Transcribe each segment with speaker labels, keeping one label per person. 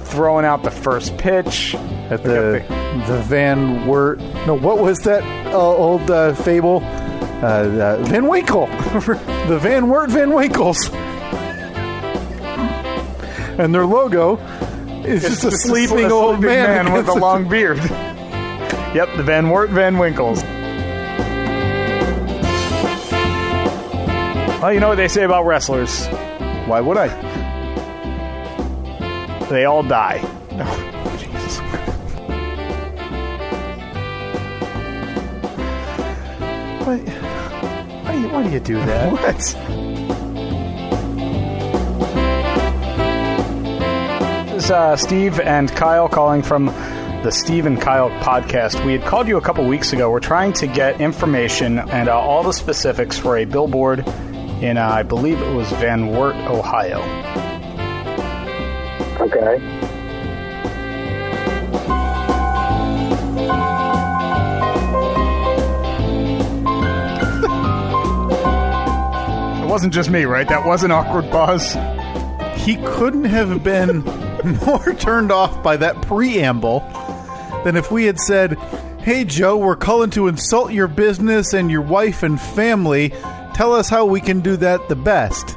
Speaker 1: throwing out the first pitch.
Speaker 2: At the the Van Wert. No, what was that uh, old uh, fable? Uh, uh, Van Winkle. the Van Wert Van Winkles. And their logo is just a sleeping old man,
Speaker 1: with a
Speaker 2: against
Speaker 1: long beard. yep, the Van Wert Van Winkles. Well, you know what they say about wrestlers?
Speaker 2: Why would I?
Speaker 1: They all die.
Speaker 2: Why, why, do you- why do you do that?
Speaker 1: What? This is uh, Steve and Kyle calling from the Steve and Kyle podcast. We had called you a couple weeks ago. We're trying to get information and uh, all the specifics for a billboard in, uh, I believe it was Van Wert, Ohio.
Speaker 3: Okay.
Speaker 1: It wasn't just me, right? That was an awkward pause.
Speaker 2: He couldn't have been more turned off by that preamble than if we had said, Hey, Joe, we're calling to insult your business and your wife and family. Tell us how we can do that the best.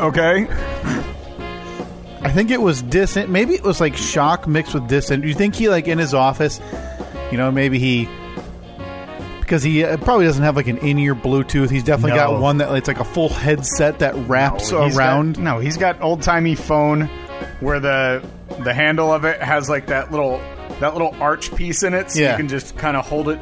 Speaker 1: Okay.
Speaker 2: I think it was dis. Maybe it was like shock mixed with dissent. You think he like in his office? You know, maybe he because he uh, probably doesn't have like an in-ear Bluetooth. He's definitely
Speaker 1: No.
Speaker 2: got one that it's like a full headset that wraps
Speaker 1: He's
Speaker 2: around.
Speaker 1: got- no, he's got old timey phone where the the handle of it has like that little that little arch piece in it, so
Speaker 2: Yeah.
Speaker 1: you can just kind of hold it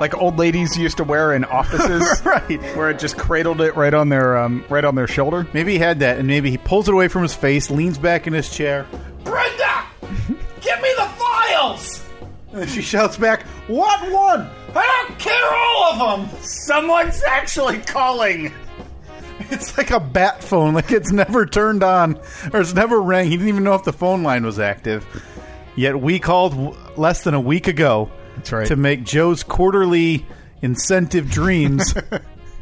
Speaker 1: like old ladies used to wear in offices,
Speaker 2: Right.
Speaker 1: Where it just cradled it right on their um, right on their shoulder.
Speaker 2: Maybe he had that, and maybe he pulls it away from his face, leans back in his chair.
Speaker 4: Brenda! Give me the files!
Speaker 2: And then she shouts back, "What one?
Speaker 4: I don't care all of them!
Speaker 1: Someone's actually calling.
Speaker 2: It's like a bat phone. Like it's never turned on or it's never rang. He didn't even know if the phone line was active. Yet we called w- less than a week ago.
Speaker 1: That's right.
Speaker 2: To make Joe's quarterly incentive dreams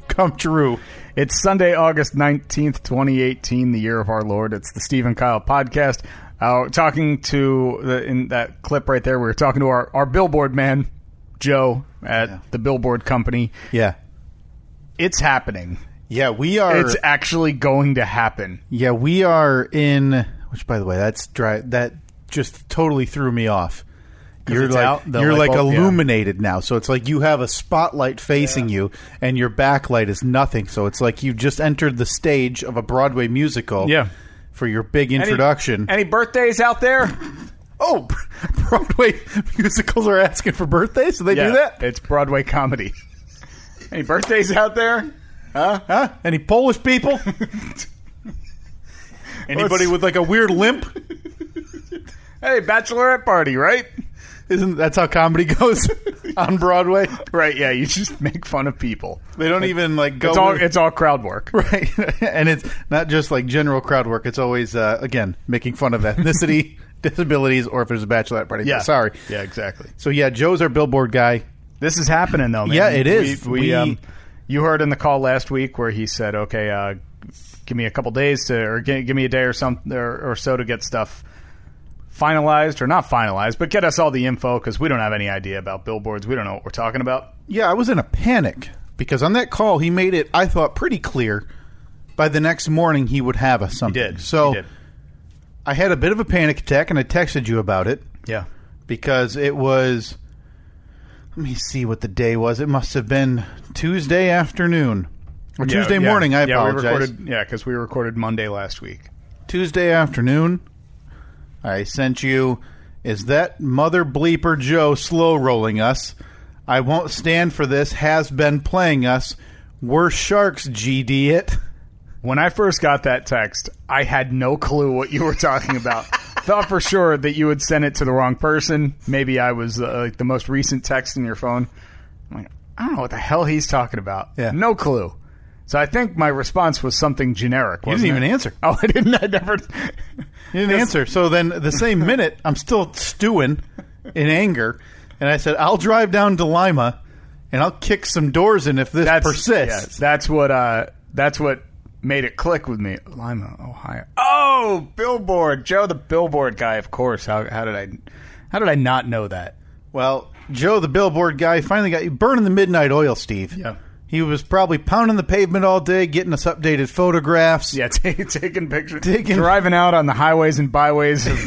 Speaker 2: come true.
Speaker 1: It's Sunday, August nineteenth, twenty eighteen, the year of our Lord. It's the Steve and Kyle podcast. Uh, talking to the, in that clip right there, we were talking to our, our billboard man, Joe, at
Speaker 2: Yeah.
Speaker 1: the billboard company.
Speaker 2: Yeah.
Speaker 1: It's happening.
Speaker 2: Yeah, we are.
Speaker 1: It's actually going to happen.
Speaker 2: yeah, we are in. Which, by the way, that's dry. That just totally threw me off. You're
Speaker 1: it's
Speaker 2: like
Speaker 1: out, the
Speaker 2: you're
Speaker 1: light
Speaker 2: like
Speaker 1: bulb- yeah.
Speaker 2: illuminated now, so it's like you have a spotlight facing you, and your backlight is nothing. So it's like you just entered the stage of a Broadway musical.
Speaker 1: Yeah.
Speaker 2: For your big introduction.
Speaker 1: Any, birthdays out there?
Speaker 2: oh, Broadway musicals are asking for birthdays, so they do that.
Speaker 1: It's Broadway comedy. any birthdays out there?
Speaker 2: Huh? Any Polish people? Anybody
Speaker 1: Let's-
Speaker 2: with like a weird limp?
Speaker 1: Hey, bachelorette party, right?
Speaker 2: Isn't that's how comedy goes on Broadway?
Speaker 1: Right, yeah, you just make fun of people.
Speaker 2: They don't even like go.
Speaker 1: It's all
Speaker 2: with-
Speaker 1: it's all crowd work.
Speaker 2: right, and it's not just like general crowd work. It's always uh, again making fun of ethnicity, disabilities, or if there's a bachelorette party.
Speaker 1: Yeah.
Speaker 2: sorry.
Speaker 1: Yeah, exactly.
Speaker 2: So yeah, Joe's our billboard guy.
Speaker 1: This is happening though, man.
Speaker 2: Yeah, it is.
Speaker 1: We, we,
Speaker 2: We-
Speaker 1: um, you heard in the call last week where he said, "Okay, uh, give me a couple days to, or give, give me a day or something, or, or so to get stuff finalized or not finalized, but get us all the info because we don't have any idea about billboards. We don't know what we're talking about."
Speaker 2: Yeah, I was in a panic because on that call he made it. I thought pretty clear. By the next morning, he would have us something. So
Speaker 1: He did.
Speaker 2: I had a bit of a panic attack, and I texted you about it.
Speaker 1: yeah,
Speaker 2: because it was let me see what the day was it must have been tuesday afternoon or
Speaker 1: Yeah,
Speaker 2: tuesday
Speaker 1: yeah.
Speaker 2: morning i
Speaker 1: yeah, we
Speaker 2: apologize
Speaker 1: recorded- yeah, because we recorded Monday last week.
Speaker 2: tuesday afternoon i sent you is that mother bleeper joe slow rolling us i won't stand for this has been playing us we're sharks gd it
Speaker 1: When I first got that text, I had no clue what you were talking about. Thought for sure that you had sent it to the wrong person. Maybe I was uh, like the most recent text in your phone. I'm like, I don't know what the hell he's talking about.
Speaker 2: Yeah.
Speaker 1: No clue. So I think my response was something generic.
Speaker 2: you didn't
Speaker 1: wasn't
Speaker 2: even
Speaker 1: it?
Speaker 2: answer
Speaker 1: Oh, I didn't. I never.
Speaker 2: You didn't answer. So then the same minute, I'm still stewing in anger. And I said, I'll drive down to Lima and I'll kick some doors in if this
Speaker 1: That's,
Speaker 2: persists.
Speaker 1: yeah, that's what. Uh, that's what made it click with me. Lima, Ohio. Oh, Billboard, Joe, the Billboard guy. Of course. How, how did I? How did I not know that?
Speaker 2: Well, Joe, the billboard guy, finally got you burning the midnight oil, Steve.
Speaker 1: Yeah.
Speaker 2: He was probably pounding the pavement all day, getting us updated photographs.
Speaker 1: Yeah, ta- taking pictures,
Speaker 2: Taking-
Speaker 1: driving out on the highways and byways of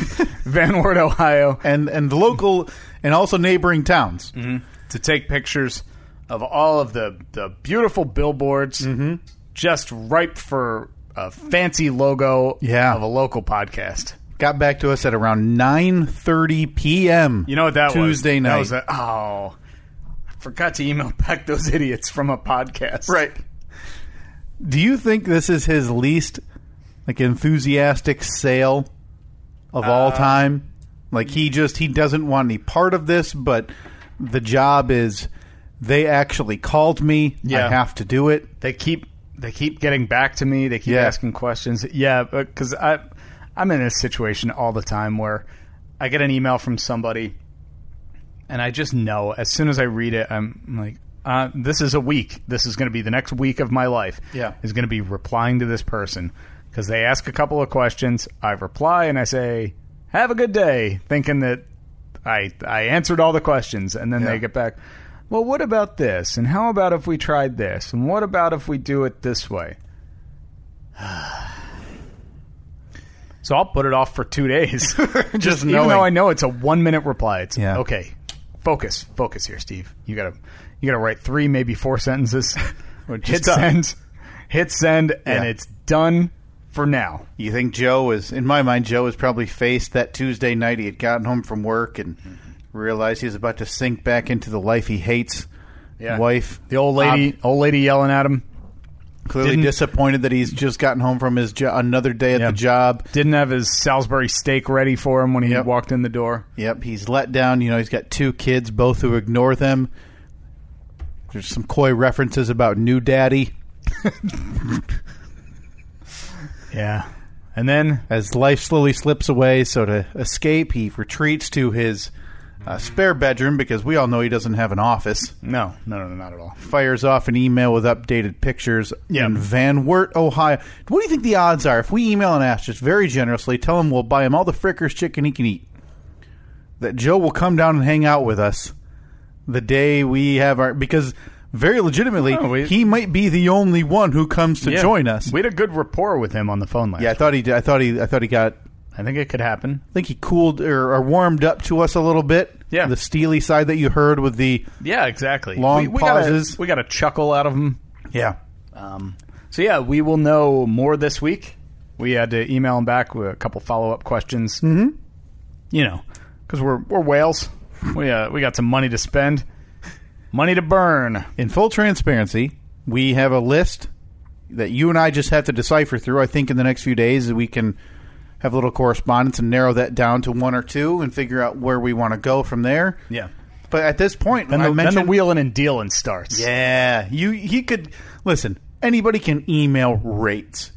Speaker 1: Van Wert, Ohio,
Speaker 2: And, and the local and also neighboring towns.
Speaker 1: Mm-hmm. to take pictures of all of the the beautiful billboards,
Speaker 2: Mm-hmm.
Speaker 1: just ripe for a fancy logo
Speaker 2: Yeah.
Speaker 1: of a local podcast.
Speaker 2: Got back to us at around 9.30 p.m.
Speaker 1: You know what that was?
Speaker 2: Tuesday night.
Speaker 1: That was a, oh, I forgot to email back those idiots from a podcast.
Speaker 2: Right. Do you think this is his least like enthusiastic sale of all
Speaker 1: Uh,
Speaker 2: time? Like
Speaker 1: mm.
Speaker 2: he just he doesn't want any part of this, but the job is they actually called me. I
Speaker 1: Yeah.
Speaker 2: have to do it.
Speaker 1: They keep they keep getting back to me. They keep
Speaker 2: Yeah.
Speaker 1: asking questions. Yeah, because I I'm in a situation all the time where I get an email from somebody, and I just know as soon as I read it, I'm, I'm like. Uh, this is a week. This is going to be the next week of my life.
Speaker 2: Yeah.
Speaker 1: is going to be replying to this person because they ask a couple of questions. I reply and I say, "Have a good day," thinking that I I answered all the questions, and then
Speaker 2: Yeah.
Speaker 1: they get back. Well, what about this? And how about if we tried this? And what about if we do it this way? so I'll put it off for two days, just, even
Speaker 2: knowing.
Speaker 1: though I know it's a one minute reply. It's
Speaker 2: Yeah.
Speaker 1: okay. Focus, focus here, Steve. You gotta you gotta write three, maybe four sentences. hit
Speaker 2: done.
Speaker 1: send, hit send, and
Speaker 2: Yeah.
Speaker 1: it's done for now.
Speaker 2: You think Joe is in my mind Joe is probably faced that Tuesday night he had gotten home from work and
Speaker 1: Mm-hmm.
Speaker 2: realized he was about to sink back into the life he hates.
Speaker 1: Yeah.
Speaker 2: Wife,
Speaker 1: The old lady, old lady yelling at him.
Speaker 2: clearly
Speaker 1: Didn't-
Speaker 2: disappointed that he's just gotten home from his jo- another day at
Speaker 1: Yeah.
Speaker 2: the job.
Speaker 1: Didn't have his Salisbury steak ready for him when he
Speaker 2: Yep.
Speaker 1: walked in the door.
Speaker 2: Yep, he's let down. You know, he's got two kids, both who ignore them. There's some coy references about new daddy
Speaker 1: Yeah. And then
Speaker 2: as life slowly slips away. So to escape, he retreats to his uh, spare bedroom because we all know he doesn't have an office.
Speaker 1: no, no, no, no, not at all.
Speaker 2: Fires off an email with updated pictures
Speaker 1: Yep.
Speaker 2: in Van Wert, Ohio. What do you think the odds are if we email and ask just very generously, tell him we'll buy him all the frickers chicken he can eat, that Joe will come down and hang out with us? the day we have our because very legitimately
Speaker 1: Oh, we-
Speaker 2: he might be the only one who comes to join us.
Speaker 1: We had a good rapport with him on the phone last.
Speaker 2: yeah, I thought he did, I thought he I thought he got
Speaker 1: I think it could happen.
Speaker 2: I think he cooled or, or warmed up to us a little bit.
Speaker 1: Yeah.
Speaker 2: the steely side that you heard with the
Speaker 1: Yeah, exactly.
Speaker 2: Long
Speaker 1: we, we
Speaker 2: pauses.
Speaker 1: Got a, we got a chuckle out of him.
Speaker 2: yeah
Speaker 1: Um, so yeah, we will know more this week. We had to email him back with a couple follow up questions. Mm-hmm. You know, because we're we're whales. we uh, we got some money to spend, money to burn.
Speaker 2: in full transparency, we have a list that you and I just have to decipher through. I think in the next few days we can have a little correspondence and narrow that down to one or two and figure out where we want to go from there.
Speaker 1: Yeah.
Speaker 2: But at this point,
Speaker 1: Then
Speaker 2: I
Speaker 1: the, then the
Speaker 2: mentioned
Speaker 1: wheeling and dealing starts.
Speaker 2: Yeah, you he could listen. Anybody can email rates.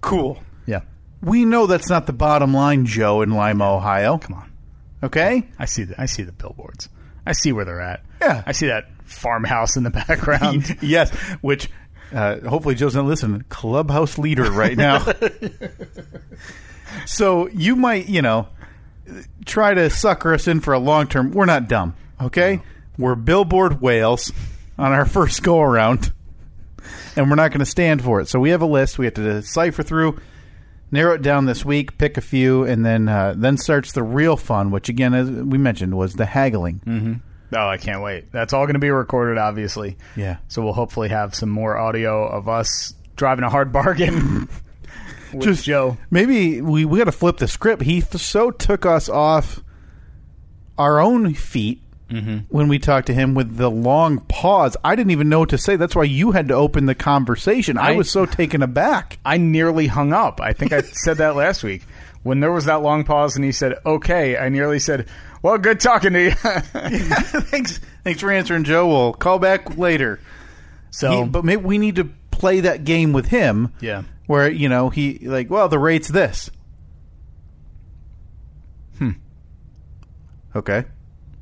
Speaker 2: Cool.
Speaker 1: yeah.
Speaker 2: We know that's not the bottom line, Joe in Lima, Ohio.
Speaker 1: Come on.
Speaker 2: Okay.
Speaker 1: I see the I see the billboards. I see where they're at.
Speaker 2: Yeah.
Speaker 1: I see that farmhouse in the background.
Speaker 2: yes, which uh, hopefully Joe's not listening. Clubhouse leader right now. so you might, you know, try to sucker us in for a long term. We're not dumb, okay? We're billboard whales on our first go around, and we're not going to stand for it. So we have a list we have to decipher through. Narrow it down this week, pick a few, and then uh, then starts the real fun, which again, as we mentioned, was the haggling.
Speaker 1: oh, I can't wait. That's all going to be recorded, obviously.
Speaker 2: Yeah,
Speaker 1: So we'll hopefully have some more audio of us driving a hard bargain. with
Speaker 2: Just-
Speaker 1: Joe.
Speaker 2: Maybe we, we got to flip the script. He th- so took us off our own feet when we talked to him with the long pause. I didn't even know what to say. That's why you had to open the conversation. I,
Speaker 1: I-
Speaker 2: was so taken aback.
Speaker 1: I nearly hung up. I think I said that last week. When there was that long pause and he said, okay, I nearly said, well, good talking to you.
Speaker 2: thanks, thanks for answering, Joe. We'll call back later.
Speaker 1: so,
Speaker 2: He- but maybe we need to play that game with him.
Speaker 1: yeah.
Speaker 2: Where you know he like, well, the rate's this. Hmm. Okay.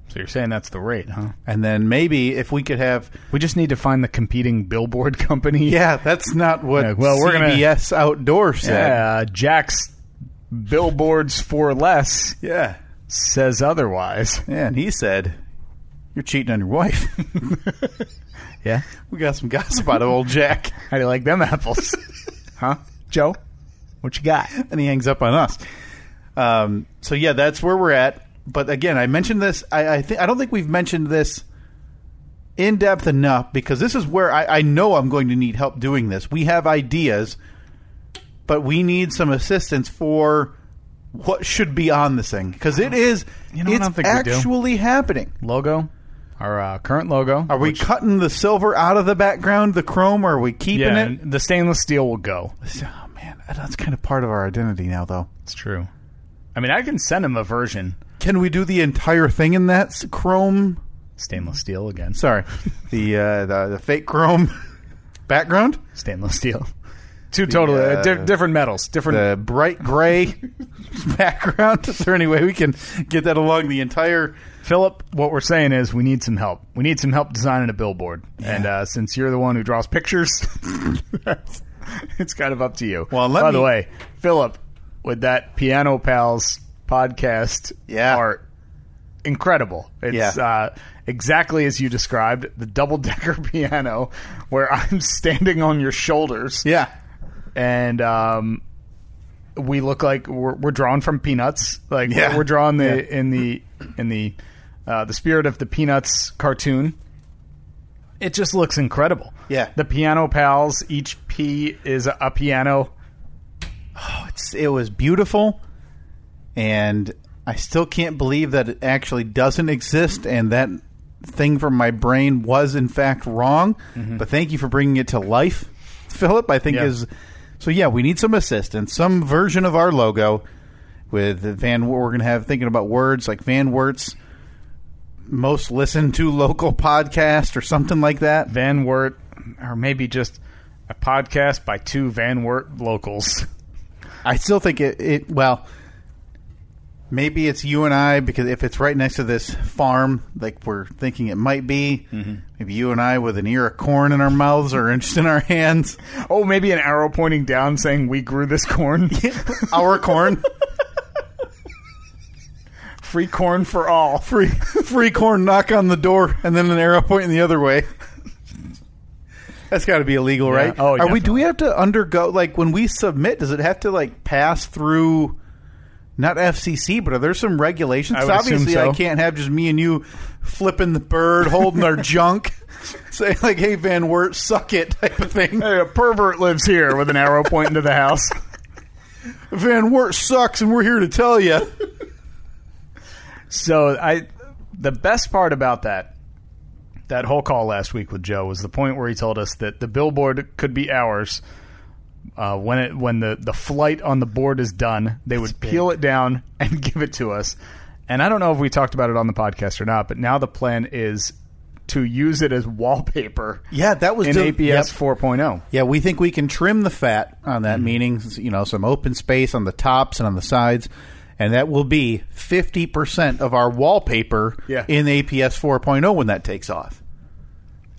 Speaker 1: So you're saying that's the rate, huh?
Speaker 2: And then maybe if we could have,
Speaker 1: We just need to find the competing billboard company.
Speaker 2: yeah, that's not what
Speaker 1: Yeah, well, we're gonna-
Speaker 2: CBS Outdoor said.
Speaker 1: Yeah, Jack's Billboards for Less
Speaker 2: Yeah.
Speaker 1: says otherwise.
Speaker 2: yeah, and he said, "You're cheating on your wife."
Speaker 1: Yeah.
Speaker 2: we got some gossip out of old Jack,
Speaker 1: How do you like them apples? huh? Joe? What you got?
Speaker 2: and he hangs up on us. Um, so yeah, that's where we're at. But again, I mentioned this. I, I think I don't think we've mentioned this in depth enough because this is where I, I know I'm going to need help doing this. We have ideas, but we need some assistance for what should be on this thing because it is
Speaker 1: You know what I
Speaker 2: it's
Speaker 1: don't think we do?
Speaker 2: actually happening.
Speaker 1: Logo? Our uh, current logo.
Speaker 2: Are we cutting the silver out of the background, the chrome, or are we keeping
Speaker 1: yeah,
Speaker 2: it?
Speaker 1: the stainless steel will go.
Speaker 2: Oh man, that's kind of part of our identity now, though.
Speaker 1: It's true. I mean, I can send him a version.
Speaker 2: Can we do the entire thing in that s- chrome?
Speaker 1: Stainless steel again.
Speaker 2: Sorry, the uh, the, the fake chrome background,
Speaker 1: Stainless steel. Two totally uh,
Speaker 2: uh,
Speaker 1: di- different metals, different
Speaker 2: the bright gray background. Is there any way we can get that along the entire?
Speaker 1: Philip, what we're saying is we need some help. We need some help designing a billboard. And uh, since you're the one who draws pictures, it's kind of up to you.
Speaker 2: Well, let
Speaker 1: by
Speaker 2: me-
Speaker 1: the way, Philip, with that Piano Pals podcast
Speaker 2: Yeah.
Speaker 1: art, incredible. It's
Speaker 2: Yeah.
Speaker 1: uh, exactly as you described the double decker piano where I'm standing on your shoulders
Speaker 2: Yeah,
Speaker 1: and um, we look like we're, we're drawn from Peanuts. Like
Speaker 2: Yeah.
Speaker 1: we're drawn the
Speaker 2: Yeah.
Speaker 1: in the in the uh, the spirit of the Peanuts cartoon. It just looks incredible.
Speaker 2: Yeah.
Speaker 1: the piano pals. Each P is a, a piano.
Speaker 2: it's, it was beautiful, and I still can't believe that it actually doesn't exist, and that thing from my brain was in fact wrong. But thank you for bringing it to life, Philip. I think
Speaker 1: Yeah.
Speaker 2: is so. Yeah, we need some assistance, some version of our logo with Van. We're going to have thinking about words like Van Wert's most listened to local podcast or something like that.
Speaker 1: Van Wert, or maybe just a podcast by two Van Wert locals.
Speaker 2: I still think it, it well maybe it's you and I because if it's right next to this farm like we're thinking it might be maybe you and I with an ear of corn in our mouths or just in our hands
Speaker 1: Oh, maybe an arrow pointing down saying we grew this corn.
Speaker 2: our corn
Speaker 1: Free corn for all.
Speaker 2: free free corn knock on the door and then an arrow pointing the other way that's got to be illegal right
Speaker 1: Oh,
Speaker 2: are we do we have to undergo like when we submit does it have to like pass through not FCC, but are there some regulations?
Speaker 1: I would assume
Speaker 2: Obviously,
Speaker 1: so.
Speaker 2: I can't have just me and you flipping the bird, holding our junk, saying like, "Hey, Van Wert, suck it," type of thing.
Speaker 1: Hey, a pervert lives here with an arrow pointing to the house.
Speaker 2: Van Wert sucks, and we're here to tell you.
Speaker 1: So I, the best part about that, that whole call last week with Joe was the point where he told us that the billboard could be ours. Uh, when it when the the flight on the board is done, they would peel it down and give it to us. And I don't know if we talked about it on the podcast or not, but now the plan is to use it as wallpaper
Speaker 2: Yeah, that was
Speaker 1: in
Speaker 2: del-
Speaker 1: APS
Speaker 2: yep.
Speaker 1: 4.0.
Speaker 2: Yeah, we think we can trim the fat on that, meaning you know some open space on the tops and on the sides, and that will be fifty percent of our wallpaper
Speaker 1: Yeah.
Speaker 2: in APS 4.0 when that takes off.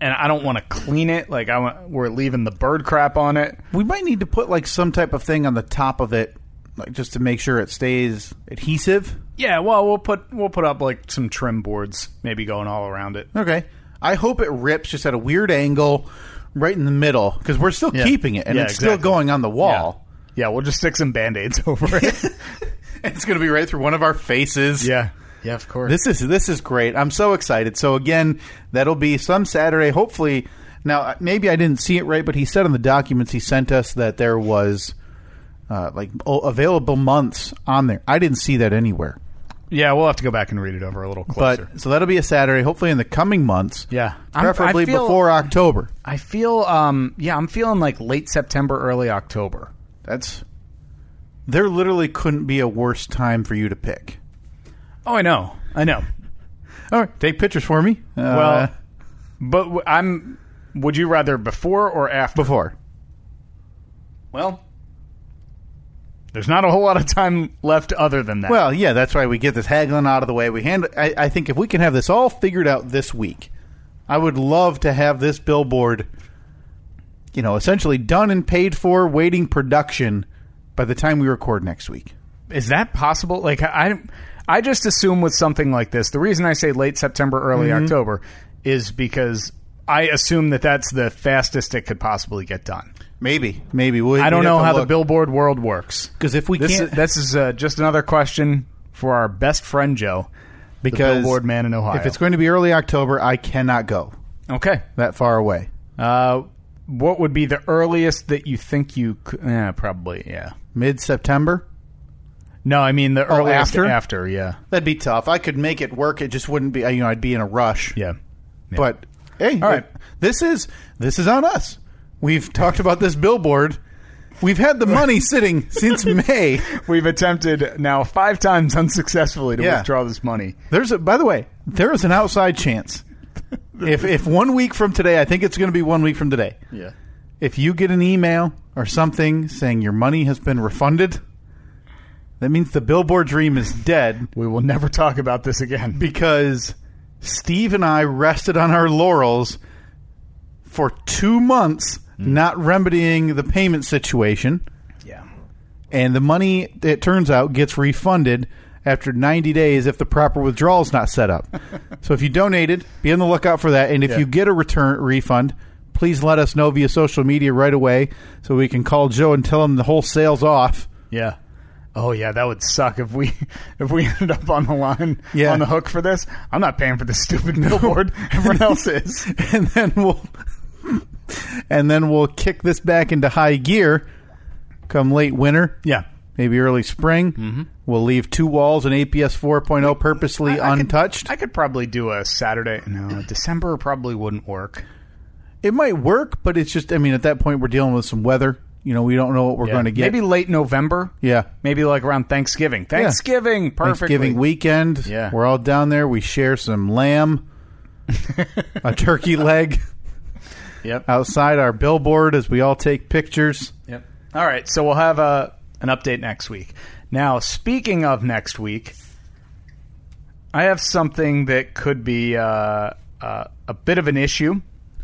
Speaker 1: And I don't want to clean it. Like I want, we're leaving the bird crap on it.
Speaker 2: We might need to put like some type of thing on the top of it, like just to make sure it stays adhesive.
Speaker 1: Yeah, well, we'll put we'll put up like some trim boards, maybe going all around it.
Speaker 2: Okay, I hope it rips just at a weird angle, right in the middle, because we're still
Speaker 1: Yeah.
Speaker 2: keeping it and
Speaker 1: Yeah,
Speaker 2: it's still
Speaker 1: exactly.
Speaker 2: going on the wall.
Speaker 1: Yeah, we'll just stick some band aids over it.
Speaker 2: It's going to be right through one of our faces.
Speaker 1: yeah. Yeah, of course.
Speaker 2: This is this is great. I'm so excited. So again, that'll be some Saturday. Hopefully, now uh, maybe I didn't see it right, but he said on the documents he sent us that there was uh, like o- available months on there. I didn't see that anywhere.
Speaker 1: yeah, we'll have to go back and read it over a little
Speaker 2: But
Speaker 1: closer.
Speaker 2: so that'll be a Saturday. Hopefully, in the coming months.
Speaker 1: yeah. I'm-
Speaker 2: Preferably
Speaker 1: I feel,
Speaker 2: before October.
Speaker 1: I feel um yeah, I'm feeling like late September, early October.
Speaker 2: That's there. Literally, couldn't be a worse time for you to pick.
Speaker 1: Oh, I know. I know.
Speaker 2: All right, take pictures for me. Uh,
Speaker 1: well, but w- I'm would you rather before or after?
Speaker 2: before
Speaker 1: Well, There's not a whole lot of time left other than that.
Speaker 2: Well, yeah, that's why we get this haggling out of the way. We handle. I, I think if we can have this all figured out this week, I would love to have this billboard, you know, essentially done and paid for, waiting production by the time we record next week.
Speaker 1: is that possible? Like I, I just assume with something like this, the reason I say late September, early
Speaker 2: Mm-hmm.
Speaker 1: October, is because I assume that that's the fastest it could possibly get done.
Speaker 2: Maybe, maybe. we
Speaker 1: I don't know how the billboard world works.
Speaker 2: because if we
Speaker 1: This
Speaker 2: can't
Speaker 1: is, this is uh, just another question for our best friend Joe,
Speaker 2: because
Speaker 1: the billboard man in Ohio.
Speaker 2: if it's going to be early October, I cannot go
Speaker 1: okay,
Speaker 2: that far away.
Speaker 1: uh, what would be the earliest that you think you? Could, eh, probably yeah.
Speaker 2: Mid September,
Speaker 1: No, I mean the earliest
Speaker 2: Oh, after?
Speaker 1: after yeah
Speaker 2: that'd be tough. I could make it work. It just wouldn't be. You know, I'd be in a rush.
Speaker 1: yeah. Yeah.
Speaker 2: But hey,
Speaker 1: All right.
Speaker 2: this is this is on us. We've talked about this billboard. We've had the money sitting since May.
Speaker 1: We've attempted now five times unsuccessfully to
Speaker 2: Yeah.
Speaker 1: withdraw this money.
Speaker 2: There's a by the way, there is an outside chance. If if one week from today, I think it's going to be one week from today.
Speaker 1: Yeah.
Speaker 2: If you get an email or something saying your money has been refunded, that means the billboard dream is dead
Speaker 1: We will never talk about this again.
Speaker 2: because Steve and I rested on our laurels for 2 months not remedying the payment situation.
Speaker 1: yeah.
Speaker 2: and the money it turns out gets refunded after 90 days if the proper withdrawal is not set up. so if you donated, be on the lookout for that and if
Speaker 1: Yeah.
Speaker 2: you get a return refund, please let us know via social media right away so we can call Joe and tell him the whole sale's off.
Speaker 1: Yeah. Oh yeah, that would suck if we if we ended up on the line
Speaker 2: Yeah.
Speaker 1: on the hook for this. I'm not paying for this stupid billboard. Everyone else is.
Speaker 2: and then we'll and then we'll kick this back into high gear come late winter,
Speaker 1: Yeah.
Speaker 2: maybe early spring. Mm-hmm. We'll leave two walls and APS 4.0 purposely
Speaker 1: I- I could-
Speaker 2: untouched.
Speaker 1: I could probably do a Saturday. No, December probably wouldn't work.
Speaker 2: It might work, but it's just I mean at that point we're dealing with some weather. You know, we don't know what we're going to get.
Speaker 1: maybe late November.
Speaker 2: yeah.
Speaker 1: Maybe like around Thanksgiving. Thanksgiving, perfect.
Speaker 2: Thanksgiving weekend.
Speaker 1: Yeah.
Speaker 2: We're all down there. We share some lamb, a turkey leg
Speaker 1: Yep.
Speaker 2: outside our billboard as we all take pictures.
Speaker 1: Yep. All right, so we'll have a an update next week. Now, speaking of next week, I have something that could be uh, uh, a bit of an issue.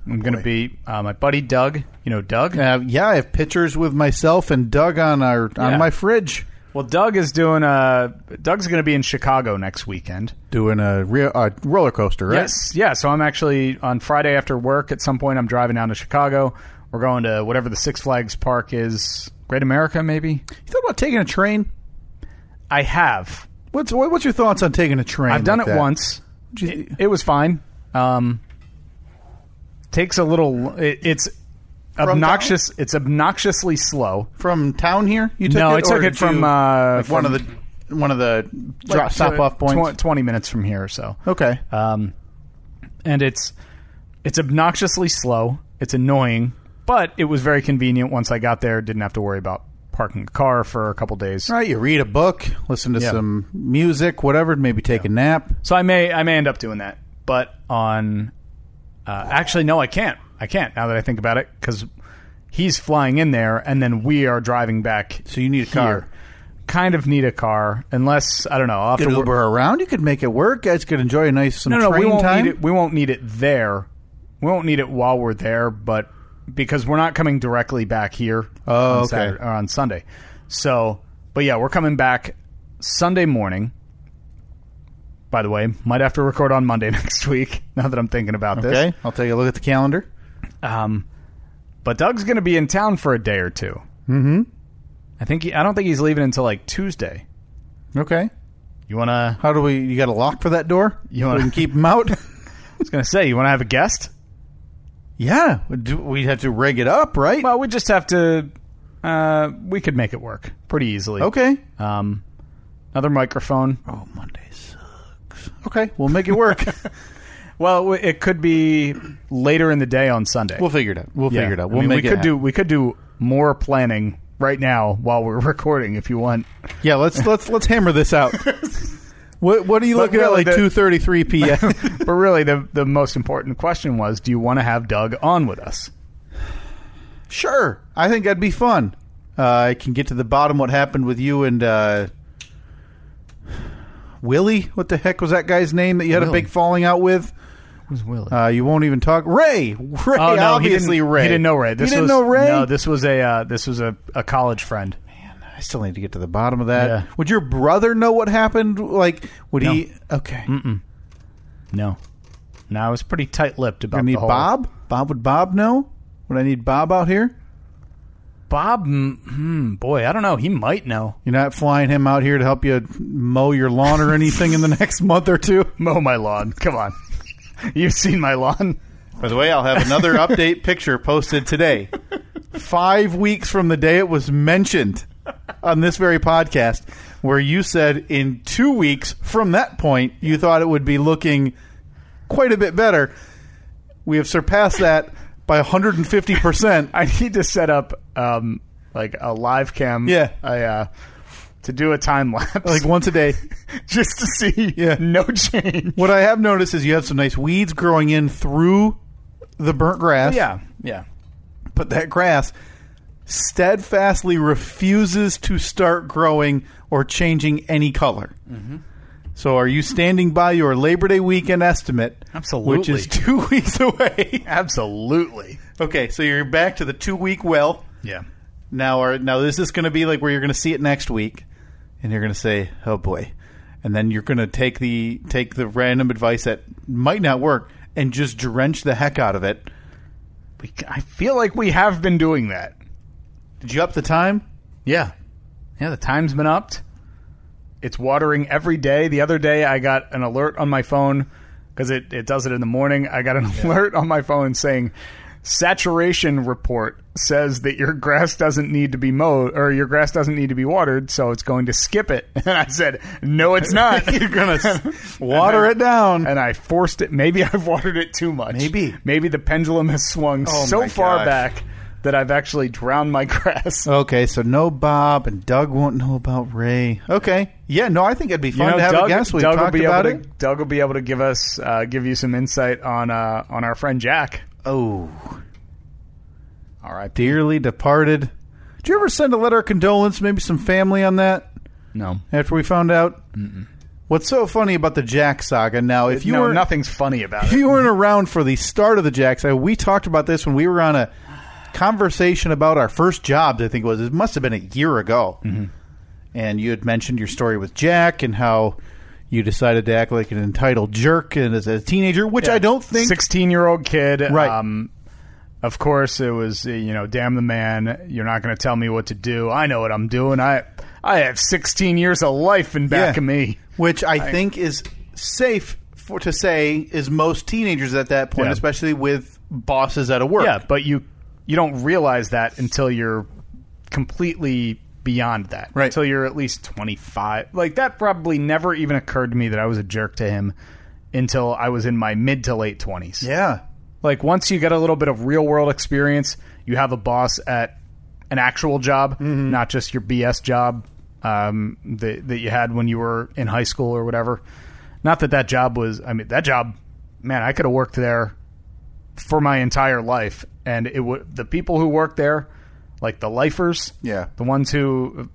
Speaker 1: I'm going to
Speaker 2: boy.
Speaker 1: be uh, my buddy Doug. You know Doug.
Speaker 2: Uh, yeah, I have pictures with myself and Doug on our
Speaker 1: Yeah.
Speaker 2: on my fridge
Speaker 1: Well, Doug is doing. Uh, Doug's going to be in Chicago next weekend.
Speaker 2: doing a re- uh, roller coaster, right?
Speaker 1: Yes, yeah. So I'm actually on Friday after work. At some point, I'm driving down to Chicago. We're going to whatever the Six Flags park is. Great America, maybe.
Speaker 2: You thought about taking a train?
Speaker 1: I have.
Speaker 2: What's what- what's your thoughts on taking a train?
Speaker 1: I've done
Speaker 2: like
Speaker 1: it
Speaker 2: that?
Speaker 1: once.
Speaker 2: What'd you-
Speaker 1: It, it was fine. Um, takes a little. It, it's obnoxious. It's obnoxiously slow.
Speaker 2: from town here. You took
Speaker 1: No,
Speaker 2: it,
Speaker 1: I took
Speaker 2: or
Speaker 1: it
Speaker 2: did
Speaker 1: from,
Speaker 2: you-
Speaker 1: uh,
Speaker 2: like one
Speaker 1: from-
Speaker 2: of the one of the drop
Speaker 1: Like,
Speaker 2: stop off
Speaker 1: tw-
Speaker 2: points.
Speaker 1: tw- Twenty minutes from here or so.
Speaker 2: Okay.
Speaker 1: Um, and it's it's obnoxiously slow. It's annoying, but it was very convenient once I got there. Didn't have to worry about parking the car for a couple days.
Speaker 2: All right, you read a book, listen to
Speaker 1: Yeah.
Speaker 2: some music, whatever, maybe take a nap.
Speaker 1: So I may I may end up doing that, but on uh, actually no, I can't. I can't now that I think about it because he's flying in there, and then we are driving back.
Speaker 2: So you need a car.
Speaker 1: here. Kind of need a car, unless I don't know. I'll have
Speaker 2: Get
Speaker 1: to
Speaker 2: Uber
Speaker 1: wor-
Speaker 2: around. You could make it work. Guys could enjoy a nice some
Speaker 1: No, no,
Speaker 2: train
Speaker 1: we won't
Speaker 2: time.
Speaker 1: need it. We won't need it there. We won't need it while we're there, but because we're not coming directly back here
Speaker 2: Oh,
Speaker 1: on
Speaker 2: okay.
Speaker 1: Saturday, or on Sunday. So, but yeah, we're coming back Sunday morning. By the way, might have to record on Monday next week. Now that I'm thinking about
Speaker 2: Okay, I'll take a look at the calendar.
Speaker 1: this, um, but Doug's going to be in town for a day or 2 Mm-hmm. I think he, I don't think he's leaving until like Tuesday.
Speaker 2: Okay,
Speaker 1: You want to? I
Speaker 2: how do we? You got a lock for that door?
Speaker 1: You
Speaker 2: So
Speaker 1: wanna-
Speaker 2: we can keep them out?
Speaker 1: was going to say, you want to have a guest?
Speaker 2: yeah, we'd do- we'd have to rig it up, right?
Speaker 1: Well, we just have to. Uh, we could make it work pretty easily.
Speaker 2: okay.
Speaker 1: Um, another microphone.
Speaker 2: Oh, Monday sucks. Okay, we'll make it work.
Speaker 1: Well, w- it could be later in the day on Sunday.
Speaker 2: we'll figure it out. We'll
Speaker 1: Yeah.
Speaker 2: figure it out.
Speaker 1: I
Speaker 2: We'll
Speaker 1: mean,
Speaker 2: make
Speaker 1: we
Speaker 2: it.
Speaker 1: could
Speaker 2: happen.
Speaker 1: do. We could do more planning right now while we're recording, if you want.
Speaker 2: Yeah, let's let's let's hammer this out. What, what are you
Speaker 1: But
Speaker 2: looking
Speaker 1: really
Speaker 2: at
Speaker 1: the-
Speaker 2: like two thirty three p.m.?
Speaker 1: but really, the the most important question was: Do you want to have Doug on with us?
Speaker 2: Sure. I think that'd be fun. Uh, I can get to the bottom what happened with you and uh, Willie. What the heck was that guy's name that you had
Speaker 1: Willie.
Speaker 2: a big falling out with?
Speaker 1: Who's Willie?
Speaker 2: Uh, you won't even talk. Ray, Ray,
Speaker 1: oh no,
Speaker 2: obviously
Speaker 1: he didn't,
Speaker 2: Ray.
Speaker 1: He didn't know Ray. This
Speaker 2: you didn't
Speaker 1: was,
Speaker 2: know Ray.
Speaker 1: No, this was a uh, this was a, a college friend.
Speaker 2: I still need to get to the bottom of that.
Speaker 1: Yeah.
Speaker 2: Would your brother know what happened? Like, would he? Okay.
Speaker 1: No, no, I was pretty tight lipped about
Speaker 2: I
Speaker 1: the
Speaker 2: need
Speaker 1: whole
Speaker 2: Bob. Bob would Bob know? Would I need Bob out here?
Speaker 1: Bob, mm, hmm, boy, I don't know. He might know.
Speaker 2: You're not flying him out here to help you mow your lawn or anything in the next month or two.
Speaker 1: Mow my lawn. Come on, you've seen my lawn.
Speaker 2: By the way, I'll have another update picture posted today. Five weeks from the day it was mentioned on this very podcast, where you said in two weeks from that point, you thought it would be looking quite a bit better. We have surpassed that by 150%.
Speaker 1: I need to set up um like a live cam.
Speaker 2: Yeah.
Speaker 1: I uh to do a time lapse
Speaker 2: Like once a day.
Speaker 1: just to see
Speaker 2: Yeah.
Speaker 1: no change.
Speaker 2: What I have noticed is you have some nice weeds growing in through the burnt grass.
Speaker 1: yeah.
Speaker 2: but that grass steadfastly refuses to start growing or changing any color. So, are you standing by your Labor Day weekend estimate, which
Speaker 1: Absolutely.
Speaker 2: is two weeks away?
Speaker 1: Absolutely.
Speaker 2: okay, so you're back to the two week well
Speaker 1: Yeah.
Speaker 2: now. Are now this is going to be like where you're going to see it next week, and you're going to say, "Oh boy," and then you're going to take the take the random advice that might not work and just drench the heck out of it.
Speaker 1: We, c- I feel like we have been doing that.
Speaker 2: Did you up the time?
Speaker 1: Yeah. Yeah, the time's been upped. It's watering every day. The other day, I got an alert on my phone because it, it does it in the morning. I got an alert on my phone saying, saturation report says that your grass doesn't need to be mowed or your grass doesn't need to be watered, so it's going to skip it. And I said, no, it's not.
Speaker 2: You're gonna s- water it down.
Speaker 1: and I forced it. Maybe I've watered it too much.
Speaker 2: Maybe.
Speaker 1: Maybe the pendulum has swung
Speaker 2: Oh
Speaker 1: so
Speaker 2: my
Speaker 1: far
Speaker 2: gosh.
Speaker 1: back that I've actually drowned my grass.
Speaker 2: Okay, so no Bob and Doug won't know about Ray. Okay, yeah, no, I think it'd be fun to have
Speaker 1: Doug,
Speaker 2: a guest. We
Speaker 1: Doug will
Speaker 2: talked
Speaker 1: be
Speaker 2: about
Speaker 1: able
Speaker 2: it.
Speaker 1: To, Doug will be able to give us uh, give you some insight on uh, on our friend Jack.
Speaker 2: Oh,
Speaker 1: All right,
Speaker 2: dearly departed. Did you ever send a letter of condolence, maybe some family on that
Speaker 1: no,
Speaker 2: after we found out? Mm-mm. What's so funny about the Jack saga? Now, if you
Speaker 1: no,
Speaker 2: were
Speaker 1: nothing's funny about
Speaker 2: if
Speaker 1: it.
Speaker 2: you weren't around for the start of the Jack saga, we talked about this when we were on a conversation about our first jobs. I think it was it must have been a year ago.
Speaker 1: Mm-hmm.
Speaker 2: and you had mentioned your story with Jack and how you decided to act like an entitled jerk and as a teenager, which I don't think.
Speaker 1: sixteen-year-old kid,
Speaker 2: Right.
Speaker 1: Um, of course, it was uh, you know, damn the man. You're not going to tell me what to do. I know what I'm doing. I I have sixteen years of life in back
Speaker 2: Yeah.
Speaker 1: of me.
Speaker 2: which I, think is safe for to say is most teenagers at that point,
Speaker 1: Yeah.
Speaker 2: especially with bosses at a work.
Speaker 1: Yeah, but you you don't realize that until you're completely beyond that.
Speaker 2: Right.
Speaker 1: Until you're at least 25. Like that probably never even occurred to me that I was a jerk to him until I was in my mid to late 20s.
Speaker 2: yeah,
Speaker 1: Like once you get a little bit of real world experience, you have a boss at an actual job, not just your BS job um, that that you had when you were in high school or whatever. Not that that job was. I mean, that job, man, I could have worked there for my entire life, and it would the people who worked there, like the lifers,
Speaker 2: Yeah.
Speaker 1: the ones who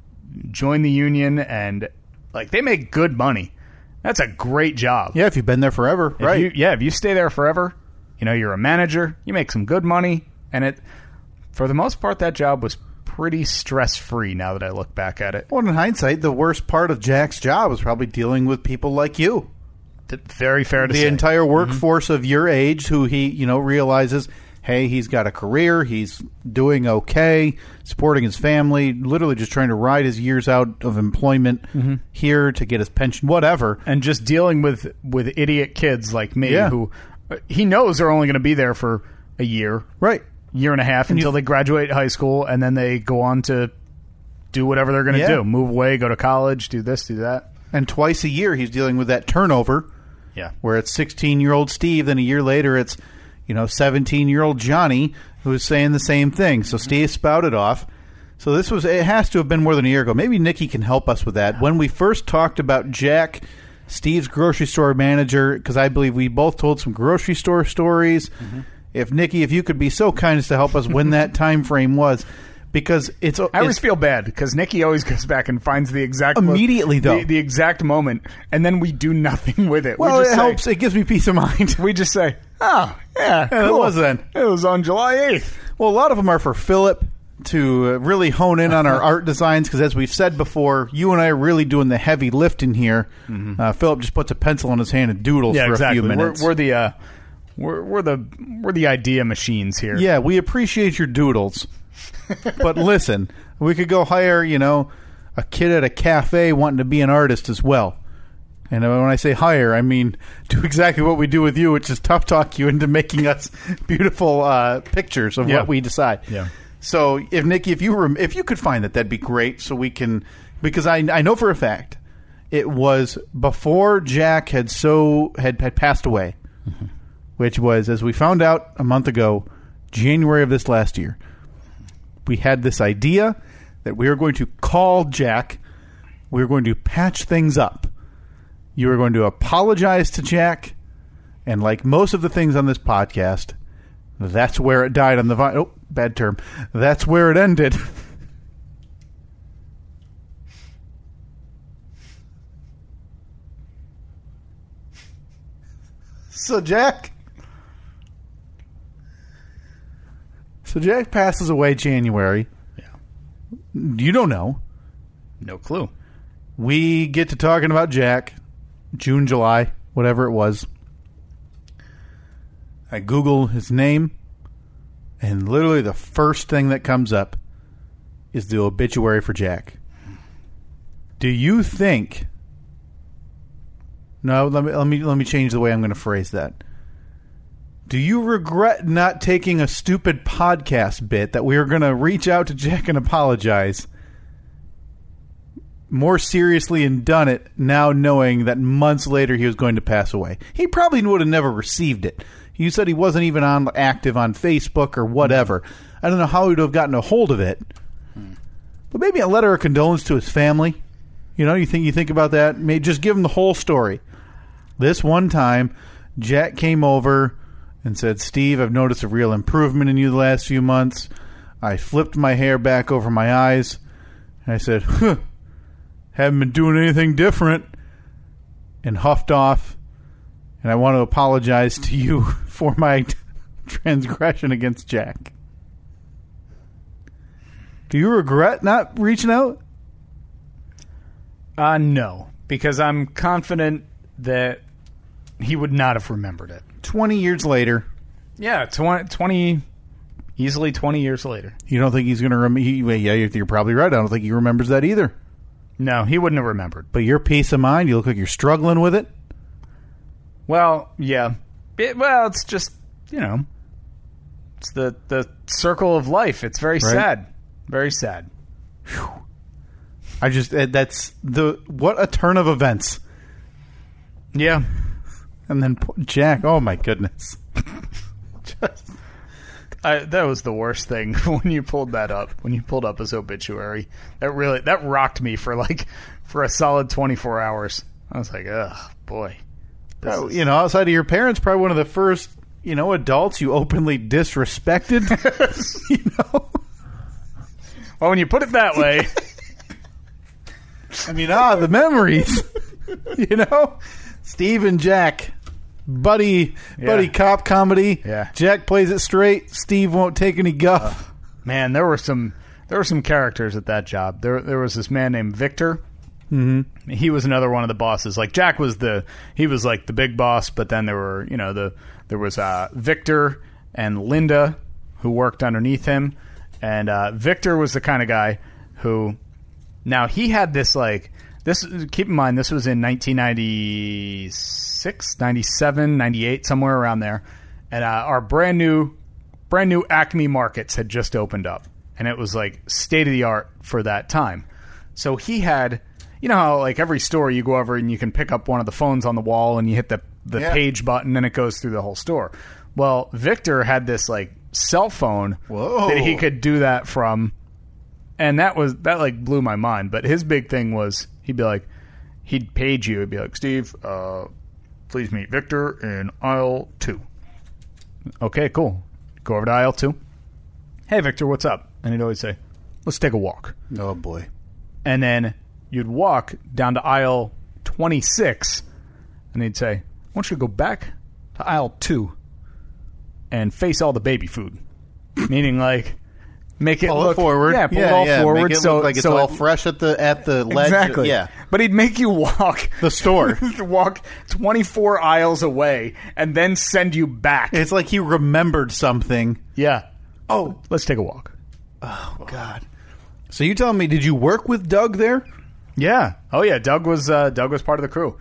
Speaker 1: join the union and like they make good money. That's a great job.
Speaker 2: yeah. If you've been there forever,
Speaker 1: If
Speaker 2: right?
Speaker 1: you- yeah, if you stay there forever, you know you're a manager. You make some good money, and it for the most part that job was pretty stress free. Now that I look back at it,
Speaker 2: well, in hindsight, the worst part of Jack's job was probably dealing with people like you.
Speaker 1: Th- very fair to
Speaker 2: the
Speaker 1: say.
Speaker 2: entire workforce of your age who he you know realizes hey he's got a career he's doing okay supporting his family literally just trying to ride his years out of employment here to get his pension whatever
Speaker 1: and just dealing with with idiot kids like me
Speaker 2: Yeah.
Speaker 1: who uh, he knows are only going to be there for a year,
Speaker 2: right
Speaker 1: year and a half until they graduate high school, and then they go on to do whatever they're going to
Speaker 2: Yeah.
Speaker 1: do: move away, go to college, do this, do that.
Speaker 2: and twice a year he's dealing with that turnover
Speaker 1: Yeah,
Speaker 2: where it's 16 year old Steve, then a year later it's, you know, 17 year old Johnny who's saying the same thing. So Steve spouted off. So this was, it has to have been more than a year ago. Maybe Nikki can help us with that. When we first talked about Jack, Steve's grocery store manager, because I believe we both told some grocery store stories. If Nikki, if you could be so kind as to help us when that time frame was, because it's.
Speaker 1: I always
Speaker 2: it's-
Speaker 1: feel bad because Nikki always goes back and finds the exact
Speaker 2: Immediately, though.
Speaker 1: the, the exact moment, and then we do nothing with it.
Speaker 2: well,
Speaker 1: we
Speaker 2: it
Speaker 1: just say,
Speaker 2: helps. It gives me peace of mind.
Speaker 1: We just say, "Oh, yeah,
Speaker 2: Yeah, that
Speaker 1: cool.
Speaker 2: was then.
Speaker 1: It was on July eighth.
Speaker 2: Well, a lot of them are for Philip to uh, really hone in on our art designs because, as we've said before, you and I are really doing the heavy lifting here. Uh, Philip just puts a pencil in his hand and doodles for a few
Speaker 1: Mm-hmm. We're,
Speaker 2: minutes.
Speaker 1: we're the uh, we're, we're the we're the idea machines here.
Speaker 2: yeah, we appreciate your doodles, but listen, we could go hire you know a kid at a cafe wanting to be an artist as well. And uh, when I say hire, I mean do exactly what we do with you, which is tough talk you into making us beautiful uh, pictures of
Speaker 1: Yeah.
Speaker 2: what we decide.
Speaker 1: Yeah.
Speaker 2: So if Nikki, if you rem- if you could find that, that'd be great. So we can because I I know for a fact it was before Jack had so had had passed away, which was as we found out a month ago, January of this last year. We had this idea that we were going to call Jack. We were going to patch things up. You were going to apologize to Jack, and like most of the things on this podcast, that's where it died on the vine. Oh, bad term. That's where it ended. so Jack. So Jack passes away January.
Speaker 1: yeah.
Speaker 2: You don't know.
Speaker 1: No clue.
Speaker 2: We get to talking about Jack, June, July, whatever it was. I Google his name, and literally the first thing that comes up is the obituary for Jack. Do you think? No, let me let me let me change the way I'm going to phrase that. Do you regret not taking a stupid podcast bit that we were going to reach out to Jack and apologize? more seriously and done it now knowing that months later he was going to pass away. He probably would have never received it. You said he wasn't even on active on Facebook or whatever. I don't know how he would have gotten a hold of it. But maybe a letter of condolence to his family. You know, you think you think about that, may just give him the whole story. This one time, Jack came over and said, Steve, I've noticed a real improvement in you the last few months. I flipped my hair back over my eyes. And I said, huh, haven't been doing anything different and huffed off and i want to apologize to you for my transgression against jack do you regret not reaching out
Speaker 1: Uh, no, because I'm confident that he would not have remembered it.
Speaker 2: 20 years later
Speaker 1: Yeah, 20, 20 easily 20 years later.
Speaker 2: you don't think he's going to remember yeah you're you're probably right i don't think he remembers that either
Speaker 1: No, he wouldn't have remembered.
Speaker 2: but your peace of mind you look like you're struggling with it
Speaker 1: Well, yeah. It- well, it's just, you know, it's the, the circle of life. It's very sad. Very sad.
Speaker 2: i just eh, that's the what a turn of events
Speaker 1: Yeah.
Speaker 2: and then po- jack oh my goodness
Speaker 1: I, that was the worst thing when you pulled that up. When you pulled up his obituary, that really that rocked me for like for a solid twenty four hours. I was like, ugh, boy. This
Speaker 2: Oh,
Speaker 1: is-
Speaker 2: you know, outside of your parents, probably one of the first, you know, adults you openly disrespected. you know,
Speaker 1: Well, when you put it that way,
Speaker 2: I mean, ah, the memories. you know, Steve and Jack, buddy, buddy
Speaker 1: Yeah.
Speaker 2: cop comedy.
Speaker 1: Yeah.
Speaker 2: Jack plays it straight. Steve won't take any guff.
Speaker 1: man, there were some there were some characters at that job. There there was this man named Victor. Mm-hmm. He was another one of the bosses. Like Jack was the he was like the big boss, but then there were you know the there was uh, Victor and Linda who worked underneath him, and uh, Victor was the kind of guy who now he had this like this keep in mind this was in 1996 97 98 somewhere around there and uh, our brand new brand new acme markets had just opened up and it was like state of the art for that time so he had you know how like every store you go over and you can pick up one of the phones on the wall and you hit the the
Speaker 2: Yeah.
Speaker 1: page button and it goes through the whole store well victor had this like cell phone
Speaker 2: Whoa.
Speaker 1: that he could do that from and that was that like blew my mind. But his big thing was he'd be like, he'd page you. He'd be like, Steve, uh, please meet Victor in aisle two. Okay, cool. Go over to aisle two. Hey, Victor, what's up? And he'd always say, Let's take a walk.
Speaker 2: Oh boy.
Speaker 1: And then you'd walk down to aisle 26, and he'd say, I want you to go back to aisle 2 and face all the baby food. Meaning, like, make it
Speaker 2: Pull
Speaker 1: look
Speaker 2: it forward.
Speaker 1: Yeah, pull
Speaker 2: yeah,
Speaker 1: it all
Speaker 2: yeah.
Speaker 1: forward.
Speaker 2: Make it
Speaker 1: so,
Speaker 2: look like it's
Speaker 1: so
Speaker 2: all
Speaker 1: it-
Speaker 2: fresh at the at the ledge.
Speaker 1: Exactly.
Speaker 2: Yeah.
Speaker 1: But he'd make you walk
Speaker 2: The store.
Speaker 1: walk 24 aisles away and then send you back.
Speaker 2: it's like he remembered something.
Speaker 1: yeah.
Speaker 2: Oh
Speaker 1: Let's take a walk.
Speaker 2: God. So you telling me did you work with Doug there?
Speaker 1: Yeah. Oh yeah, Doug was uh, Doug was part of the crew.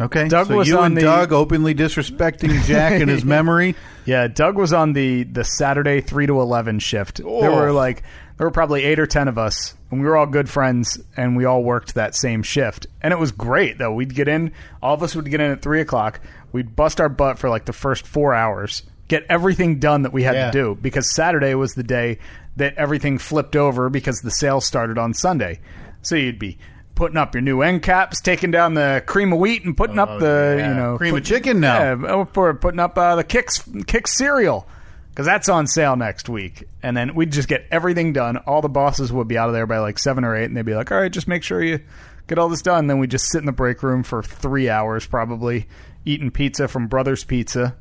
Speaker 2: Okay.
Speaker 1: Doug
Speaker 2: so
Speaker 1: was
Speaker 2: you
Speaker 1: on
Speaker 2: and
Speaker 1: the-
Speaker 2: Doug openly disrespecting Jack and his memory.
Speaker 1: Yeah, Doug was on the the Saturday 3 to 11 shift. There
Speaker 2: Oh.
Speaker 1: were like there were probably 8 or 10 of us and we were all good friends and we all worked that same shift. And it was great though. We'd get in, all of us would get in at 3 o'clock. We'd bust our butt for like the first 4 hours. Get everything done that we had
Speaker 2: Yeah.
Speaker 1: to do because Saturday was the day that everything flipped over because the sale started on Sunday. So you'd be putting up your new end caps, taking down the cream of wheat and putting up the,
Speaker 2: Oh, yeah.
Speaker 1: you know,
Speaker 2: Cream of
Speaker 1: put-
Speaker 2: chicken now.
Speaker 1: Yeah, uh, for putting up uh, the kicks kicks cereal because that's on sale next week and then we'd just get everything done all the bosses would be out of there by like seven or eight and they'd be like all right just make sure you get all this done then we'd just sit in the break room for three hours probably eating pizza from brothers pizza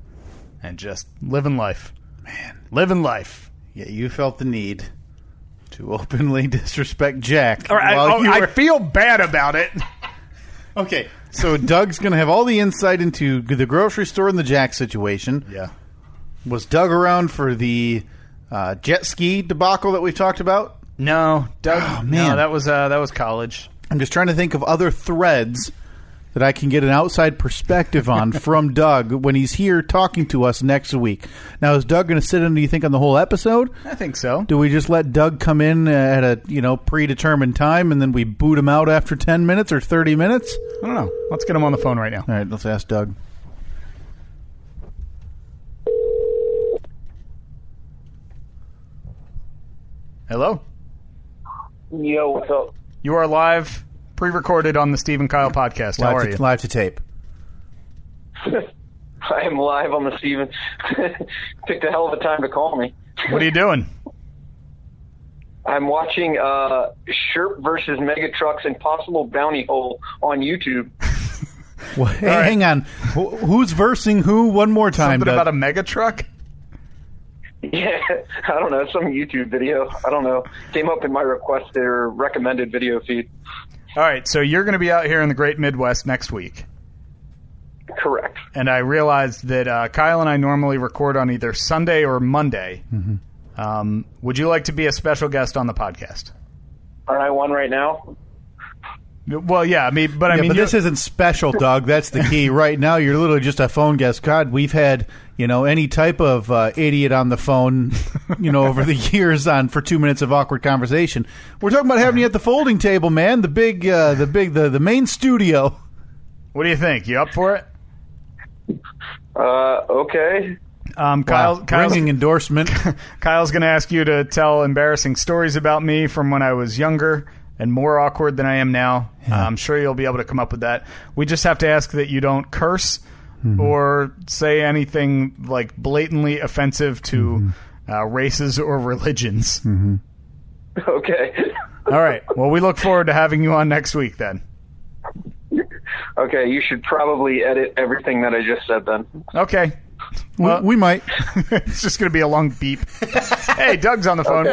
Speaker 1: and just living life man living life
Speaker 2: Yeah, you felt the need to openly disrespect Jack.
Speaker 1: all right, I,
Speaker 2: while
Speaker 1: oh,
Speaker 2: you
Speaker 1: I
Speaker 2: were-
Speaker 1: feel bad about it
Speaker 2: okay, so Doug's going to have all the insight into the grocery store and the Jack situation.
Speaker 1: yeah
Speaker 2: Was Doug around for the uh, jet ski debacle that we've talked about?
Speaker 1: no doug
Speaker 2: man.
Speaker 1: no that was uh that was college
Speaker 2: I'm just trying to think of other threads that I can get an outside perspective on from Doug when he's here talking to us next week. Now, is Doug going to sit in? Do you think on the whole episode?
Speaker 1: i think so
Speaker 2: Do we just let Doug come in at a you know predetermined time and then we boot him out after ten minutes or thirty minutes?
Speaker 1: i don't know let's get him on the phone right now
Speaker 2: All right, let's ask Doug.
Speaker 1: hello
Speaker 5: Yo, what's up?
Speaker 1: You are live, pre-recorded on the Stephen Kyle podcast. How
Speaker 2: Live
Speaker 1: are
Speaker 2: to,
Speaker 1: you?
Speaker 2: live to tape.
Speaker 5: I am live on the Steven. Picked a hell of a time to call me.
Speaker 1: What are you doing?
Speaker 5: I'm watching uh, Sherp versus Mega Trucks Impossible Bounty Hole on YouTube.
Speaker 2: Well, hey,
Speaker 1: right.
Speaker 2: Hang on. Wh- who's versing who one more time?
Speaker 1: Something
Speaker 2: Doug?
Speaker 1: about a mega truck?
Speaker 5: Yeah, I don't know, some YouTube video. I don't know. Came up in my request or recommended video feed.
Speaker 1: All right, so you're going to be out here in the Great Midwest next week,
Speaker 5: Correct.
Speaker 1: and I realized that uh, Kyle and I normally record on either Sunday or Monday.
Speaker 2: Mm-hmm.
Speaker 1: Um, would you like to be a special guest on the podcast?
Speaker 5: Aren't I one right now?
Speaker 1: Well, yeah, I mean, but I
Speaker 2: yeah,
Speaker 1: mean,
Speaker 2: but
Speaker 1: you-
Speaker 2: this isn't special, Doug. That's the key. right now, you're literally just a phone guest. God, we've had you know any type of uh, idiot on the phone, you know, over the years on for two minutes of awkward conversation. We're talking about having you at the folding table, man. The big, uh, the big, the the main studio.
Speaker 1: what do you think? You up for it?
Speaker 5: Uh, okay.
Speaker 1: Um, Kyle, Kyle's,
Speaker 2: Ringing endorsement.
Speaker 1: Kyle's going to ask you to tell embarrassing stories about me from when I was younger and more awkward than I am now. I'm sure you'll be able to come up with that. We just have to ask that you don't curse or say anything like blatantly offensive to uh, races or religions.
Speaker 5: Okay.
Speaker 1: All right. Well, we look forward to having you on next week then.
Speaker 5: okay, you should probably edit everything that I just said then.
Speaker 1: Okay.
Speaker 2: we, we might
Speaker 1: It's just going to be a long beep. hey, Doug's on the phone.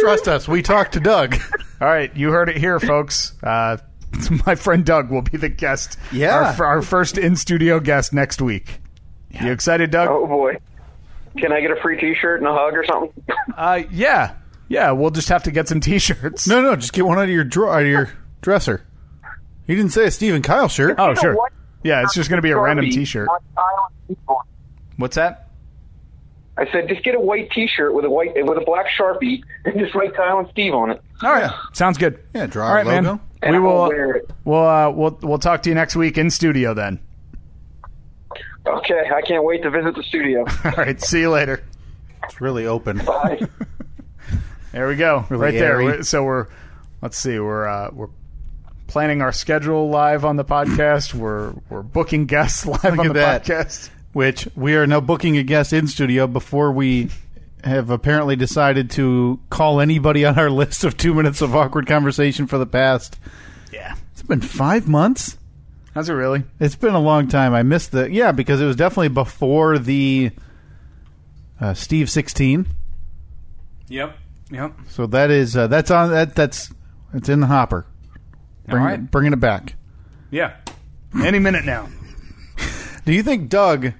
Speaker 2: trust us. We talked to Doug.
Speaker 1: All right, you heard it here, folks. Uh, my friend Doug will be the guest.
Speaker 2: Yeah.
Speaker 1: our, our first in studio guest next week. You excited, Doug?
Speaker 5: Oh, boy. Can I get a free t shirt and a hug or something?
Speaker 1: Uh, yeah, yeah. We'll just have to get some T-shirts.
Speaker 2: No, no, just get one out of your drawer, out of your dresser. He didn't say a Stephen Kyle shirt.
Speaker 1: oh, sure.
Speaker 5: what?
Speaker 1: Yeah, it's just going to be a random T-shirt. What's that?
Speaker 5: I said, just get a white T-shirt with a white with a black sharpie and just write Kyle and Steve on it.
Speaker 1: All right, sounds good.
Speaker 2: Yeah, draw
Speaker 1: All right,
Speaker 2: our logo.
Speaker 1: man. We
Speaker 5: I'll
Speaker 1: will.
Speaker 5: wear it.
Speaker 1: We'll, uh, we'll we'll talk to you next week in studio then.
Speaker 5: Okay, I can't wait to visit the studio.
Speaker 1: All right, see you later.
Speaker 2: It's really open.
Speaker 5: Bye.
Speaker 1: There we go. right
Speaker 2: airy.
Speaker 1: there. We're- So we're let's see, we're uh, we're planning our schedule live on the podcast. We're we're booking guests live on
Speaker 2: at
Speaker 1: the
Speaker 2: that.
Speaker 1: podcast.
Speaker 2: which we are now booking a guest in studio before we have apparently decided to call anybody on our list of two minutes of awkward conversation for the past.
Speaker 1: Yeah.
Speaker 2: It's been five months.
Speaker 1: How's it really?
Speaker 2: It's been a long time. I missed the yeah because it was definitely before the uh, Steve sixteen.
Speaker 1: Yep. Yep.
Speaker 2: So that is uh, that's on that that's it's in the hopper. Bring,
Speaker 1: All right.
Speaker 2: Bringing it back.
Speaker 1: Yeah. Any minute now.
Speaker 2: Do you think Doug?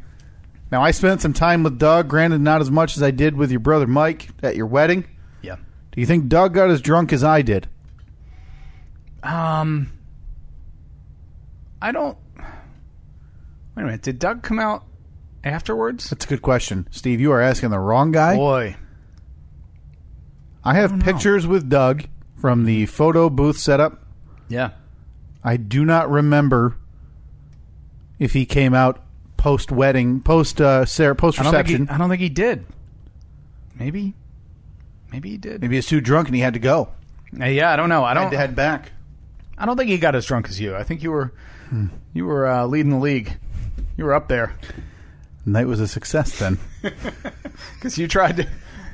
Speaker 2: Now I spent some time with Doug. Granted, not as much as I did with your brother Mike at your wedding.
Speaker 1: Yeah.
Speaker 2: Do you think Doug got as drunk as I did?
Speaker 1: Um, I don't. Wait a minute. Did Doug come out afterwards?
Speaker 2: That's a good question, Steve. You are asking the wrong guy.
Speaker 1: Boy.
Speaker 2: I have pictures with Doug from the photo booth setup.
Speaker 1: Yeah.
Speaker 2: I do not remember if he came out post wedding, post uh, Sarah, post
Speaker 1: I don't, think he,
Speaker 2: reception.
Speaker 1: I don't think he did. Maybe. Maybe he did.
Speaker 2: Maybe he was too drunk and he had to go.
Speaker 1: Uh, yeah, I don't know. I
Speaker 2: Had
Speaker 1: don't.
Speaker 2: to head back.
Speaker 1: I don't think he got as drunk as you. I think you were. You were uh, leading the league. You were up there.
Speaker 2: Night was a success then.
Speaker 1: Because you tried to,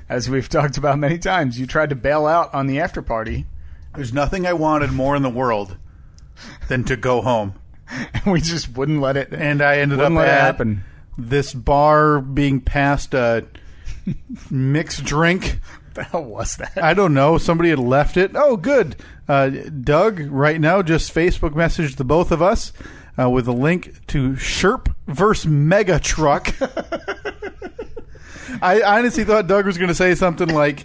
Speaker 1: as we've talked about many times, you tried to bail out on the after party.
Speaker 2: There's nothing I wanted more in the world than to go home,
Speaker 1: And we just wouldn't let it.
Speaker 2: and I ended
Speaker 1: wouldn't
Speaker 2: up
Speaker 1: let it
Speaker 2: at
Speaker 1: happen.
Speaker 2: this bar being passed a mixed drink.
Speaker 1: What the hell was that?
Speaker 2: I don't know. Somebody had left it. Oh, good. Uh, Doug, right now, just Facebook messaged the both of us uh, with a link to Sherp versus Mega Truck. I honestly thought Doug was going to say something like,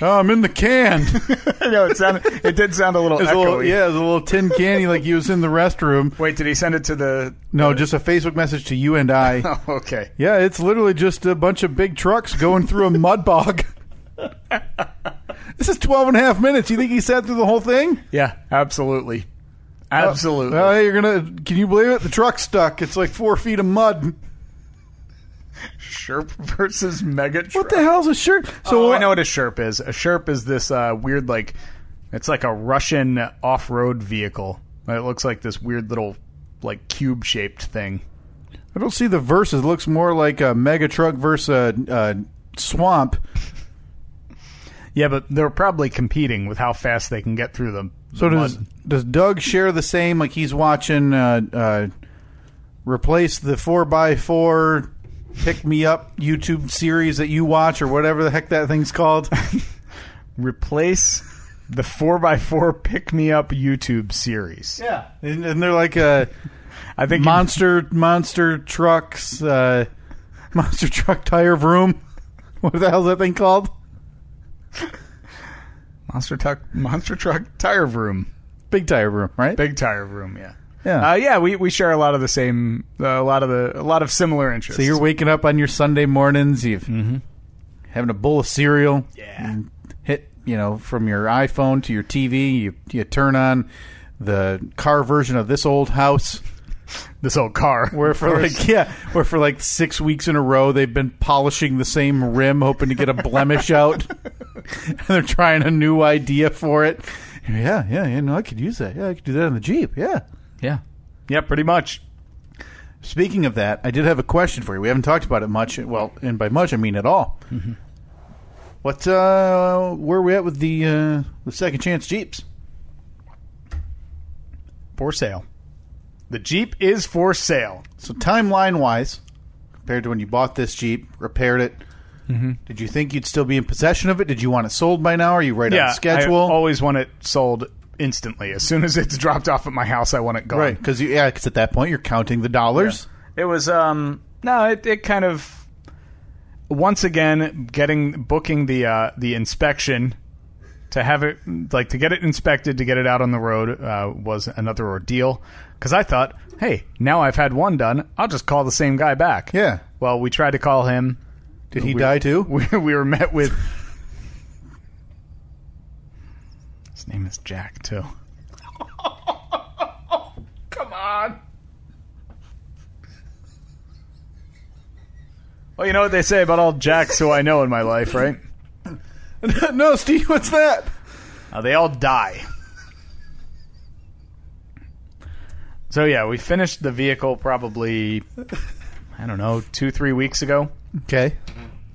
Speaker 2: oh, "I'm in the can."
Speaker 1: I know it sounded. It did sound a little
Speaker 2: It was
Speaker 1: echoey.
Speaker 2: a little, yeah, it was a little tin candy like he was in the restroom.
Speaker 1: Wait, did he send it to the?
Speaker 2: No, just a Facebook message to you and I.
Speaker 1: Oh, okay.
Speaker 2: Yeah, it's literally just a bunch of big trucks going through a mud bog. this is 12 and a half minutes. You think he sat through the whole thing?
Speaker 1: Yeah, absolutely, absolutely.
Speaker 2: Oh, hey, you're going to. Can you believe it? The truck's stuck. It's like four feet of mud.
Speaker 1: Sherp versus Mega.
Speaker 2: What the hell's a shirt?
Speaker 1: So Oh, I know what a Sherp is. A Sherp is this uh, weird, like, it's like a Russian off-road vehicle. It looks like this weird little, like, cube-shaped thing.
Speaker 2: I don't see the verses. It looks more like a mega truck versus a, a swamp.
Speaker 1: Yeah, but they're probably competing with how fast they can get through them.
Speaker 2: So does
Speaker 1: Mud.
Speaker 2: does Doug share the same? Like he's watching uh, uh, replace the four x four pick me up YouTube series that you watch or whatever the heck that thing's called.
Speaker 1: replace the four x four pick me up YouTube series.
Speaker 2: yeah, and, and they're like uh,
Speaker 1: I think he-
Speaker 2: monster monster trucks, uh, monster truck tire vroom. What the hell's that thing called?
Speaker 1: monster truck monster truck tire room,
Speaker 2: Big tire vroom, right?
Speaker 1: big tire room. Yeah.
Speaker 2: yeah.
Speaker 1: Uh, yeah, we, we share a lot of the same, uh, a lot of the, a lot of similar interests.
Speaker 2: so you're waking up on your Sunday mornings. You've having a bowl of cereal.
Speaker 1: Mm-hmm. yeah,
Speaker 2: hit you know from your iPhone to your TV. You you turn on the car version of this old house
Speaker 1: this old car.
Speaker 2: where for like yeah where for like six weeks in a row they've been polishing the same rim hoping to get a blemish out and they're trying a new idea for it yeah yeah you know i could use that yeah i could do that on the jeep yeah
Speaker 1: yeah, yeah, pretty much.
Speaker 2: speaking of that i did have a question for you we haven't talked about it much well and by much i mean at all
Speaker 1: Mm-hmm.
Speaker 2: what uh where are we at with the uh the second chance jeeps
Speaker 1: For sale, the Jeep is for sale.
Speaker 2: So timeline wise, compared to when you bought this Jeep, repaired it,
Speaker 1: Mm-hmm.
Speaker 2: did you think you'd still be in possession of it? Did you want it sold by now? Are you right
Speaker 1: yeah,
Speaker 2: on schedule?
Speaker 1: I oh, always want it sold instantly. As soon as it's dropped off at my house, I want it gone.
Speaker 2: right, because yeah, 'cause at that point you're counting the dollars.
Speaker 1: It was um no, it it kind of once again getting booking the uh the inspection to have it like to get it inspected to get it out on the road uh, was another ordeal because I thought, hey, now I've had one done, I'll just call the same guy back.
Speaker 2: Yeah.
Speaker 1: Well, we tried to call him.
Speaker 2: Did he
Speaker 1: We-
Speaker 2: die too?
Speaker 1: We, we were met with. His name is Jack too. Come on. Well, you know what they say about all Jacks who I know in my life, right?
Speaker 2: no, Steve, what's that?
Speaker 1: Uh, they all die. So yeah, we finished the vehicle probably I don't know two three weeks ago.
Speaker 2: Okay,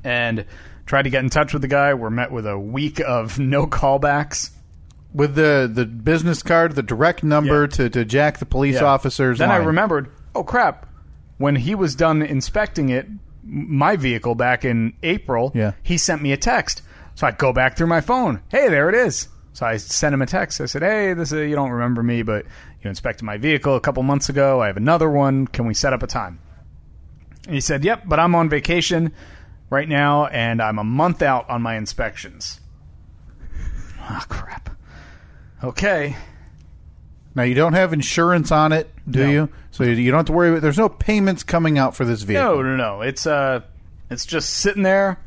Speaker 1: and Tried to get in touch with the guy. We're met with a week of no callbacks.
Speaker 2: With the, the business card, the direct number
Speaker 1: Yeah.
Speaker 2: to, to jack the police
Speaker 1: Yeah.
Speaker 2: officers.
Speaker 1: Then I
Speaker 2: line.
Speaker 1: remembered, oh crap! When he was done inspecting it, m- my vehicle back in April,
Speaker 2: Yeah.
Speaker 1: he sent me a text. So I go back through my phone. Hey, there it is. So I sent him a text. I said, "Hey, this is, you don't remember me, but you inspected my vehicle a couple months ago. I have another one. Can we set up a time?" And he said, "Yep, but I'm on vacation right now, and I'm a month out on my inspections." Ah, crap. Okay.
Speaker 2: Now you don't have insurance on it, do
Speaker 1: No.
Speaker 2: you? So you- you don't have to worry. about There's no payments coming out for this vehicle.
Speaker 1: No, no, no. It's uh, it's just sitting there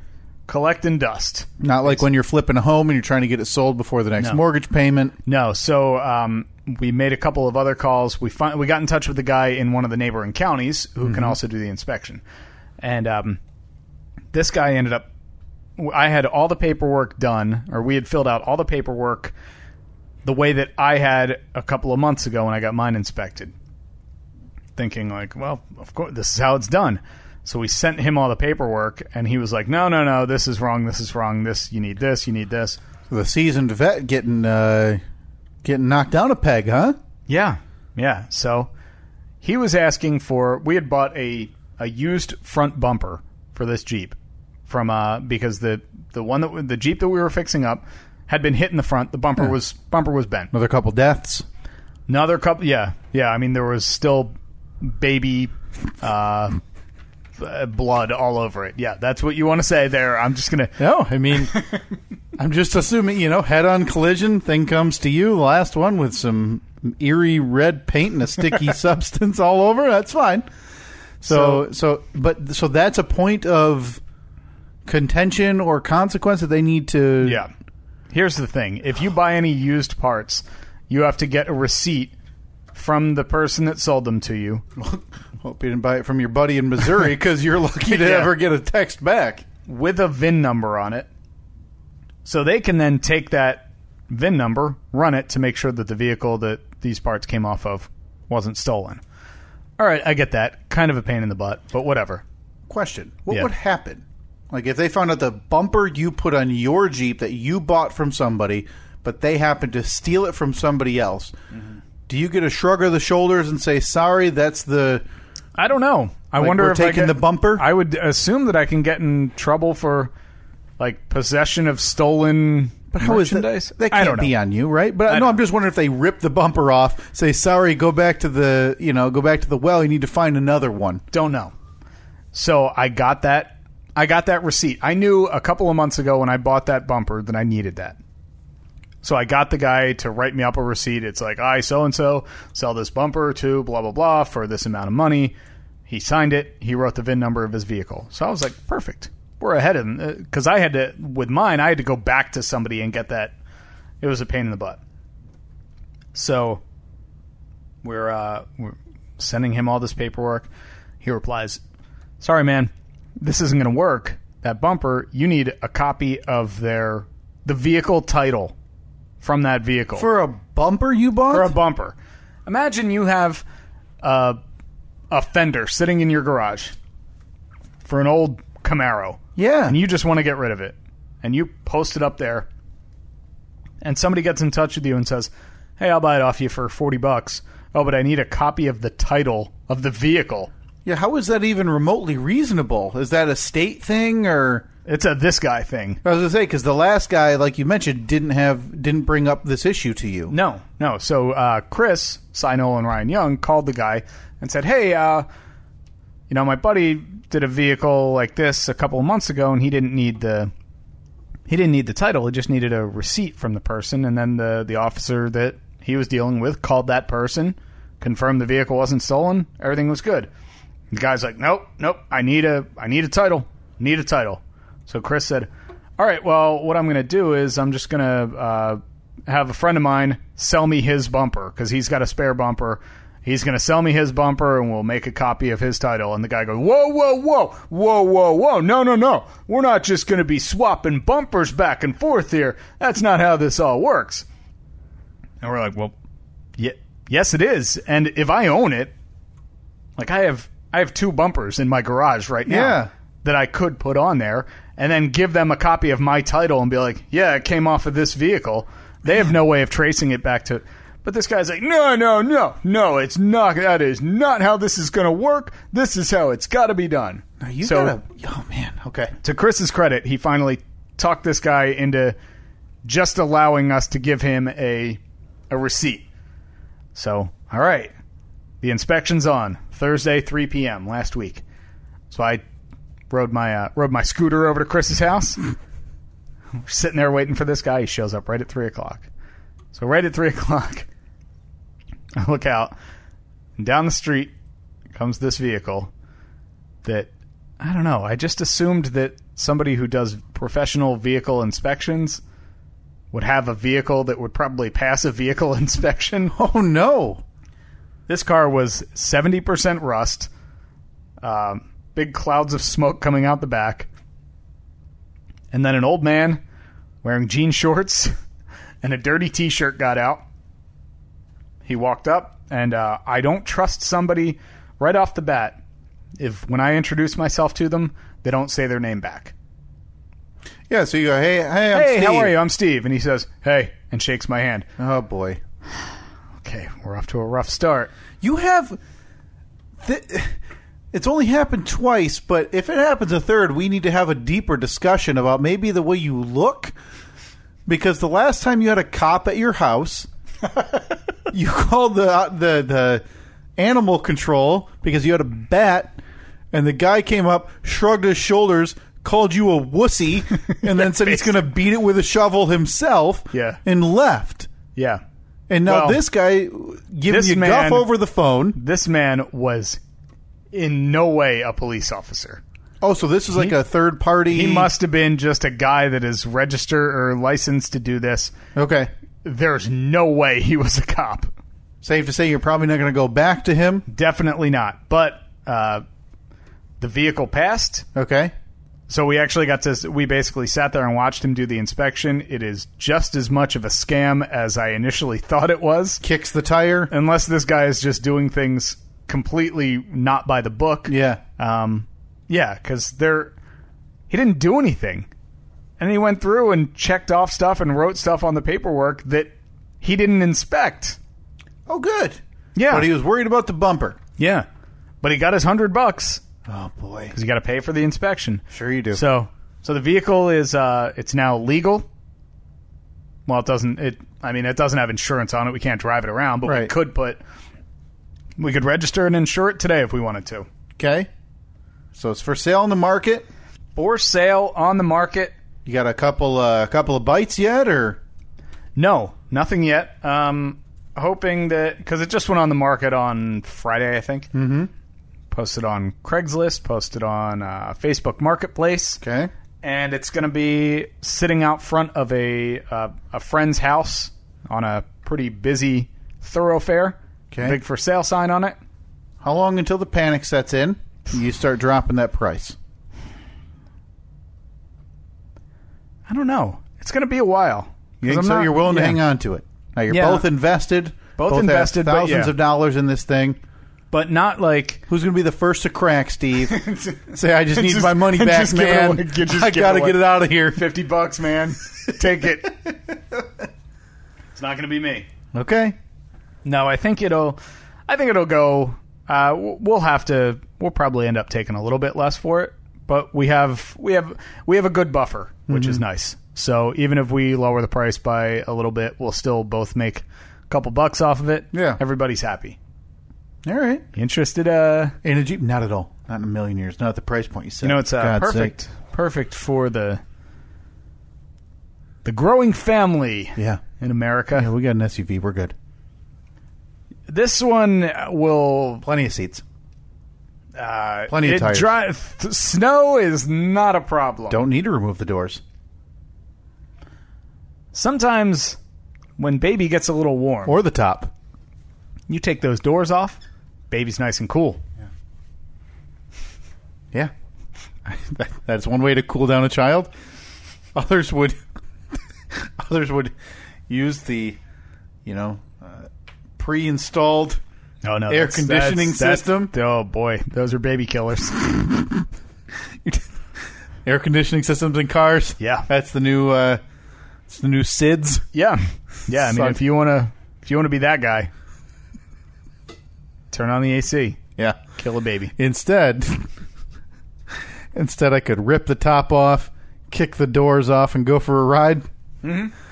Speaker 1: collecting dust.
Speaker 2: Not like when you're flipping a home and you're trying to get it sold before the next
Speaker 1: No.
Speaker 2: mortgage payment.
Speaker 1: No, so um, we made a couple of other calls. We fin- we got in touch with the guy in one of the neighboring counties who can also do the inspection, and um, this guy ended up. I had all the paperwork done, or we had filled out all the paperwork the way that I had a couple of months ago when I got mine inspected. Thinking like, well, of course, this is how it's done. So we sent him all the paperwork, and he was like, "No, no, no, this is wrong. This is wrong. This you need this. You need this."
Speaker 2: The seasoned vet getting uh, getting knocked down a peg, huh?
Speaker 1: Yeah, yeah. So he was asking for. We had bought a a used front bumper for this Jeep from uh because the the one that we- the Jeep that we were fixing up had been hit in the front. The bumper was bumper was bent.
Speaker 2: Another couple deaths.
Speaker 1: Another couple. Yeah, yeah. I mean, there was still baby. Uh, uh, blood all over it. Yeah, that's what you want to say there. I'm just gonna.
Speaker 2: No, I mean, I'm just assuming you know, head-on collision. Thing comes to you, the last one with some eerie red paint and a sticky substance all over. That's fine. So, so, but so that's a point of contention or consequence that they need to.
Speaker 1: Yeah. Here's the thing if you buy any used parts, you have to get a receipt from the person that sold them to you.
Speaker 2: Hope you didn't buy it from your buddy in Missouri because you're lucky to
Speaker 1: Yeah.
Speaker 2: ever get a text back.
Speaker 1: with a VIN number on it. So they can then take that VIN number, run it to make sure that the vehicle that these parts came off of wasn't stolen. All right, I get that. Kind of a pain in the butt, but whatever.
Speaker 2: Question: What
Speaker 1: Yeah.
Speaker 2: would happen? Like if they found out the bumper you put on your Jeep that you bought from somebody, but they happened to steal it from somebody else.
Speaker 1: Mm-hmm.
Speaker 2: Do you get a shrug of the shoulders and say, "Sorry, that's the"?
Speaker 1: I don't know. I
Speaker 2: Like,
Speaker 1: wonder
Speaker 2: we're
Speaker 1: if I
Speaker 2: taking
Speaker 1: get-
Speaker 2: the bumper?
Speaker 1: I would assume that I can get in trouble for like possession of stolen but
Speaker 2: How is that?
Speaker 1: merchandise.
Speaker 2: That
Speaker 1: I
Speaker 2: can't
Speaker 1: don't know.
Speaker 2: be on you, right? But I no,
Speaker 1: don't-
Speaker 2: I'm just wondering if they rip the bumper off, say, "Sorry, go back to the you know, go back to the well. You need to find another one."
Speaker 1: Don't know. So I got that. I got that receipt. I knew a couple of months ago when I bought that bumper that I needed that. So I got the guy to write me up a receipt. It's like I so and so sell this bumper to blah blah blah for this amount of money. He signed it. He wrote the VIN number of his vehicle. So I was like, perfect. We're ahead of him because I had to with mine. I had to go back to somebody and get that. It was a pain in the butt. So we're uh, we're sending him all this paperwork. He replies, "Sorry, man, this isn't going to work. That bumper, you need a copy of their the vehicle title from that vehicle
Speaker 2: For a bumper you bought,
Speaker 1: for a bumper. Imagine you have uh, a fender sitting in your garage for an old Camaro,
Speaker 2: yeah,
Speaker 1: and you just want to get rid of it, and you post it up there, and somebody gets in touch with you and says, "Hey, I'll buy it off you for forty bucks." Oh, but I need a copy of the title of the vehicle.
Speaker 2: yeah. How is that even remotely reasonable? Is that a state thing or?
Speaker 1: It's a this guy thing.
Speaker 2: I was gonna say because the last guy, like you mentioned, didn't have didn't bring up this issue to you.
Speaker 1: No, no. So uh, Chris Sinol and Ryan Young called the guy and said, "Hey, uh, you know, my buddy did a vehicle like this a couple of months ago, and he didn't need the he didn't need the title. He just needed a receipt from the person, and then the the officer that he was dealing with called that person, confirmed the vehicle wasn't stolen. Everything was good. The guy's like, "Nope, nope. I need a I need a title. Need a title." So Chris said, "All right, well, what I'm going to do is I'm just going to uh, have a friend of mine sell me his bumper because he's got a spare bumper. He's going to sell me his bumper, and we'll make a copy of his title." And the guy goes, "Whoa, whoa, whoa, whoa, whoa, whoa! No, no, no! We're not just going to be swapping bumpers back and forth here. That's not how this all works." And we're like, "Well, yeah, yes, it is. And if I own it, like I have, I have two bumpers in my garage right now.
Speaker 2: Yeah.
Speaker 1: that I could put on there and then give them a copy of my title and be like, yeah, it came off of this vehicle. They have no way of tracing it back to. But this guy's like, no, no, no, no, it's not. That is not how this is going to work. This is how it's got to be done.
Speaker 2: Now you
Speaker 1: So-
Speaker 2: gotta. Oh man. Okay.
Speaker 1: To Chris's credit, he finally talked this guy into just allowing us to give him a a receipt. So, all right. The inspection's on Thursday, 3 p.m. last week. So I rode my uh, rode my scooter over to Chris's house. We're sitting there waiting for this guy. He shows up right at three o'clock. So right at three o'clock, I look out, and down the street comes this vehicle. That I don't know. I just assumed that somebody who does professional vehicle inspections would have a vehicle that would probably pass a vehicle inspection.
Speaker 2: Oh no.
Speaker 1: This car was 70% rust, um, big clouds of smoke coming out the back, and then an old man wearing jean shorts and a dirty t shirt got out. He walked up, and uh, I don't trust somebody right off the bat if when I introduce myself to them, they don't say their name back.
Speaker 2: Yeah. So you go. Hey. Hey. I'm
Speaker 1: hey,
Speaker 2: Steve.
Speaker 1: how are you? I'm Steve. And he says, hey, and shakes my hand.
Speaker 2: Oh boy.
Speaker 1: Okay, we're off to a rough start.
Speaker 2: You have. Th- it's only happened twice, but if it happens a third, we need to have a deeper discussion about maybe the way you look. Because the last time you had a cop at your house, you called the uh, the the animal control because you had a bat, and the guy came up, shrugged his shoulders, called you a wussy, and then said he's going to beat it with a shovel himself.
Speaker 1: Yeah.
Speaker 2: and left.
Speaker 1: Yeah.
Speaker 2: And now
Speaker 1: Well,
Speaker 2: this guy giving
Speaker 1: this
Speaker 2: you
Speaker 1: man-
Speaker 2: guff over the phone.
Speaker 1: this man was in no way a police officer.
Speaker 2: Oh, so this is like a third party.
Speaker 1: He must have been just a guy that is registered or licensed to do this.
Speaker 2: Okay.
Speaker 1: There's no way he was a cop.
Speaker 2: Safe to say you're probably not going to go back to him.
Speaker 1: Definitely not. But uh, the vehicle passed,
Speaker 2: Okay.
Speaker 1: so we actually got to. We basically sat there and watched him do the inspection. It is just as much of a scam as I initially thought it was,
Speaker 2: Kicks the tire.
Speaker 1: unless this guy is just doing things completely not by the book.
Speaker 2: Yeah.
Speaker 1: Um, yeah, because they're he didn't do anything, and he went through and checked off stuff and wrote stuff on the paperwork that he didn't inspect.
Speaker 2: Oh, good.
Speaker 1: Yeah,
Speaker 2: But he was worried about the bumper.
Speaker 1: yeah, but he got his hundred bucks
Speaker 2: Oh boy.
Speaker 1: because you got to pay for the inspection.
Speaker 2: Sure you do.
Speaker 1: So, so the vehicle is uh, it's now legal. Well, it doesn't. It I mean, it doesn't have insurance on it. We can't drive it around, but we
Speaker 2: Right.
Speaker 1: could put we could register and insure it today if we wanted to.
Speaker 2: okay. So it's for sale on the market.
Speaker 1: For sale on the market.
Speaker 2: You got a couple uh, a couple of bites yet, or
Speaker 1: No, nothing yet. Um, hoping that because it just went on the market on Friday, I think. Mm-hmm. Posted on Craigslist, posted on uh, Facebook Marketplace,
Speaker 2: okay.
Speaker 1: and it's going to be sitting out front of a uh, a friend's house on a pretty busy thoroughfare.
Speaker 2: Okay.
Speaker 1: Big for sale sign on it.
Speaker 2: How long until the panic sets in? and You start dropping that price.
Speaker 1: I don't know. It's going to be a while. 'Cause
Speaker 2: You think
Speaker 1: I'm
Speaker 2: so
Speaker 1: not-
Speaker 2: you're willing to
Speaker 1: yeah.
Speaker 2: hang on to it. Now you're
Speaker 1: Yeah.
Speaker 2: both invested.
Speaker 1: Both
Speaker 2: have
Speaker 1: invested, but
Speaker 2: Thousands
Speaker 1: yeah.
Speaker 2: of dollars in this thing.
Speaker 1: but not like
Speaker 2: Who's going to be the first to crack, Steve? Say, I just need
Speaker 1: Just-
Speaker 2: my money
Speaker 1: just
Speaker 2: back,
Speaker 1: give it
Speaker 2: man.
Speaker 1: away. Just
Speaker 2: I
Speaker 1: give it
Speaker 2: got to
Speaker 1: away.
Speaker 2: get it out of here.
Speaker 1: fifty bucks, man. Take it. it's not going to be me.
Speaker 2: Okay.
Speaker 1: No, I think it'll. I think it'll go. Uh, w- we'll have to. We'll probably end up taking a little bit less for it, but we have we have we have a good buffer, which
Speaker 2: Mm-hmm.
Speaker 1: is nice. So even if we lower the price by a little bit, we'll still both make a couple bucks off of it.
Speaker 2: Yeah.
Speaker 1: everybody's happy.
Speaker 2: All right.
Speaker 1: You interested? Uh,
Speaker 2: In a Jeep? Not at all. Not in a million years. Not at the price point you said.
Speaker 1: you know, it's uh,
Speaker 2: God's
Speaker 1: perfect,
Speaker 2: sake.
Speaker 1: perfect for the the growing family
Speaker 2: Yeah.
Speaker 1: in America.
Speaker 2: Yeah, we got an SUV. We're good.
Speaker 1: This one will
Speaker 2: Plenty of seats.
Speaker 1: uh,
Speaker 2: Plenty of
Speaker 1: it
Speaker 2: tires.
Speaker 1: dri- th- snow is not a problem.
Speaker 2: Don't need to remove the doors.
Speaker 1: Sometimes when baby gets a little warm,
Speaker 2: Or the top.
Speaker 1: you take those doors off, baby's nice and cool.
Speaker 2: Yeah. That- That's one way to cool down a child. Others would. others would use the, you know, uh, pre-installed.
Speaker 1: Oh no,
Speaker 2: Air conditioning system?
Speaker 1: oh boy, those are baby killers.
Speaker 2: Air conditioning systems in cars.
Speaker 1: Yeah.
Speaker 2: that's the new. Uh, it's the new SIDS.
Speaker 1: Yeah, yeah. I mean,
Speaker 2: Suck.
Speaker 1: if you want to, if you want to be that guy, turn on the AC,
Speaker 2: Yeah.
Speaker 1: kill a baby.
Speaker 2: Instead, instead I could rip the top off, kick the doors off, and go for a ride.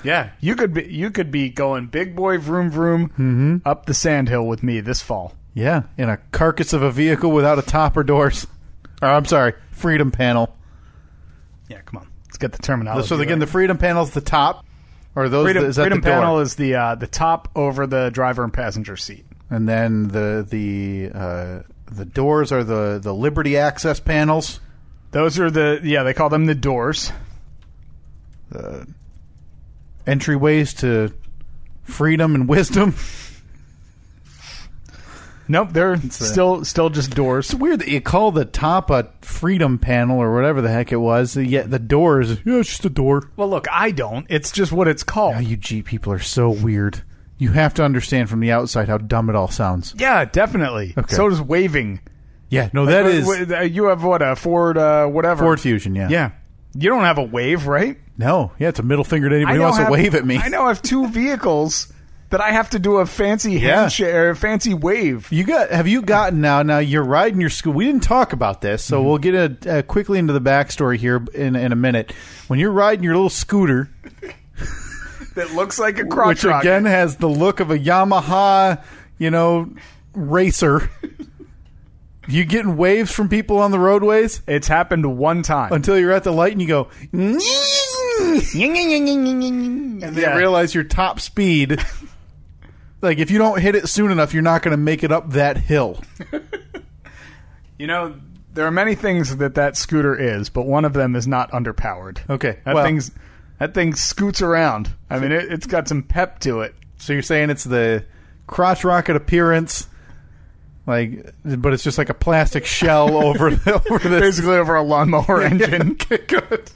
Speaker 1: Yeah, you could be, you could be going big boy vroom vroom
Speaker 2: Mm-hmm.
Speaker 1: up the sand hill with me this fall.
Speaker 2: Yeah, in a carcass of a vehicle without a top or doors. Or I'm sorry, freedom panel.
Speaker 1: Yeah, come on, let's get the terminology.
Speaker 2: so again,
Speaker 1: right.
Speaker 2: the freedom panel's the top, or those
Speaker 1: freedom,
Speaker 2: is that
Speaker 1: freedom
Speaker 2: the door?
Speaker 1: panel is the uh, the top over the driver and passenger seat.
Speaker 2: and then the the uh, the doors are the the liberty access panels.
Speaker 1: Those are the yeah they call them the doors.
Speaker 2: entryways to freedom and wisdom.
Speaker 1: Nope, they're still still just doors.
Speaker 2: It's weird that you call the top a freedom panel or whatever the heck it was. Yet the doors, yeah, it's just a door.
Speaker 1: Well, look, I don't. It's just what it's called.
Speaker 2: Oh, you G people are so weird. You have to understand from the outside how dumb it all sounds.
Speaker 1: yeah, definitely.
Speaker 2: Okay.
Speaker 1: So does waving.
Speaker 2: Yeah, no, that is
Speaker 1: Wait, wait, uh, you have what a Ford, uh, whatever.
Speaker 2: Ford Fusion. Yeah,
Speaker 1: Yeah, you don't have a wave, right?
Speaker 2: no, yeah, it's a middle finger to anybody who
Speaker 1: now
Speaker 2: wants
Speaker 1: have-
Speaker 2: to wave at me.
Speaker 1: I now have two vehicles that I have to do a fancy
Speaker 2: Yeah.
Speaker 1: handshake or a fancy wave.
Speaker 2: You got? Have you gotten now? Now you're riding your school. We didn't talk about this, so we'll get a, uh quickly into the backstory here in in a minute. When you're riding your little scooter,
Speaker 1: That looks like a crotch
Speaker 2: which again has the look of a Yamaha, you know, racer. you getting waves from people on the roadways
Speaker 1: It's happened one time.
Speaker 2: until you're at the light and you go, "Nying!" and
Speaker 1: and
Speaker 2: they realize your top speed. like if you don't hit it soon enough, you're not going to make it up that hill.
Speaker 1: you know, there are many things that that scooter is, but one of them is not underpowered.
Speaker 2: Okay,
Speaker 1: that
Speaker 2: well-
Speaker 1: thing's that thing scoots around. I mean, it, it's got some pep to it.
Speaker 2: So you're saying it's the crotch rocket appearance. Like, but it's just like a plastic shell over over this
Speaker 1: Basically, over a lawnmower engine.
Speaker 2: good.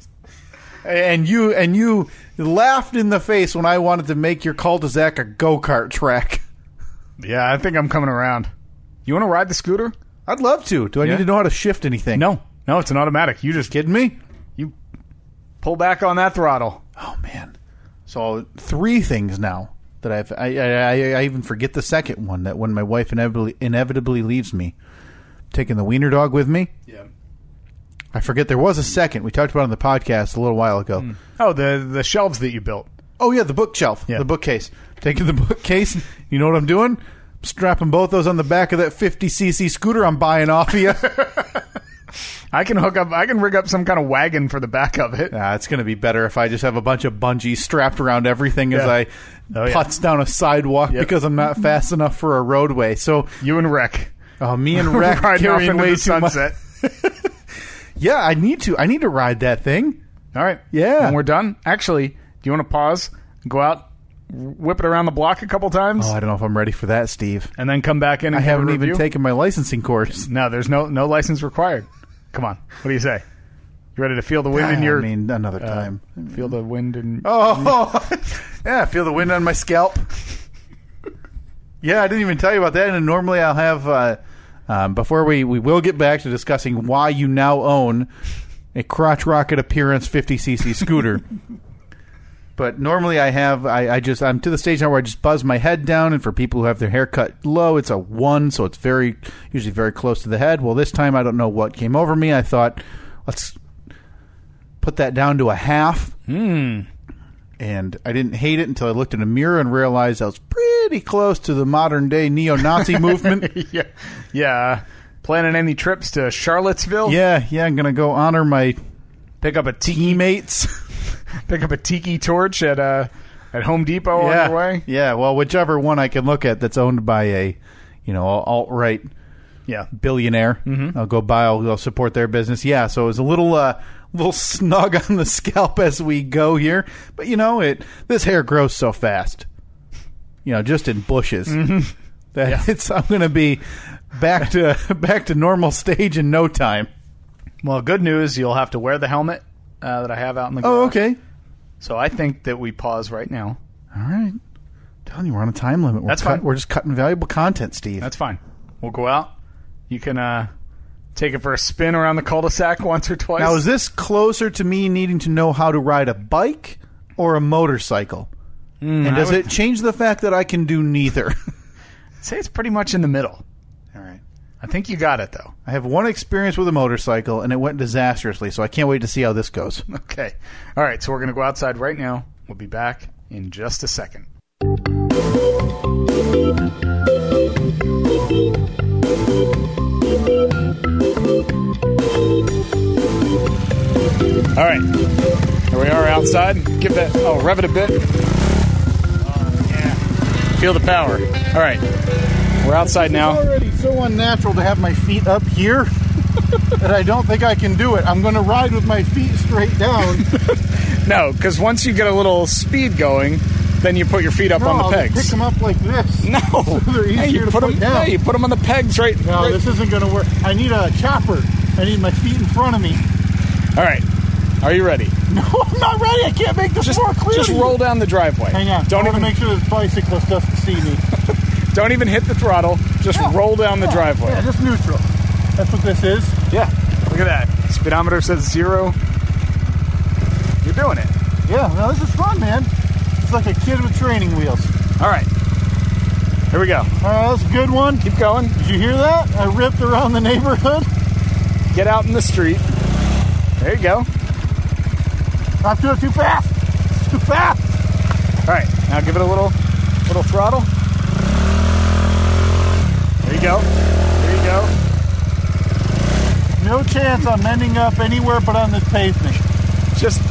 Speaker 2: And you and you laughed in the face when I wanted to make your cul-de-sac a go-kart track.
Speaker 1: Yeah, I think I'm coming around. You want to ride the scooter?
Speaker 2: I'd love to. Do I
Speaker 1: Yeah.
Speaker 2: need to know how to shift anything?
Speaker 1: No, no, it's an automatic. You just
Speaker 2: Kidding me?
Speaker 1: you pull back on that throttle.
Speaker 2: Oh man. So three things now that I've I, I, I, I even forget the second one that when my wife inevitably inevitably leaves me, taking the wiener dog with me.
Speaker 1: Yeah.
Speaker 2: I forget there was a second we talked about it on the podcast a little while ago.
Speaker 1: Oh, the the shelves that you built.
Speaker 2: Oh yeah, the bookshelf,
Speaker 1: Yeah.
Speaker 2: the bookcase. Taking the bookcase. You know what I'm doing? I'm strapping both those on the back of that 50cc scooter I'm buying off of you.
Speaker 1: I can hook up. I can rig up some kind of wagon for the back of it.
Speaker 2: nah, it's going to be better if I just have a bunch of bungees strapped around everything as
Speaker 1: Yeah.
Speaker 2: I
Speaker 1: Oh, yeah.
Speaker 2: putts down a sidewalk because I'm not fast enough for a roadway. So
Speaker 1: You and Rick
Speaker 2: uh, me and Rack
Speaker 1: riding off
Speaker 2: carrying
Speaker 1: into
Speaker 2: way
Speaker 1: the
Speaker 2: too much.
Speaker 1: sunset.
Speaker 2: Yeah, I need to. I need to ride that thing.
Speaker 1: All right.
Speaker 2: Yeah.
Speaker 1: When we're done, actually, do you want to pause? Go out, whip it around the block a couple times,
Speaker 2: Oh, I don't know if I'm ready for that, Steve.
Speaker 1: and then come back in. And
Speaker 2: I
Speaker 1: give a
Speaker 2: haven't even
Speaker 1: review?
Speaker 2: taken my licensing course.
Speaker 1: No, there's no no license required. Come on. What do you say? You ready to feel the wind in
Speaker 2: Ah,
Speaker 1: your
Speaker 2: I mean, another
Speaker 1: uh,
Speaker 2: time.
Speaker 1: Feel the wind in.
Speaker 2: Oh, yeah, I feel the wind on my scalp. Yeah, I didn't even tell you about that. And normally I'll have, uh, um, before we, we will get back to discussing why you now own a crotch rocket appearance 50cc scooter. but normally I have, I, I just, I'm to the stage now where I just buzz my head down. And for people who have their hair cut low, it's a one, so it's very, usually very close to the head. Well, this time I don't know what came over me. I thought, let's put that down to a half and I didn't hate it until I looked in a mirror and realized I was pretty close to the modern day neo-Nazi movement.
Speaker 1: yeah. Yeah. uh, Planning any trips to Charlottesville?
Speaker 2: Yeah, yeah, I'm gonna go honor my
Speaker 1: Pick up a tiki.
Speaker 2: teammates.
Speaker 1: Pick up a tiki torch at uh at Home Depot
Speaker 2: yeah,
Speaker 1: on your way.
Speaker 2: yeah. Well, whichever one I can look at that's owned by a, you know, alt-right
Speaker 1: Yeah. Mm-hmm.
Speaker 2: billionaire, I'll go buy. I'll, I'll support their business. Yeah, so it was a little, uh, little snug on the scalp as we go here, but you know, it this hair grows so fast. You know, just in bushes.
Speaker 1: Mm-hmm.
Speaker 2: That it's I'm gonna be back to back to normal stage in no time.
Speaker 1: Well, good news, you'll have to wear the helmet uh, that I have out in the
Speaker 2: Oh,
Speaker 1: garage.
Speaker 2: okay.
Speaker 1: So I think that we pause right now.
Speaker 2: All right. I'm telling you, we're on a time limit. We're
Speaker 1: That's
Speaker 2: cut-
Speaker 1: fine.
Speaker 2: We're just cutting valuable content, Steve.
Speaker 1: That's fine. We'll go out. You can uh Take it for a spin around the cul-de-sac once or twice.
Speaker 6: Now, is this closer to me needing to know how to ride a bike or a motorcycle? and does it change the fact that I can do neither?
Speaker 1: I'd say it's pretty much in the middle.
Speaker 6: All right.
Speaker 1: I think you got it though.
Speaker 6: I have one experience with a motorcycle, and it went disastrously, so I can't wait to see how this goes.
Speaker 1: Okay. All right. So we're gonna go outside right now. We'll be back in just a second. All right. Here we are outside. Give that. Oh, rev it a bit. Oh, yeah. Feel the power. All right. We're outside now.
Speaker 6: already so unnatural to have my feet up here that I don't think I can do it. I'm going to ride with my feet straight down.
Speaker 1: No, because once you get a little speed going, then you put your feet up on the pegs.
Speaker 6: them up like this.
Speaker 1: No,
Speaker 6: They're
Speaker 1: Hey,
Speaker 6: easier
Speaker 1: you
Speaker 6: to
Speaker 1: put
Speaker 6: put
Speaker 1: them.
Speaker 6: down.
Speaker 1: you put 'em on the pegs right. right-
Speaker 6: isn't going to work. I need a chopper. I need my feet in front of me.
Speaker 1: All right, are you ready?
Speaker 6: No, I'm not ready. I can't make this
Speaker 1: Just, just roll down the driveway. Don't even
Speaker 6: sure this bicyclist doesn't see me.
Speaker 1: don't even hit the throttle. Just roll down the driveway.
Speaker 6: Yeah, just neutral. That's what this is.
Speaker 1: Yeah. Look at that. Speedometer says zero. You're doing it.
Speaker 6: Yeah, no, this is fun, man. It's like a kid with training wheels.
Speaker 1: All right. Here we go.
Speaker 6: All right, that's a good one.
Speaker 1: Keep going.
Speaker 6: Did you hear that? I ripped around the neighborhood.
Speaker 1: Get out in the street. There you go. All
Speaker 6: I'm doing too fast. It's too fast.
Speaker 1: right. Now give it a little little throttle. There you go. There you go.
Speaker 6: No chance I'm ending up anywhere but on this pavement.
Speaker 1: Just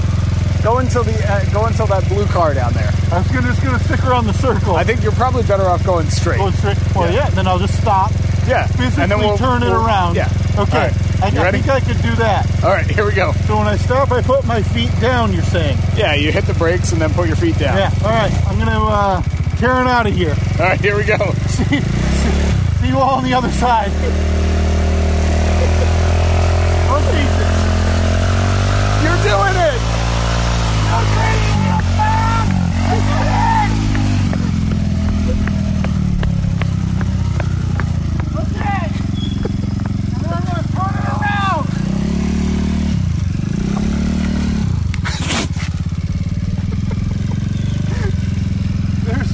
Speaker 1: go until the uh, go until that blue car down there.
Speaker 6: I'm just gonna, just gonna stick around the circle.
Speaker 1: I think you're probably better off going straight.
Speaker 6: Go straight. Well, yeah. then I'll just stop.
Speaker 1: yeah,
Speaker 6: Physically turn it around.
Speaker 1: Yeah. All
Speaker 6: Okay.
Speaker 1: right.
Speaker 6: I,
Speaker 1: You
Speaker 6: I
Speaker 1: ready?
Speaker 6: think I could do that.
Speaker 1: All right, here we go.
Speaker 6: So when I stop, I put my feet down. You're saying?
Speaker 1: Yeah, you hit the brakes and then put your feet down.
Speaker 6: Yeah. All right. I'm gonna uh, tear it out of here.
Speaker 1: All right, here we go.
Speaker 6: see, see you all on the other side. Oh, Jesus.
Speaker 1: You're doing it.
Speaker 6: There's,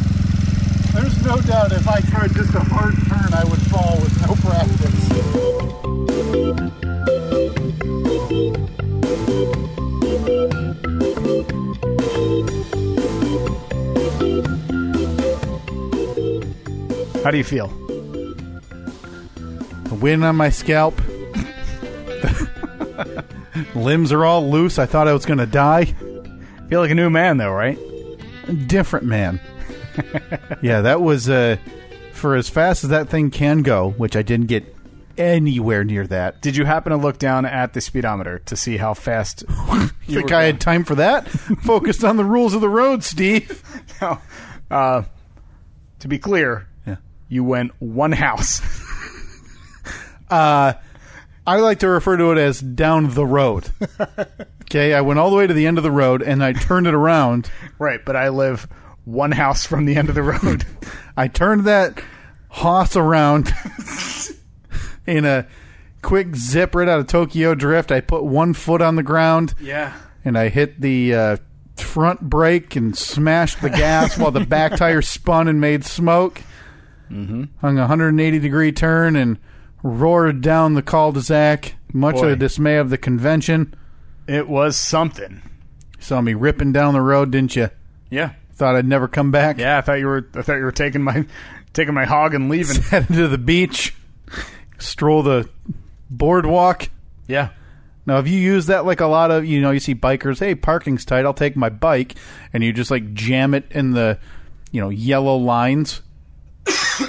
Speaker 6: there's no doubt if I tried just a hard turn, I would fall with no practice.
Speaker 1: How do you feel?
Speaker 6: A wind on my scalp. Limbs are all loose. I thought I was going to die.
Speaker 1: Feel like a new man though, right?
Speaker 6: Different man. yeah, that was uh, for as fast as that thing can go, which I didn't get anywhere near that.
Speaker 1: Did you happen to look down at the speedometer to see how fast?
Speaker 6: You think
Speaker 1: were
Speaker 6: I
Speaker 1: going.
Speaker 6: had time for that? Focused on the rules of the road, Steve.
Speaker 1: No. Uh, to be clear,
Speaker 6: Yeah.
Speaker 1: you went one house.
Speaker 6: I like to refer to it as down the road. okay, I went all the way to the end of the road and I turned it around.
Speaker 1: right, but I live one house from the end of the road.
Speaker 6: I turned that hoss around in a quick zip right out of Tokyo Drift. I put one foot on the ground
Speaker 1: yeah.
Speaker 6: and I hit the uh, front brake and smashed the gas while the back tire spun and made smoke.
Speaker 1: Mm-hmm.
Speaker 6: Hung a 180 degree turn and roared down the cul-de-sac, much to
Speaker 1: Boy.
Speaker 6: the dismay of the convention.
Speaker 1: It was something.
Speaker 6: Saw me ripping down the road, didn't you?
Speaker 1: Yeah.
Speaker 6: Thought I'd never come back.
Speaker 1: Yeah, I thought you were. I thought you were taking my, taking my hog and leaving.
Speaker 6: Headed to the beach, stroll the boardwalk.
Speaker 1: yeah.
Speaker 6: Now, if you use that like a lot of, you know, you see bikers, hey, parking's tight, I'll take my bike, and you just like jam it in the, you know, yellow lines.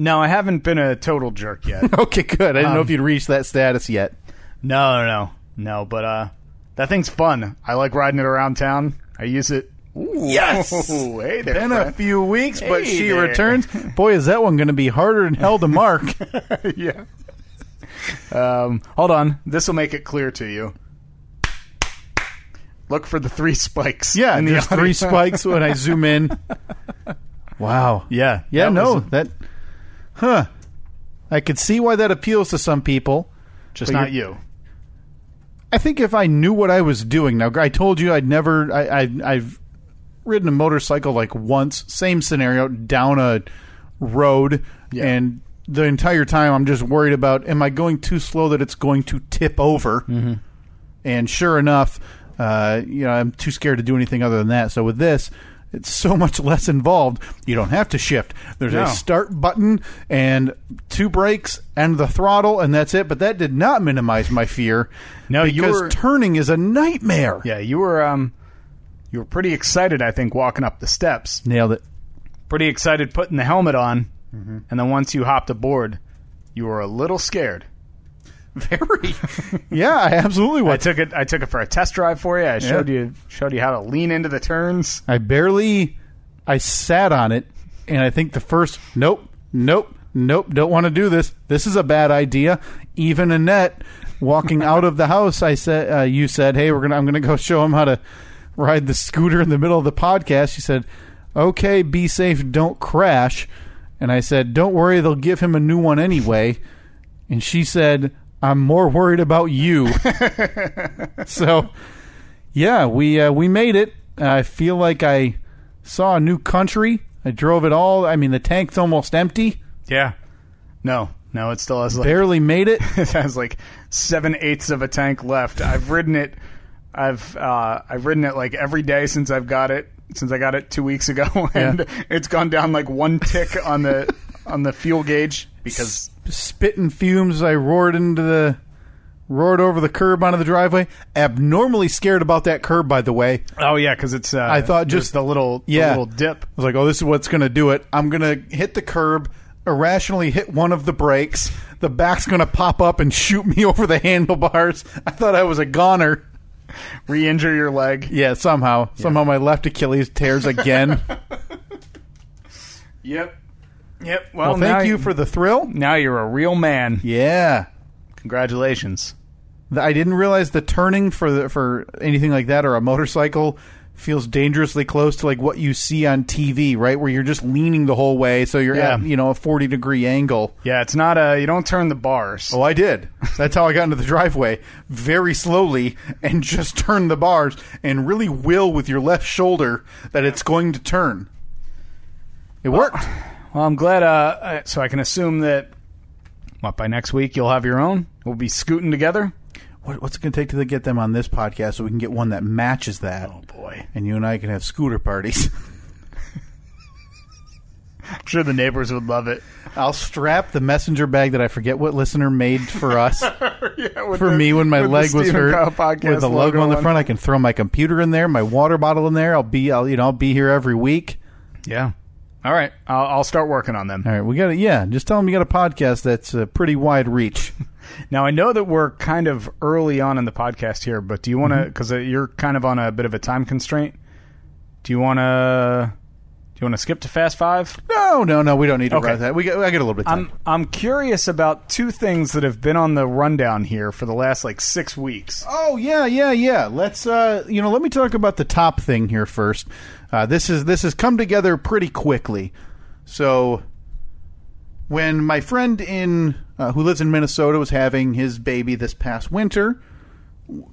Speaker 1: No, I haven't been a total jerk yet.
Speaker 6: Okay, good. I didn't
Speaker 1: Um,
Speaker 6: know if you'd reached that status yet.
Speaker 1: no, no, no, no. But uh, that thing's fun. I like riding it around town. I use it.
Speaker 2: Yes!
Speaker 1: Ooh, hey there,
Speaker 6: Been a
Speaker 1: friend.
Speaker 6: few weeks, but
Speaker 1: Hey
Speaker 6: she
Speaker 1: there.
Speaker 6: returns. Boy, is that one going to be harder than hell to mark.
Speaker 1: yeah. Um, hold on. This will make it clear to you. Look for the three spikes.
Speaker 6: Yeah,
Speaker 1: in
Speaker 6: and
Speaker 1: the
Speaker 6: there's three
Speaker 1: audio.
Speaker 6: spikes when I zoom in. Wow.
Speaker 1: Yeah,
Speaker 6: Yeah,
Speaker 1: that
Speaker 6: no,
Speaker 1: was-
Speaker 6: that. Huh. I could see why that appeals to some people.
Speaker 1: Just
Speaker 6: But
Speaker 1: not
Speaker 6: you're-
Speaker 1: you.
Speaker 6: I think if I knew what I was doing, now I told you I'd never, I, I, I've ridden a motorcycle like once, same scenario, down a road,
Speaker 1: Yeah.
Speaker 6: and the entire time I'm just worried about, am I going too slow that it's going to tip over? Mm-hmm. And sure enough, uh, you know, I'm too scared to do anything other than that. So with this, it's so much less involved. You don't have to shift. There's
Speaker 1: No.
Speaker 6: a start button and two brakes and the throttle, and that's it. But that did not minimize my fear.
Speaker 1: No, you
Speaker 6: because
Speaker 1: were-
Speaker 6: turning is a nightmare.
Speaker 1: Yeah, you were um, you were pretty excited. I think walking up the steps.
Speaker 6: Nailed it.
Speaker 1: Pretty excited putting the helmet on,
Speaker 6: Mm-hmm.
Speaker 1: and then once you hopped aboard, you were a little scared.
Speaker 6: Very. yeah, I absolutely
Speaker 1: I
Speaker 6: was.
Speaker 1: took it. I took it for a test drive for you. I showed you showed you how to lean into the turns.
Speaker 6: I barely. I sat on it, and I think the first nope, nope, nope. Don't want to do this. This is a bad idea. Even Annette, walking out of the house, I said, uh, "You said, hey, we're gonna. I'm gonna go show him how to ride the scooter in the middle of the podcast." She said, "Okay, be safe. Don't crash." And I said, "Don't worry. They'll give him a new one anyway." And she said, "I'm more worried about you." so yeah, we uh, we made it. I feel like I saw a new country. I drove it all. I mean, the tank's almost empty.
Speaker 1: Yeah. No, no, it still has like
Speaker 6: Barely made it.
Speaker 1: it has like seven eighths of a tank left. I've ridden it. I've uh, I've ridden it like every day since I've got it since I got it two weeks ago, and it's gone down like one tick on the on the fuel gauge because
Speaker 6: Spitting fumes. I roared into the roared over the curb onto the driveway. Abnormally scared about that curb, by the way.
Speaker 1: oh yeah, because it's uh,
Speaker 6: I thought
Speaker 1: there's
Speaker 6: just-
Speaker 1: the little the
Speaker 6: yeah.
Speaker 1: little dip.
Speaker 6: I was like, oh, this is what's going to do it. I'm going to hit the curb, irrationally hit one of the brakes. The back's going to pop up and shoot me over the handlebars. I thought I was a goner.
Speaker 1: Re-injure your leg.
Speaker 6: Yeah, somehow. Somehow my left Achilles tears again.
Speaker 1: Yep. Yep.
Speaker 6: well,
Speaker 1: Well, now
Speaker 6: thank you for the thrill.
Speaker 1: now you're a real man.
Speaker 6: Yeah.
Speaker 1: Congratulations.
Speaker 6: Th- I didn't realize the turning for the, for anything like that or a motorcycle feels dangerously close to like what you see on TV, right? Where you're just leaning the whole way, so you're
Speaker 1: Yeah.
Speaker 6: at you know a forty degree angle.
Speaker 1: Yeah, it's not a you don't turn the bars.
Speaker 6: Oh, I did. That's how I got into the driveway very slowly and just turned the bars and really will with your left shoulder that it's going to turn. It worked.
Speaker 1: Well, I'm glad. Uh, I- so I can assume that what by next week you'll have your own. We'll be scooting together.
Speaker 6: What, what's it going to take to get them on this podcast so we can get one that matches that?
Speaker 1: boy!
Speaker 6: And you and I can have scooter parties.
Speaker 1: I'm sure the neighbors would love it.
Speaker 6: I'll strap the messenger bag that I forget what listener made for us for me when my
Speaker 1: with the
Speaker 6: leg was
Speaker 1: Stephen Kyle
Speaker 6: hurt
Speaker 1: podcast
Speaker 6: with the logo
Speaker 1: logo
Speaker 6: on the
Speaker 1: on.
Speaker 6: front. I can throw my computer in there, my water bottle in there. I'll be I'll you know I'll be here every week.
Speaker 1: Yeah. All right. I'll, I'll start working on them.
Speaker 6: All right, we got to yeah. Just tell them you got a podcast that's a pretty wide reach.
Speaker 1: Now I know that we're kind of early on in the podcast here, but do you want to? Because you're kind of on a bit of a time constraint. Do you want to? Do you want to skip to Fast Five?
Speaker 6: No, no, no. We don't need to
Speaker 1: Okay.
Speaker 6: write that. We got, I got a little bit. Of time.
Speaker 1: I'm I'm curious about two things that have been on the rundown here for the last like six weeks.
Speaker 6: Oh yeah, yeah, yeah. Let's uh, you know, let me talk about the top thing here first. Uh, this is this has come together pretty quickly. So when my friend in uh, who lives in Minnesota was having his baby this past winter,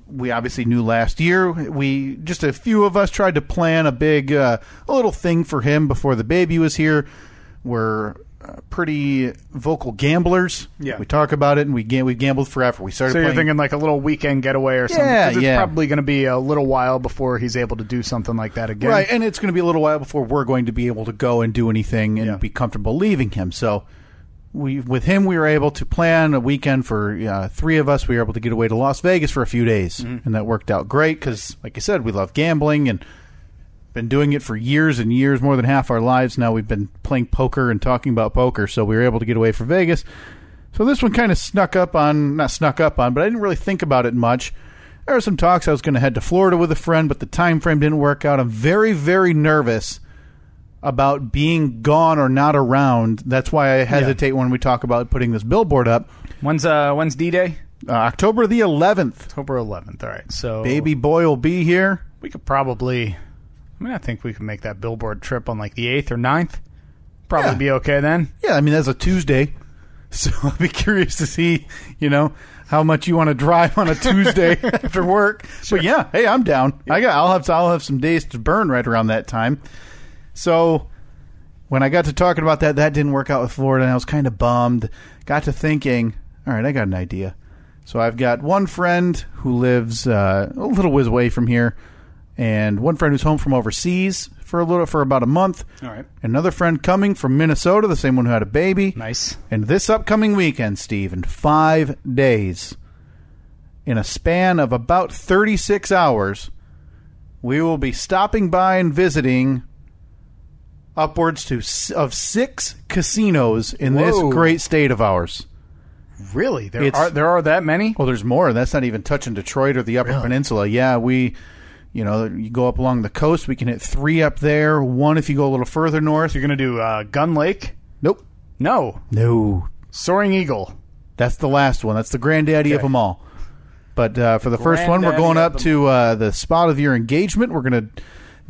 Speaker 6: we obviously knew last year. We just a few of us tried to plan a big, uh, a little thing for him before the baby was here. We're uh, pretty vocal gamblers.
Speaker 1: Yeah.
Speaker 6: we talk about it, and we ga- we gambled forever. We started.
Speaker 1: So you're
Speaker 6: playing
Speaker 1: thinking like a little weekend getaway or something?
Speaker 6: Yeah,
Speaker 1: 'cause it's
Speaker 6: yeah.
Speaker 1: probably going to be a little while before he's able to do something like that again.
Speaker 6: Right, and it's going to be a little while before we're going to be able to go and do anything and
Speaker 1: Yeah.
Speaker 6: be comfortable leaving him. So, we with him, we were able to plan a weekend for uh, three of us. We were able to get away to Las Vegas for a few days,
Speaker 1: Mm-hmm.
Speaker 6: and that worked out great because, like I said, we love gambling and been doing it for years and years, more than half our lives now. We've been playing poker and talking about poker, so we were able to get away for Vegas. So this one kind of snuck up on, not snuck up on, but I didn't really think about it much. There were some talks I was going to head to Florida with a friend, but the time frame didn't work out. I'm very, very nervous about being gone or not around. That's why I hesitate when we talk about putting this billboard up.
Speaker 1: When's uh when's D Day?
Speaker 6: Uh, October the 11th,
Speaker 1: October 11th. All right. So
Speaker 6: baby boy will be here.
Speaker 1: we could probably. I mean, I think we could make that billboard trip on like the eighth or 9th. Probably
Speaker 6: Yeah.
Speaker 1: be okay then.
Speaker 6: Yeah, I mean that's a Tuesday. So I'll be curious to see, you know, how much you want to drive on a Tuesday after work. But yeah, hey, I'm down. I got I'll have I'll have some days to burn right around that time. So when I got to talking about that, that didn't work out with Florida, and I was kind of bummed. Got to thinking, all right, I got an idea. So I've got one friend who lives uh, a little ways away from here, and one friend who's home from overseas for a little for about a month.
Speaker 1: All right.
Speaker 6: Another friend coming from Minnesota, the same one who had a baby.
Speaker 1: Nice.
Speaker 6: And this upcoming weekend, Steve, in five days, in a span of about 36 hours, we will be stopping by and visiting upwards to s- of six casinos in this
Speaker 1: Whoa.
Speaker 6: great state of ours.
Speaker 1: Really? There
Speaker 6: It's-
Speaker 1: are there are that many?
Speaker 6: Well, there's more. That's not even touching Detroit or the Upper Peninsula. Yeah, we, you know, you go up along the coast, we can hit three up there. One if you go a little further north.
Speaker 1: You're gonna do uh, Gun Lake?
Speaker 6: Nope,
Speaker 1: No,
Speaker 6: no,
Speaker 1: Soaring Eagle.
Speaker 6: That's the last one. That's the granddaddy of
Speaker 1: Okay.
Speaker 6: them all. But uh, for the first one, we're
Speaker 1: Granddaddy
Speaker 6: going
Speaker 1: of
Speaker 6: up
Speaker 1: them
Speaker 6: to uh, the spot of your engagement. We're going to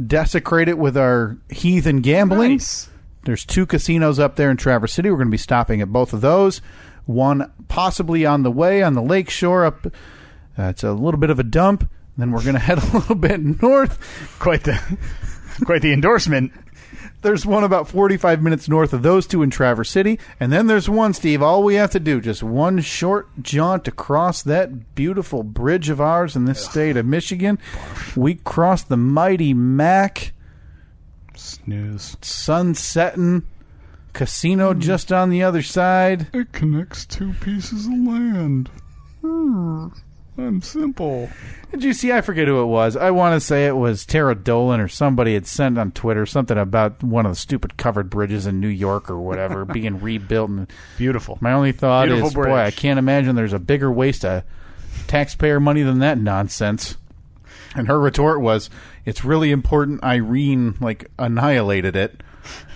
Speaker 6: desecrate it with our heathen gambling.
Speaker 1: Nice.
Speaker 6: There's two casinos up there in Traverse City. We're going to be stopping at both of those. One possibly on the way on the lake shore up. Uh, it's a little bit of a dump. Then we're going to head a little bit north
Speaker 1: Quite the quite the endorsement.
Speaker 6: there's one about 45 minutes north of those two in Traverse City, and then there's one, Steve. All we have to do, just one short jaunt across that beautiful bridge of ours in this state of Michigan. We cross the mighty Mac,
Speaker 1: Snooze.
Speaker 6: sunsetting, casino just on the other side.
Speaker 7: It connects two pieces of land. Hmm. I'm simple.
Speaker 6: Did you see? I forget who it was. I want to say it was Tara Dolan or somebody had sent on Twitter something about one of the stupid covered bridges in New York or whatever being rebuilt. And
Speaker 1: Beautiful.
Speaker 6: My only thought
Speaker 1: Beautiful
Speaker 6: is,
Speaker 1: bridge.
Speaker 6: boy, I can't imagine there's a bigger waste of taxpayer money than that nonsense. And her retort was, "It's really important." Irene like annihilated it.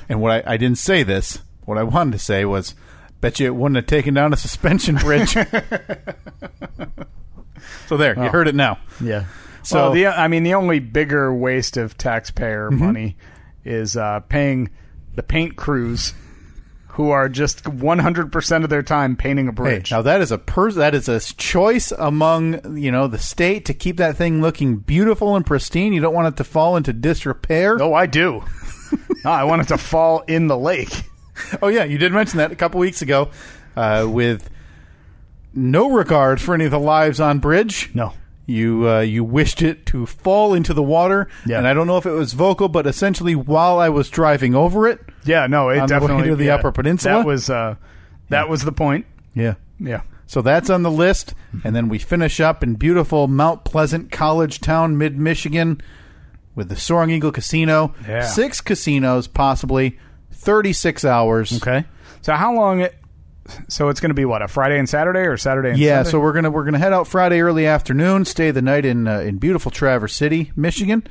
Speaker 6: And what I, I didn't say this. What I wanted to say was, "Bet you it wouldn't have taken down a suspension bridge." so there, you heard it now.
Speaker 1: Yeah. So Mm-hmm.
Speaker 6: So-
Speaker 1: the I mean the only bigger waste of taxpayer money is uh, paying the paint crews who are just 100% of their time painting a
Speaker 6: Hey,
Speaker 1: bridge.
Speaker 6: now that is a pers- that is a s- choice among you know the state to keep that thing looking beautiful and pristine. You don't want it to fall into disrepair.
Speaker 1: oh, I do. No, I want it to fall in the lake.
Speaker 6: Oh yeah, you did mention that a couple weeks ago, uh, with no regard for any of the lives on bridge.
Speaker 1: No.
Speaker 6: You uh, you wished it to fall into the water,
Speaker 1: Yeah.
Speaker 6: and I don't know if it was vocal, but essentially while I was driving over it,
Speaker 1: Yeah, no, it
Speaker 6: On the way
Speaker 1: definitely
Speaker 6: to the
Speaker 1: yeah.
Speaker 6: Upper Peninsula?
Speaker 1: That was uh, that was the point.
Speaker 6: yeah.
Speaker 1: Yeah.
Speaker 6: So that's on the list, and then we finish up in beautiful Mount Pleasant College Town, mid Michigan, with the Soaring Eagle Casino.
Speaker 1: Yeah.
Speaker 6: Six casinos, possibly thirty six hours.
Speaker 1: Okay. So how long? It, so it's going to be what a Friday and Saturday or Saturday and
Speaker 6: yeah,
Speaker 1: Sunday?
Speaker 6: so we're gonna we're gonna head out Friday early afternoon, stay the night in uh, in beautiful Traverse City, Michigan.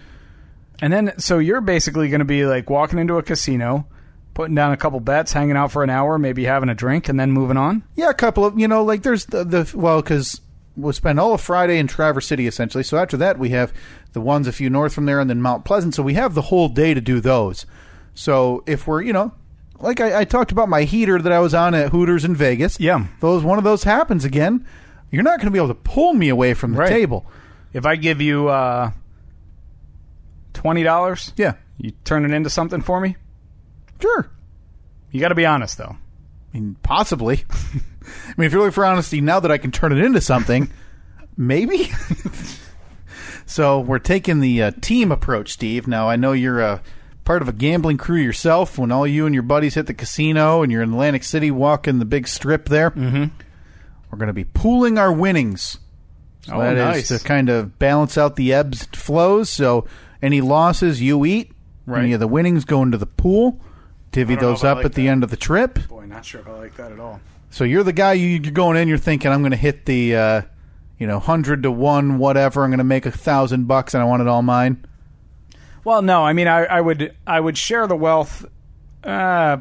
Speaker 1: And then, so you're basically going to be like walking into a casino, putting down a couple bets, hanging out for an hour, maybe having a drink, and then moving on.
Speaker 6: Yeah, a couple of you know like there's the, the well because we'll spend all of Friday in Traverse City essentially. So after that we have the ones a few north from there and then Mount Pleasant. So we have the whole day to do those. So if we're you know like I, I talked about my heater that I was on at Hooters in Vegas.
Speaker 1: Yeah.
Speaker 6: those one of those happens again. You're not going to be able to pull me away from the
Speaker 1: Right.
Speaker 6: table.
Speaker 1: If I give you uh, twenty dollars,
Speaker 6: Yeah,
Speaker 1: you turn it into something for me.
Speaker 6: sure.
Speaker 1: You got to be honest, though.
Speaker 6: I mean, possibly. I mean, if you're looking for honesty now that I can turn it into something, maybe. so we're taking the uh, team approach, Steve. Now I know you're uh, part of a gambling crew yourself. When all you and your buddies hit the casino and you're in Atlantic City, walking the big strip there, mm-hmm. we're going to be pooling our winnings. So
Speaker 1: Oh,
Speaker 6: that is
Speaker 1: nice.
Speaker 6: to kind of balance out the ebbs and flows. So any losses you eat,
Speaker 1: Right.
Speaker 6: any of the winnings go into the pool, divvy
Speaker 1: don't know
Speaker 6: those
Speaker 1: if I
Speaker 6: up
Speaker 1: like
Speaker 6: at the
Speaker 1: that.
Speaker 6: end of the trip.
Speaker 1: Boy, not sure if I like that at all.
Speaker 6: So you're the guy you, you're going in. You're thinking I'm going to hit the, uh, you know, hundred to one, whatever. I'm going to make a thousand bucks, and I want it all mine.
Speaker 1: Well, no, I mean, I, I would, I would share the wealth, uh,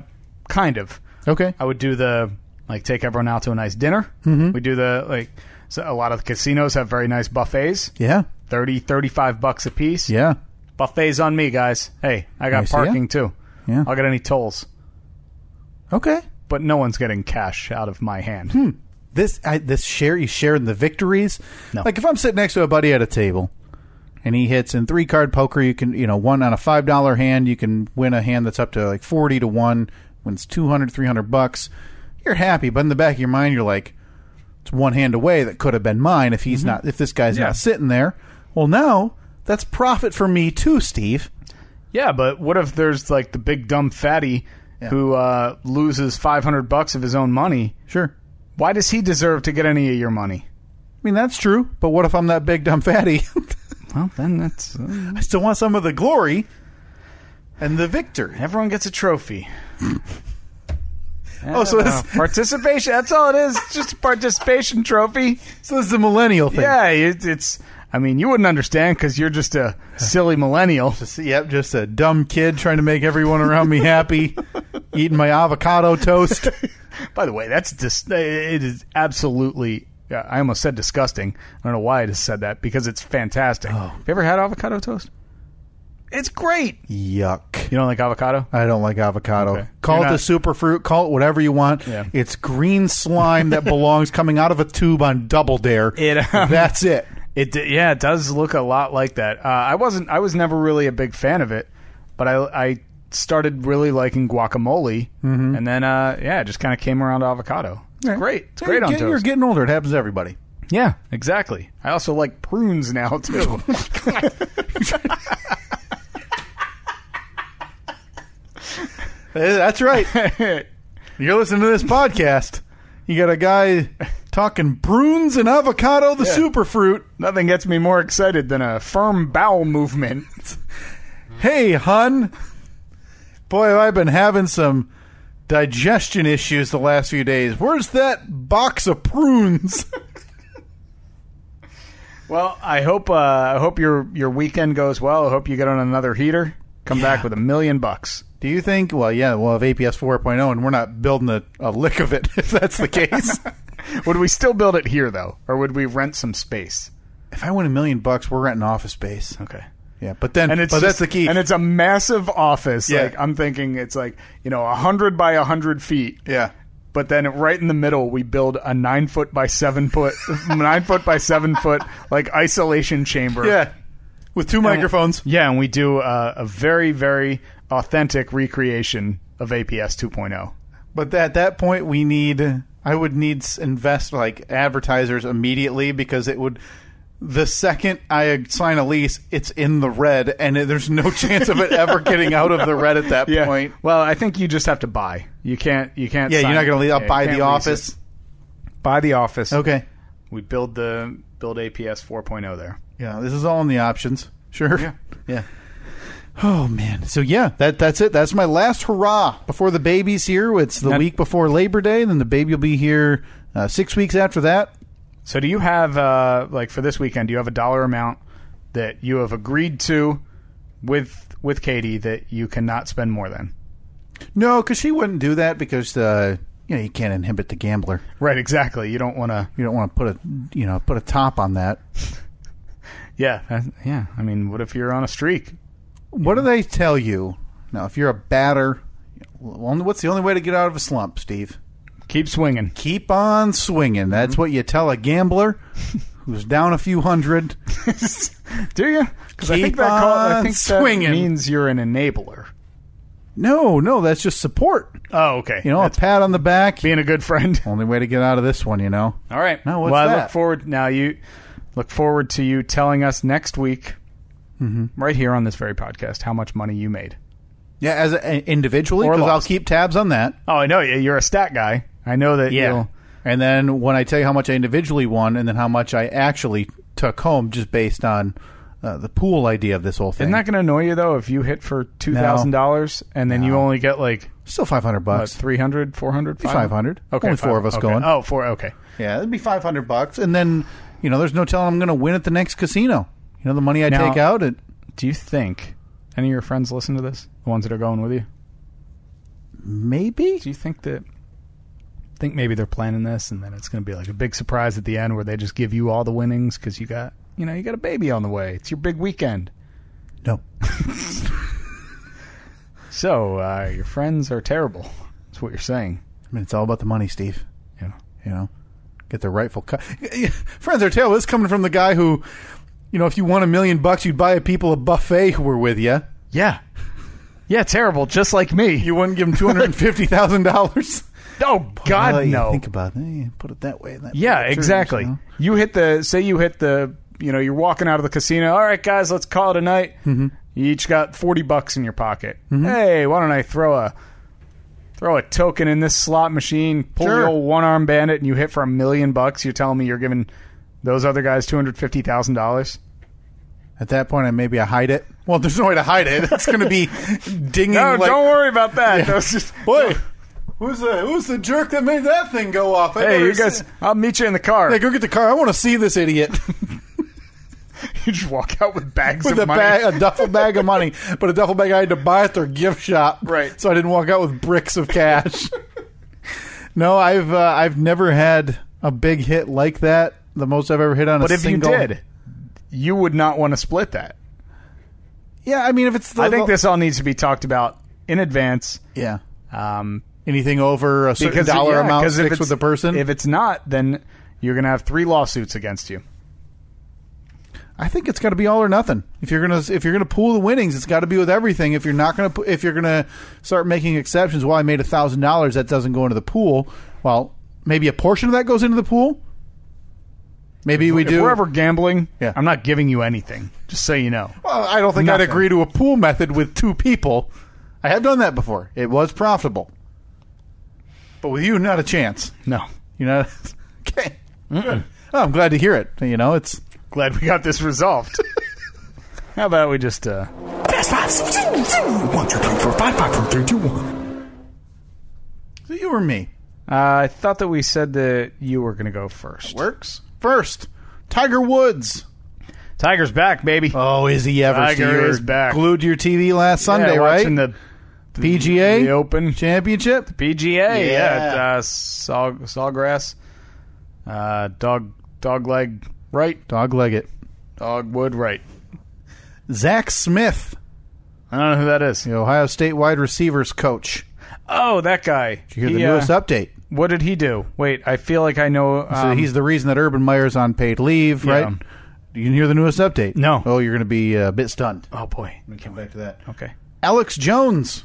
Speaker 1: kind of.
Speaker 6: Okay.
Speaker 1: I would do the like take everyone out to a nice dinner. We do the like. So a lot of the casinos have very nice buffets,
Speaker 6: Yeah.
Speaker 1: 30, 35 bucks a piece.
Speaker 6: Yeah.
Speaker 1: Buffets on me, guys. Hey, I got
Speaker 6: I see ya.
Speaker 1: parking too.
Speaker 6: Yeah.
Speaker 1: I'll get any tolls.
Speaker 6: Okay.
Speaker 1: but no one's getting cash out of my hand.
Speaker 6: This I, this share you share in the victories.
Speaker 1: No.
Speaker 6: Like if I'm sitting next to a buddy at a table, and he hits in three card poker, you can you know one on a five dollar hand, you can win a hand that's up to like forty to one, wins 200, 300 bucks. You're happy, but in the back of your mind, you're like, it's one hand away that could have been mine if he's not if this guy's
Speaker 1: Mm-hmm. Yeah.
Speaker 6: not sitting there. Well, now that's profit for me too, Steve.
Speaker 1: Yeah, but what if there's like the big dumb fatty who uh, loses 500 bucks of his own money?
Speaker 6: Sure.
Speaker 1: Why does he deserve to get any of your money?
Speaker 6: I mean that's true, but what if I'm that big dumb fatty?
Speaker 1: Well, then that's uh,
Speaker 6: I still want some of the glory and the victory.
Speaker 1: everyone gets a trophy. Uh,
Speaker 6: Oh, so it's,
Speaker 1: participation. That's all it is. It's just a participation trophy.
Speaker 6: so this is a millennial thing.
Speaker 1: Yeah, it, it's. I mean, you wouldn't understand because you're just a silly millennial.
Speaker 6: Just- yep, just a dumb kid trying to make everyone around me happy, eating my avocado toast.
Speaker 1: By the way, that's dis- it is absolutely. I almost said disgusting. I don't know why I just said that because it's fantastic.
Speaker 6: Oh.
Speaker 1: Have you ever had avocado toast? It's great.
Speaker 6: Yuck.
Speaker 1: You don't like avocado?
Speaker 6: I don't like avocado.
Speaker 1: Okay.
Speaker 6: Call
Speaker 1: You're
Speaker 6: it
Speaker 1: not-
Speaker 6: the super fruit, call it whatever you want.
Speaker 1: Yeah.
Speaker 6: It's green slime that belongs coming out of a tube on Double Dare.
Speaker 1: It, um,
Speaker 6: That's it.
Speaker 1: It d- yeah, it does look a lot like that. Uh, I wasn't. I was never really a big fan of it, but I I started really liking guacamole,
Speaker 6: Mm-hmm.
Speaker 1: and then uh, yeah, it just kind of came around to avocado. It's great. It's great
Speaker 6: you're,
Speaker 1: on
Speaker 6: get- you're
Speaker 1: toast.
Speaker 6: getting older. It happens to everybody.
Speaker 1: Yeah, exactly. I also like prunes now too.
Speaker 6: Eh, That's right. You're listening to this podcast. You got a guy talking prunes and avocado, the super fruit.
Speaker 1: Nothing gets me more excited than a firm bowel movement.
Speaker 6: Hey, hun. Boy, have I been having some digestion issues the last few days. Where's that box of prunes?
Speaker 1: Well, I hope uh, I hope your your weekend goes well. I hope you get on another heater. Come back with a million bucks.
Speaker 6: Do you think? Well, yeah, we'll have APS 4.0, oh, and we're not building a, a lick of it if that's the case.
Speaker 1: Would we still build it here though, or would we rent some space?
Speaker 6: if I win a million bucks, we're renting office space.
Speaker 1: Okay.
Speaker 6: Yeah, but then,
Speaker 1: and it's
Speaker 6: but
Speaker 1: just-
Speaker 6: that's the key.
Speaker 1: And it's a massive office.
Speaker 6: Yeah.
Speaker 1: Like I'm thinking, it's like you know, hundred by hundred feet.
Speaker 6: yeah.
Speaker 1: But then right in the middle, we build a nine foot by seven foot, nine foot by seven foot like isolation chamber.
Speaker 6: Yeah. With two microphones.
Speaker 1: yeah, and we do uh, a very very authentic recreation of APS 2.0.
Speaker 6: But at that point, we need. I would need s- invest like advertisers immediately because it would. The second I sign a lease, it's in the red, and it- there's no chance of it ever getting out of the red at that point.
Speaker 1: Well, I think you just have to buy. You can't. You can't.
Speaker 6: Yeah, you're
Speaker 1: sign
Speaker 6: not going to
Speaker 1: it.
Speaker 6: leave. I'll
Speaker 1: Yeah, you
Speaker 6: buy
Speaker 1: can't lease
Speaker 6: the office.
Speaker 1: it. Buy the office.
Speaker 6: Okay.
Speaker 1: We build the build APS 4.0 there.
Speaker 6: Yeah, this is all in the options. Sure. Yeah. Oh man. So yeah, that that's it. That's my last hurrah before the baby's here. It's the
Speaker 1: Now-
Speaker 6: week before Labor Day, then the baby will be here uh, six weeks after that.
Speaker 1: So do you have uh, like for this weekend? Do you have a dollar amount that you have agreed to with with Katie that you cannot spend more than?
Speaker 6: No, because she wouldn't do that because uh, you know you can't inhibit the gambler.
Speaker 1: Right. Exactly. You don't want to.
Speaker 6: You don't want to put a you know put a top on that.
Speaker 1: Yeah. uh, yeah. I mean, what if you're on a streak?
Speaker 6: What do they tell you now? If you're a batter, well, what's the only way to get out of a slump, Steve?
Speaker 1: Keep swinging.
Speaker 6: Keep on swinging. That's
Speaker 1: Mm-hmm.
Speaker 6: what you tell a gambler who's down a few hundred.
Speaker 1: Do you? Because I think
Speaker 6: Keep
Speaker 1: that, call, I
Speaker 6: on
Speaker 1: think
Speaker 6: swinging.
Speaker 1: that means you're an enabler.
Speaker 6: No, no, that's just support.
Speaker 1: Oh, okay.
Speaker 6: You know, a pat on the back.
Speaker 1: being a good friend.
Speaker 6: Only way to get out of this one, you know.
Speaker 1: All right.
Speaker 6: Now, what's
Speaker 1: well, I look
Speaker 6: that?
Speaker 1: forward now you look forward to you telling us next week, right here on this very podcast, how much money you made.
Speaker 6: Yeah, as a, individually,
Speaker 1: Or
Speaker 6: because I'll
Speaker 1: lost.
Speaker 6: keep tabs on that.
Speaker 1: Oh, I know you- you're a stat guy. I know that. You'll,
Speaker 6: And then when I tell you how much I individually won, and then how much I actually took home, just based on uh, the pool idea of this whole thing.
Speaker 1: isn't that going to annoy you though if you hit for two thousand dollars and then you only get like
Speaker 6: Still five hundred
Speaker 1: what,
Speaker 6: bucks.
Speaker 1: 300, 400,
Speaker 6: Be 500.
Speaker 1: Okay,
Speaker 6: Only four of us
Speaker 1: okay.
Speaker 6: going.
Speaker 1: Oh, four. Okay.
Speaker 6: yeah, it'd be five hundred bucks, and then you know, there's no telling I'm going to win at the next casino. You know, the money I
Speaker 1: Now-
Speaker 6: take out, it
Speaker 1: Do you think any of your friends listen to this? The ones that are going with you?
Speaker 6: maybe.
Speaker 1: Do you think that? Think maybe they're planning this, and then it's going to be like a big surprise at the end where they just give you all the winnings because you got, you know, you got a baby on the way. It's your big weekend.
Speaker 6: No,
Speaker 1: So uh, your friends are terrible. That's what you're saying.
Speaker 6: I mean, it's all about the money, Steve.
Speaker 1: Yeah.
Speaker 6: You know, get the rightful cut. Friends are terrible. This is coming from the guy who, you know, if you won a million bucks, you'd buy a people a buffet who were with you.
Speaker 1: Yeah. Yeah, terrible, just like me.
Speaker 6: You wouldn't give him two hundred and fifty thousand dollars.
Speaker 1: oh, God,
Speaker 6: Well, you
Speaker 1: no.
Speaker 6: Think about it. Eh, Put it that way. That
Speaker 1: Yeah,
Speaker 6: picture,
Speaker 1: exactly.
Speaker 6: you know.
Speaker 1: You hit the say you hit the you know you're walking out of the casino. All right, guys, let's call it a night. Mm-hmm. You each got forty bucks in your pocket.
Speaker 6: Mm-hmm.
Speaker 1: Hey, why don't I throw a throw a token in this slot machine? Pull
Speaker 6: Sure.
Speaker 1: your old one arm bandit, and you hit for a million bucks. You're telling me you're giving those other guys two hundred fifty thousand dollars?
Speaker 6: At that point, I maybe I hide it. Well, there's no way to hide it. It's going to be dinging.
Speaker 1: No,
Speaker 6: like,
Speaker 1: "Oh, don't worry about that. That was just-
Speaker 6: Boy, who's the who's the jerk that made that thing go off? I
Speaker 1: hey,
Speaker 6: never
Speaker 1: you guys,
Speaker 6: seen-
Speaker 1: I'll meet you in the car.
Speaker 6: Hey, go get the car. I want to see this idiot
Speaker 1: you just walk out with bags
Speaker 6: with
Speaker 1: of
Speaker 6: a
Speaker 1: money.
Speaker 6: bag, a duffel bag of money, but a duffel bag I had to buy at their gift shop,
Speaker 1: Right.
Speaker 6: So I didn't walk out with bricks of cash. no, I've uh, I've never had a big hit like that. The most I've ever hit on
Speaker 1: but
Speaker 6: a
Speaker 1: if
Speaker 6: single.
Speaker 1: you did, you would not want to split that.
Speaker 6: yeah. I mean, if it's the,
Speaker 1: I think
Speaker 6: the-
Speaker 1: this all needs to be talked about in advance.
Speaker 6: yeah.
Speaker 1: Um,
Speaker 6: Anything over a certain
Speaker 1: because
Speaker 6: dollar
Speaker 1: yeah,
Speaker 6: amount
Speaker 1: 'cause if
Speaker 6: sticks
Speaker 1: it's-
Speaker 6: with the person.
Speaker 1: If it's not, then you're going to have three lawsuits against you.
Speaker 6: I think it's got to be all or nothing. If you're gonna if you're gonna pool the winnings, it's got to be with everything. If you're not gonna pu- if you're gonna start making exceptions, well, I made a thousand dollars that doesn't go into the pool. Well, maybe a portion of that goes into the pool. Maybe we
Speaker 1: if
Speaker 6: do.
Speaker 1: we're ever gambling,
Speaker 6: Yeah.
Speaker 1: I'm not giving you anything. Just so you know.
Speaker 6: well, I don't think I'd
Speaker 1: Nothing.
Speaker 6: agree to a pool method with two people. I have done that before. It was profitable, but with you, not a chance.
Speaker 1: No.
Speaker 6: You know. okay. Good. Oh, I'm glad to hear it. You know, it's
Speaker 1: Glad we got this resolved. How about we just uh
Speaker 8: Fast fives. One, two, three, four, five, five, four, three, two, one.
Speaker 6: you or me.
Speaker 1: uh, I thought that we said that you were going to go first.
Speaker 6: Works first. Tiger Woods.
Speaker 1: Tiger's back, baby.
Speaker 6: Oh, is he ever?
Speaker 1: Tiger
Speaker 6: you were
Speaker 1: is back.
Speaker 6: Glued to your TV last Sunday,
Speaker 1: yeah,
Speaker 6: right?
Speaker 1: watching the
Speaker 6: PGA
Speaker 1: the Open
Speaker 6: Championship.
Speaker 1: PGA, yeah,
Speaker 6: Yeah.
Speaker 1: at, uh, saw, sawgrass, uh, dog dog leg right,
Speaker 6: Dog leg it.
Speaker 1: dog wood right.
Speaker 6: Zach Smith,
Speaker 1: I don't know who that is.
Speaker 6: the Ohio State wide receivers coach.
Speaker 1: Oh, that guy.
Speaker 6: Did you hear
Speaker 1: He,
Speaker 6: the
Speaker 1: uh,
Speaker 6: newest update?
Speaker 1: What did he do? Wait, I feel like I know.
Speaker 6: So
Speaker 1: um,
Speaker 6: he's the reason that Urban Meyer's on paid leave,
Speaker 1: Yeah.
Speaker 6: right? You can hear the newest update.
Speaker 1: No.
Speaker 6: Oh, you're going to be uh, a bit stunned.
Speaker 1: Oh boy.
Speaker 6: Come back to that.
Speaker 1: Okay.
Speaker 6: Alex Jones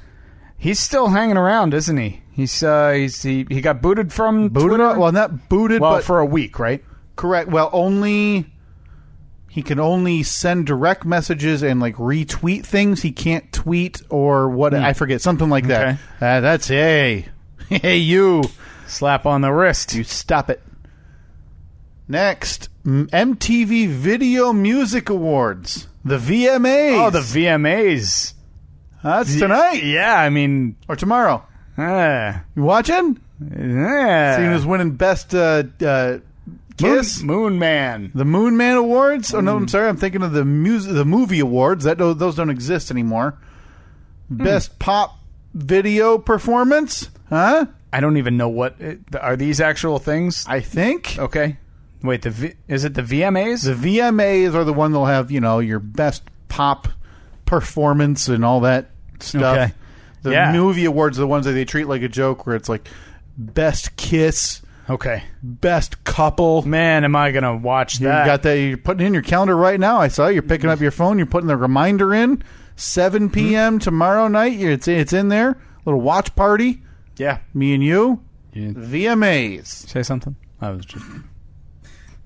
Speaker 1: He's still hanging around, isn't he? He's uh, he's he, he got booted from
Speaker 6: booted.
Speaker 1: Twitter?
Speaker 6: Up, well, not booted,
Speaker 1: Well,
Speaker 6: but
Speaker 1: for a week, right?
Speaker 6: Correct. Well, only he can only send direct messages and like retweet things. He can't tweet or what
Speaker 1: Hmm.
Speaker 6: I forget something like that. Uh, that's hey, hey you,
Speaker 1: Slap on the wrist.
Speaker 6: you stop it. Next, M- MTV Video Music Awards, the VMAs.
Speaker 1: oh, the VMAs
Speaker 6: that's tonight
Speaker 1: Yeah, I mean,
Speaker 6: or tomorrow.
Speaker 1: uh,
Speaker 6: You watching?
Speaker 1: yeah.
Speaker 6: He was winning best uh, uh, kiss.
Speaker 1: Moon, Moon Man.
Speaker 6: The Moon Man Awards? Oh no,
Speaker 1: Hmm.
Speaker 6: I'm sorry. I'm thinking of the music, the movie awards. That do- those don't exist anymore.
Speaker 1: Hmm.
Speaker 6: Best pop video performance? Huh?
Speaker 1: I don't even know what it, are these actual things.
Speaker 6: I think
Speaker 1: Okay. Wait, the v, is it the VMAs?
Speaker 6: the VMAs are the one that'll have you know your best pop performance and all that stuff.
Speaker 1: Okay.
Speaker 6: The
Speaker 1: Yeah.
Speaker 6: movie awards are the ones that they treat like a joke, where it's like best kiss,
Speaker 1: okay.
Speaker 6: best couple.
Speaker 1: Man, am I gonna watch
Speaker 6: You
Speaker 1: that?
Speaker 6: got that? You're putting in your calendar right now. I saw you're picking up your phone. You're putting the reminder in. 7 p.m. tomorrow night. you- It's it's in there. Little watch party.
Speaker 1: yeah.
Speaker 6: Me and you.
Speaker 1: You-
Speaker 6: VMAs.
Speaker 1: Say something. I was just.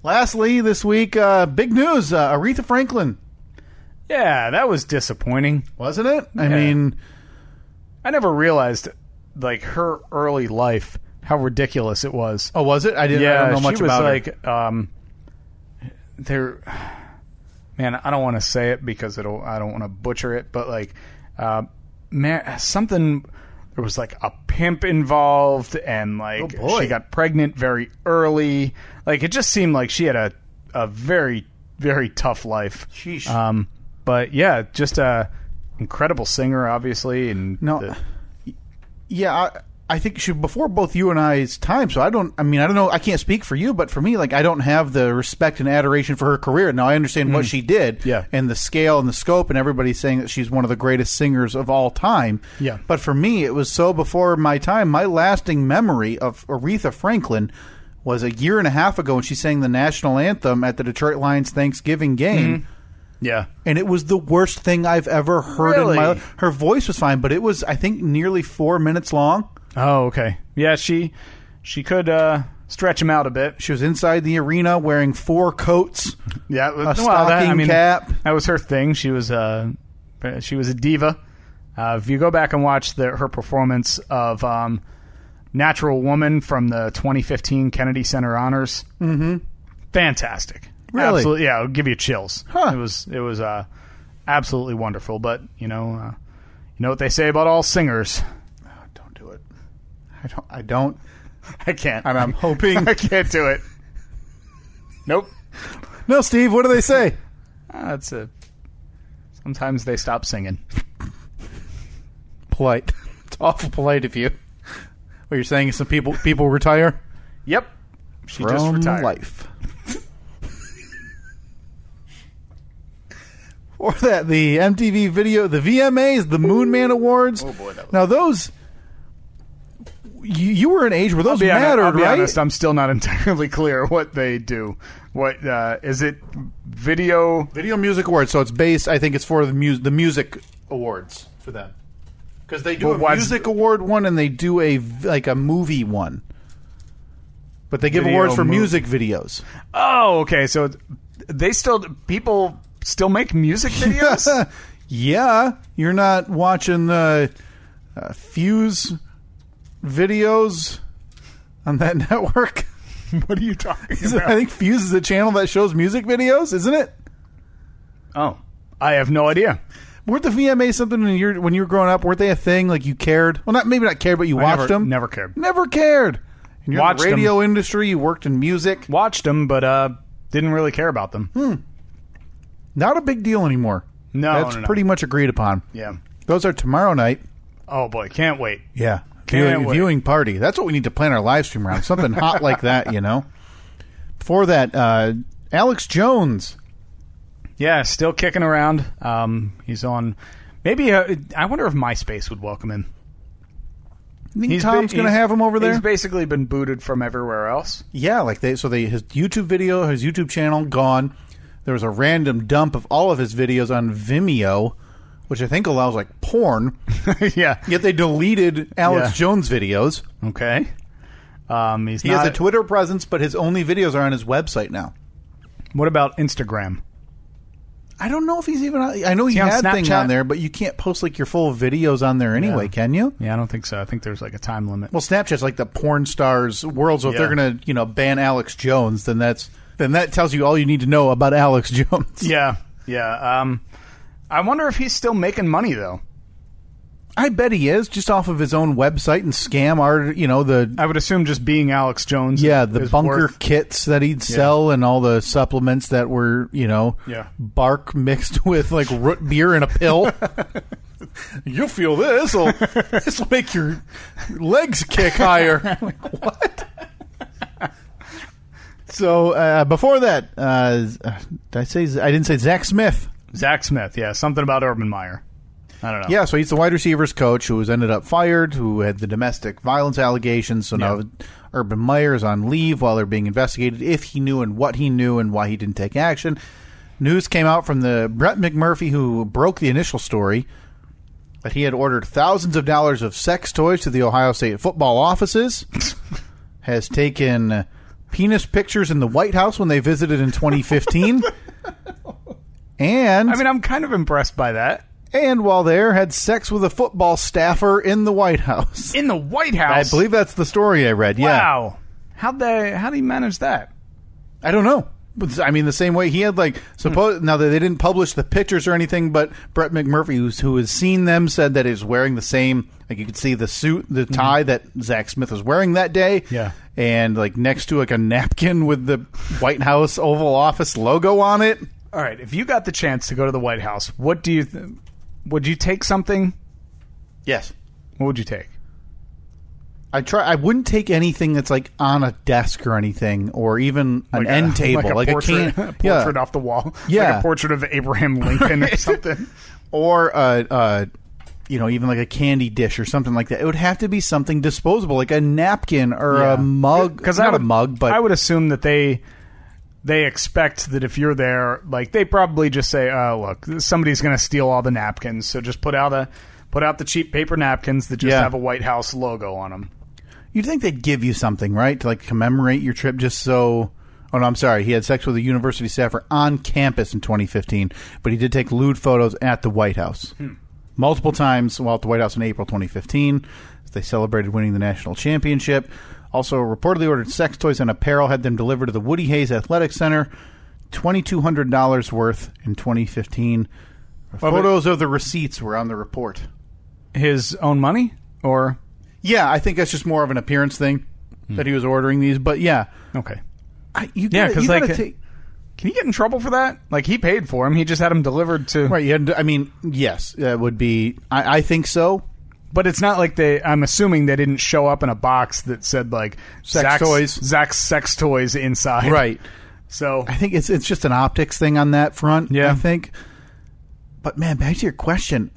Speaker 6: Lastly, this week, uh, big news: uh, Aretha Franklin,
Speaker 1: Yeah, that was disappointing.
Speaker 6: wasn't it? I
Speaker 1: Yeah.
Speaker 6: mean,
Speaker 1: I never realized, like her early life, how ridiculous it was.
Speaker 6: oh, was it? I didn't. I
Speaker 1: yeah,
Speaker 6: don't know much
Speaker 1: she was
Speaker 6: about her.
Speaker 1: like, um, there. Man, I don't want to say it because it'll. I don't want to butcher it, but like, uh, man, something. There was like a pimp involved, and like
Speaker 6: Oh, boy.
Speaker 1: she got pregnant very early. Like it just seemed like she had a a very very tough life.
Speaker 6: Sheesh.
Speaker 1: Um, but yeah, just a incredible singer, obviously, and
Speaker 6: No.
Speaker 1: the-
Speaker 6: yeah, I, I think she, before both you and I's time, so I don't. I mean, I don't know. I can't speak for you, but for me, like I don't have the respect and adoration for her career. Now I understand what she did,
Speaker 1: Mm. Yeah.
Speaker 6: and the scale and the scope, and everybody saying that she's one of the greatest singers of all time,
Speaker 1: Yeah.
Speaker 6: But for me, it was so before my time. My lasting memory of Aretha Franklin was a year and a half ago when she sang the national anthem at the Detroit Lions Thanksgiving
Speaker 1: Mm-hmm.
Speaker 6: game
Speaker 1: Yeah.
Speaker 6: and it was the worst thing I've ever heard in my
Speaker 1: Really?
Speaker 6: life. Her voice was fine, but it was I think nearly four minutes long.
Speaker 1: Oh, okay. Yeah, she she could uh, stretch him out a bit.
Speaker 6: She was inside the arena wearing four coats.
Speaker 1: Yeah, well, that, I
Speaker 6: stocking
Speaker 1: mean,
Speaker 6: cap.
Speaker 1: That was her thing. She was uh, she was a diva. Uh, if you go back and watch the, her performance of um, "Natural Woman" from the 2015 Kennedy Center Honors, mm-hmm. fantastic.
Speaker 6: Really?
Speaker 1: Absolutely, yeah, it'll give you chills.
Speaker 6: Huh.
Speaker 1: It was it was uh, absolutely wonderful. But you know, uh, you know what they say about all singers.
Speaker 6: Oh, Don't do it. I don't. I don't.
Speaker 1: I can't.
Speaker 6: And I'm hoping.
Speaker 1: I can't do it. Nope.
Speaker 6: no, Steve. What do they say?
Speaker 1: Ah, That's a. Sometimes they stop singing.
Speaker 6: Polite. It's awful polite of you. What you're saying is some people people retire
Speaker 1: Yep. She
Speaker 6: from
Speaker 1: just retired.
Speaker 6: life. or that the MTV video, the VMAs, the Moon Man Awards. Oh boy, that was now those. You, you were an age where those
Speaker 1: Be hon-
Speaker 6: mattered,
Speaker 1: I'll be
Speaker 6: right?
Speaker 1: honest, I'm still not entirely clear what they do. What uh, is it? Video?
Speaker 6: Video Music Awards. So it's based. I think it's for the music the music awards for them because they do
Speaker 1: But
Speaker 6: a
Speaker 1: why's-
Speaker 6: music award one and they do a v- like a movie one. But they give
Speaker 1: Video
Speaker 6: awards for
Speaker 1: movie.
Speaker 6: music videos.
Speaker 1: Oh, okay. So it's- they still people still make music videos.
Speaker 6: yeah, you're not watching the uh, Fuse videos on that network.
Speaker 1: what are you talking
Speaker 6: I think Fuse is a channel that shows music videos, isn't it?
Speaker 1: oh, I have no idea.
Speaker 6: Weren't the VMA something when you were- when you were growing up? Weren't they a thing? Like you cared? Well, not maybe not cared, but you
Speaker 1: I
Speaker 6: watched
Speaker 1: never,
Speaker 6: them.
Speaker 1: Never cared.
Speaker 6: Never cared. And you're
Speaker 1: Watched
Speaker 6: in
Speaker 1: 'em.
Speaker 6: the radio industry. You worked in music.
Speaker 1: Watched them, but uh, didn't really care about them.
Speaker 6: Not a big deal anymore.
Speaker 1: No,
Speaker 6: that's
Speaker 1: no, no.
Speaker 6: pretty much agreed upon.
Speaker 1: Yeah.
Speaker 6: Those are tomorrow night.
Speaker 1: Oh boy, can't wait.
Speaker 6: Yeah,
Speaker 1: Can't
Speaker 6: viewing,
Speaker 1: wait.
Speaker 6: viewing party. That's what we need to plan our live stream around. Something hot like that, you know. Before that, uh, Alex Jones.
Speaker 1: Yeah, still kicking around. Um, he's on. Maybe uh, I wonder if MySpace would welcome him.
Speaker 6: You think
Speaker 1: He's
Speaker 6: Tom's
Speaker 1: ba-
Speaker 6: going to
Speaker 1: he's-
Speaker 6: have him over there.
Speaker 1: He's basically been booted from everywhere else.
Speaker 6: Yeah, like they so they his YouTube video, his YouTube channel gone. There was a random dump of all of his videos on Vimeo, which I think allows like porn.
Speaker 1: yeah.
Speaker 6: Yet they deleted Alex
Speaker 1: Yeah.
Speaker 6: Jones videos.
Speaker 1: Okay. Um, he's
Speaker 6: He
Speaker 1: not.
Speaker 6: has a Twitter presence, but his only videos are on his website now.
Speaker 1: what about Instagram?
Speaker 6: I don't know if he's even. On, I know he
Speaker 1: he on
Speaker 6: had things
Speaker 1: Snapchat?
Speaker 6: on there, but you can't post like your full videos on there anyway,
Speaker 1: Yeah.
Speaker 6: can you?
Speaker 1: Yeah, I don't think so. I think there's like a time limit.
Speaker 6: Well, Snapchat's like the porn stars world. So if
Speaker 1: Yeah.
Speaker 6: they're gonna, you know, ban Alex Jones, then that's then that tells you all you need to know about Alex Jones.
Speaker 1: yeah, yeah. Um, I wonder if he's still making money though.
Speaker 6: I bet he is just off of his own website and scam art. You know the
Speaker 1: I would assume just being Alex Jones.
Speaker 6: yeah the
Speaker 1: is
Speaker 6: bunker
Speaker 1: worth-
Speaker 6: kits that he'd sell and all the supplements that were you know
Speaker 1: Yeah.
Speaker 6: bark mixed with like root beer and a pill. You'll feel this. This will make your legs kick higher. like what? So uh, before that, uh, did I say I didn't say Zach Smith?
Speaker 1: Zach Smith. Yeah, something about Urban Meyer. I don't know.
Speaker 6: Yeah, so he's the wide receivers coach who was ended up fired, who had the domestic violence allegations. So now Urban Meyer is on leave while they're being investigated if he knew and what he knew and why he didn't take action. News came out from the Brett McMurphy who broke the initial story that he had ordered thousands of dollars of sex toys to the Ohio State football offices, has taken penis pictures in the White House when they visited in 2015. And
Speaker 1: I mean, I'm kind of impressed by that.
Speaker 6: and while there had sex with a football staffer in the White House.
Speaker 1: In the White
Speaker 6: I
Speaker 1: House.
Speaker 6: believe that's the story I read. Yeah,
Speaker 1: Wow. How they? How do you manage that?
Speaker 6: I don't know. But, I mean, the same way he had like suppose now that they didn't publish the pictures or anything, but Brett McMurphy, who's, who has seen them, said that he's wearing the same. Like you could see the suit, the tie that Zach Smith was wearing that day.
Speaker 1: Mm-hmm. Yeah.
Speaker 6: and like next to like a napkin with the White House Oval Office logo on it.
Speaker 1: All right, if you got the chance to go to the White House, what do you th- would you take something?
Speaker 6: Yes,
Speaker 1: What would you take?
Speaker 6: I try. I wouldn't take anything that's like on a desk or anything, or even an
Speaker 1: Like a-
Speaker 6: end table. Like, I
Speaker 1: portrait,
Speaker 6: can't.
Speaker 1: portrait
Speaker 6: yeah.
Speaker 1: off the wall.
Speaker 6: Yeah.
Speaker 1: like a portrait of Abraham Lincoln or something.
Speaker 6: or uh, uh, you know, even like a candy dish or something like that. It would have to be something disposable, like a napkin or
Speaker 1: Yeah.
Speaker 6: a mug.
Speaker 1: because
Speaker 6: not
Speaker 1: I would,
Speaker 6: a mug, but
Speaker 1: I would assume that they they expect that if you're there, like they probably just say, "Oh, look, somebody's going to steal all the napkins, so just put out a put out the cheap paper napkins that just
Speaker 6: Yeah.
Speaker 1: have a White House logo on them."
Speaker 6: you'd think they'd give you something, right, to like commemorate your trip, just so. Oh no, I'm sorry. He had sex with a university staffer on campus in 2015, but he did take lewd photos at the White House multiple times while at the White House in April 2015. They celebrated winning the national championship. Also, reportedly ordered sex toys and apparel, had them delivered to the Woody Hayes Athletic Center. $2,200 worth in 2015. Photos of the receipts were on the report.
Speaker 1: His own money, or
Speaker 6: Yeah, I think that's just more of an appearance thing that he was ordering these. But yeah,
Speaker 1: okay,
Speaker 6: I, you
Speaker 1: Yeah,
Speaker 6: gotta-
Speaker 1: 'cause,
Speaker 6: you
Speaker 1: like,
Speaker 6: gotta
Speaker 1: uh,
Speaker 6: take-
Speaker 1: can you get in trouble for that? Like he paid for him, he just had him delivered to.
Speaker 6: right. You had to- I mean, yes, that would be. I, I think so.
Speaker 1: But it's not like they. I'm assuming they didn't show up in a box that said like
Speaker 6: Sex
Speaker 1: Zach's-
Speaker 6: toys.
Speaker 1: Zach's sex toys inside.
Speaker 6: Right.
Speaker 1: So
Speaker 6: I think it's it's just an optics thing on that front.
Speaker 1: Yeah.
Speaker 6: I think. But man, back to your question: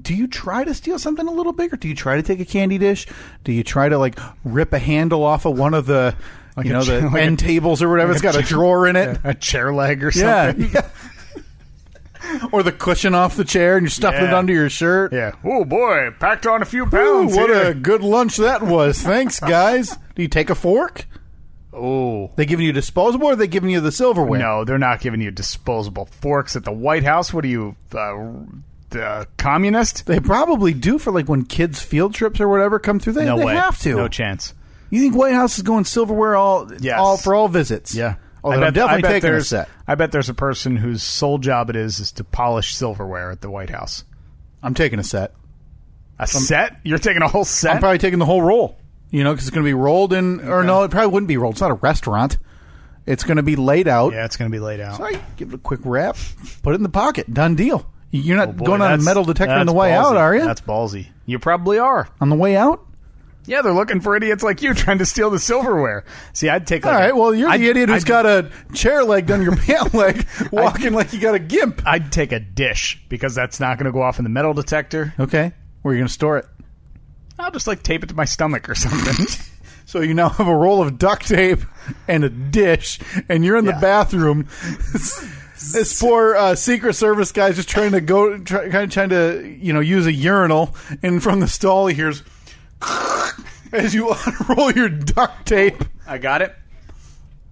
Speaker 6: Do you try to steal something a little bigger? Do you try to take a candy dish? Do you try to like rip a handle off of one of the you
Speaker 1: a
Speaker 6: know
Speaker 1: ch-
Speaker 6: the
Speaker 1: like a-
Speaker 6: end tables or whatever?
Speaker 1: like
Speaker 6: it's
Speaker 1: a
Speaker 6: got a
Speaker 1: ch-
Speaker 6: drawer in it.
Speaker 1: a chair leg or
Speaker 6: Yeah.
Speaker 1: something.
Speaker 6: yeah. or the cushion off the chair and you're stuffing it
Speaker 1: Yeah.
Speaker 6: under your shirt.
Speaker 1: Yeah. Oh boy, packed on a few
Speaker 6: Ooh,
Speaker 1: pounds.
Speaker 6: what a
Speaker 1: here.
Speaker 6: good lunch that was. Thanks, guys. Do you take a fork?
Speaker 1: Oh.
Speaker 6: They giving you disposable or are they giving you the silverware?
Speaker 1: No, they're not giving you disposable forks at the White House. What are you, uh, the communist?
Speaker 6: They probably do for like when kids field trips or whatever come through. They,
Speaker 1: No
Speaker 6: they
Speaker 1: way.
Speaker 6: have to.
Speaker 1: No chance.
Speaker 6: You think White House is going silverware all
Speaker 1: Yes.
Speaker 6: all for all visits? Oh,
Speaker 1: I
Speaker 6: I'm
Speaker 1: bet, I
Speaker 6: definitely
Speaker 1: bet
Speaker 6: taking a
Speaker 1: there's,
Speaker 6: set.
Speaker 1: I bet there's a person whose sole job it is is to polish silverware at the White House.
Speaker 6: I'm taking a set.
Speaker 1: A set? You're taking a whole set?
Speaker 6: I'm probably taking the whole roll. You know, because it's going to be rolled in, or no, it probably wouldn't be rolled. It's not a restaurant. It's going to be laid out.
Speaker 1: yeah, it's going to be laid out.
Speaker 6: All right, give it a quick wrap, put it in the pocket. Done deal. You're not
Speaker 1: Oh, Boy,
Speaker 6: going on a
Speaker 1: that's-
Speaker 6: metal detector on
Speaker 1: that's
Speaker 6: the way
Speaker 1: ballsy.
Speaker 6: out, are you?
Speaker 1: That's ballsy. You probably are.
Speaker 6: on the way out.
Speaker 1: Yeah, they're looking for idiots like you trying to steal the silverware. See, I'd take. Like
Speaker 6: All
Speaker 1: a-
Speaker 6: right. Well, you're
Speaker 1: I'd-
Speaker 6: the idiot who's
Speaker 1: I'd-
Speaker 6: got a chair leg down your pant leg, walking like you got a gimp.
Speaker 1: I'd take a dish because that's not going to go off in the metal detector.
Speaker 6: Okay. Where are you going to store it?
Speaker 1: I'll just like tape it to my stomach or something.
Speaker 6: So you now have a roll of duct tape and a dish, and you're in the
Speaker 1: Yeah.
Speaker 6: bathroom. this poor uh, Secret Service guy's just trying to go, try, kind of trying to, you know, use a urinal, and from the stall he hears as you unroll your duct tape.
Speaker 1: I got it.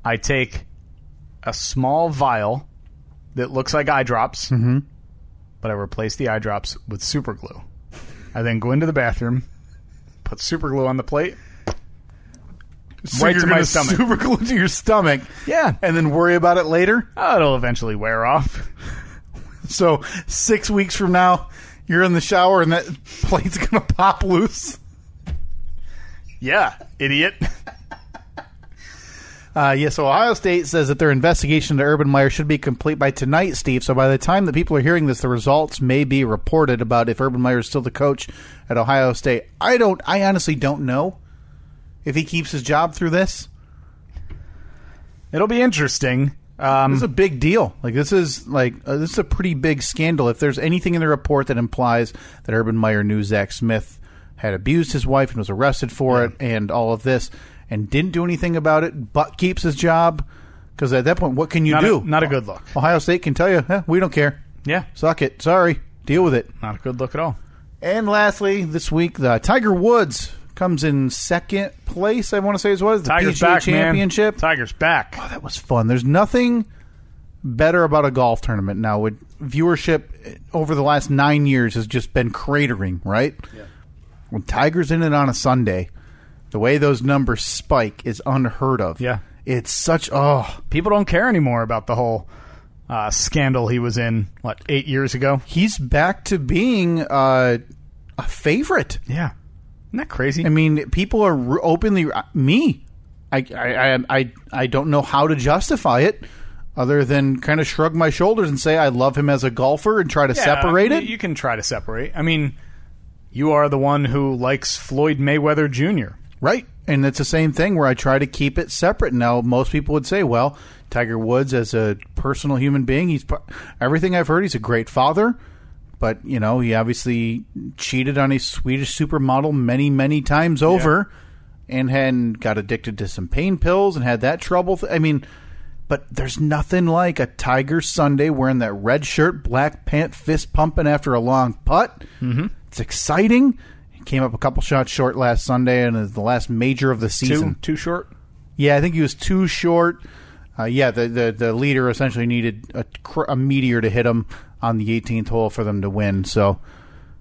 Speaker 1: I take a small vial that looks like eye drops, mm-hmm. but I replace the eye drops with super glue. I then go into the bathroom, put super glue on the plate.
Speaker 6: So
Speaker 1: Right
Speaker 6: you're
Speaker 1: to my
Speaker 6: gonna
Speaker 1: stomach.
Speaker 6: Super glue to your stomach,
Speaker 1: Yeah,
Speaker 6: and then worry about it later.
Speaker 1: oh, it'll eventually wear off.
Speaker 6: So six weeks from now, you're in the shower, and that plate's gonna pop loose.
Speaker 1: Yeah, idiot.
Speaker 6: Uh, yes, Ohio State says that their investigation into Urban Meyer should be complete by tonight, Steve. So by the time that people are hearing this, the results may be reported about if Urban Meyer is still the coach at Ohio State. I don't. I honestly don't know if he keeps his job through this.
Speaker 1: It'll be interesting. Um,
Speaker 6: This is a big deal. Like this is like uh, this is a pretty big scandal. If there's anything in the report that implies that Urban Meyer knew Zach Smith had abused his wife and was arrested for it, and all of this, and didn't do anything about it, but keeps his job, because at that point, what can you
Speaker 1: not
Speaker 6: do?
Speaker 1: a, not a good look.
Speaker 6: Ohio State can tell you, eh, we don't care.
Speaker 1: Yeah,
Speaker 6: Suck it. Sorry. Deal with it.
Speaker 1: not a good look at all.
Speaker 6: And lastly, this week, the Tiger Woods comes in second place, I want to say it was. The
Speaker 1: Tiger's
Speaker 6: PGA
Speaker 1: back, man.
Speaker 6: Championship.
Speaker 1: Tiger's back.
Speaker 6: That was fun. There's nothing better about a golf tournament now. With viewership over the last nine years has just been cratering, right? When Tiger's in it on a Sunday, the way those numbers spike is unheard of.
Speaker 1: Yeah.
Speaker 6: It's such, oh.
Speaker 1: people don't care anymore about the whole uh, scandal he was in what eight years ago.
Speaker 6: He's back to being uh, a favorite.
Speaker 1: Yeah, isn't that crazy?
Speaker 6: I mean, people are r- openly uh, me. I, I I I I don't know how to justify it, other than kind of shrug my shoulders and say I love him as a golfer and try to separate
Speaker 1: you-
Speaker 6: it.
Speaker 1: You, can try to separate. I mean, you are the one who likes Floyd Mayweather Jr.
Speaker 6: Right. And it's the same thing where I try to keep it separate. Now, most people would say, well, Tiger Woods, as a personal human being, he's par- everything I've heard, he's a great father. But, you know, he obviously cheated on a Swedish supermodel many, many times over and had got addicted to some pain pills and had that trouble. Th- I mean, but there's nothing like a Tiger Sunday wearing that red shirt, black pant, fist pumping after a long putt. Mm-hmm. It's exciting. He came up a couple shots short last Sunday and is the last major of the season.
Speaker 1: Too too short.
Speaker 6: Yeah, I think he was too short. Uh, yeah, the, the the leader essentially needed a, cr- a meteor to hit him on the 18th hole for them to win. So,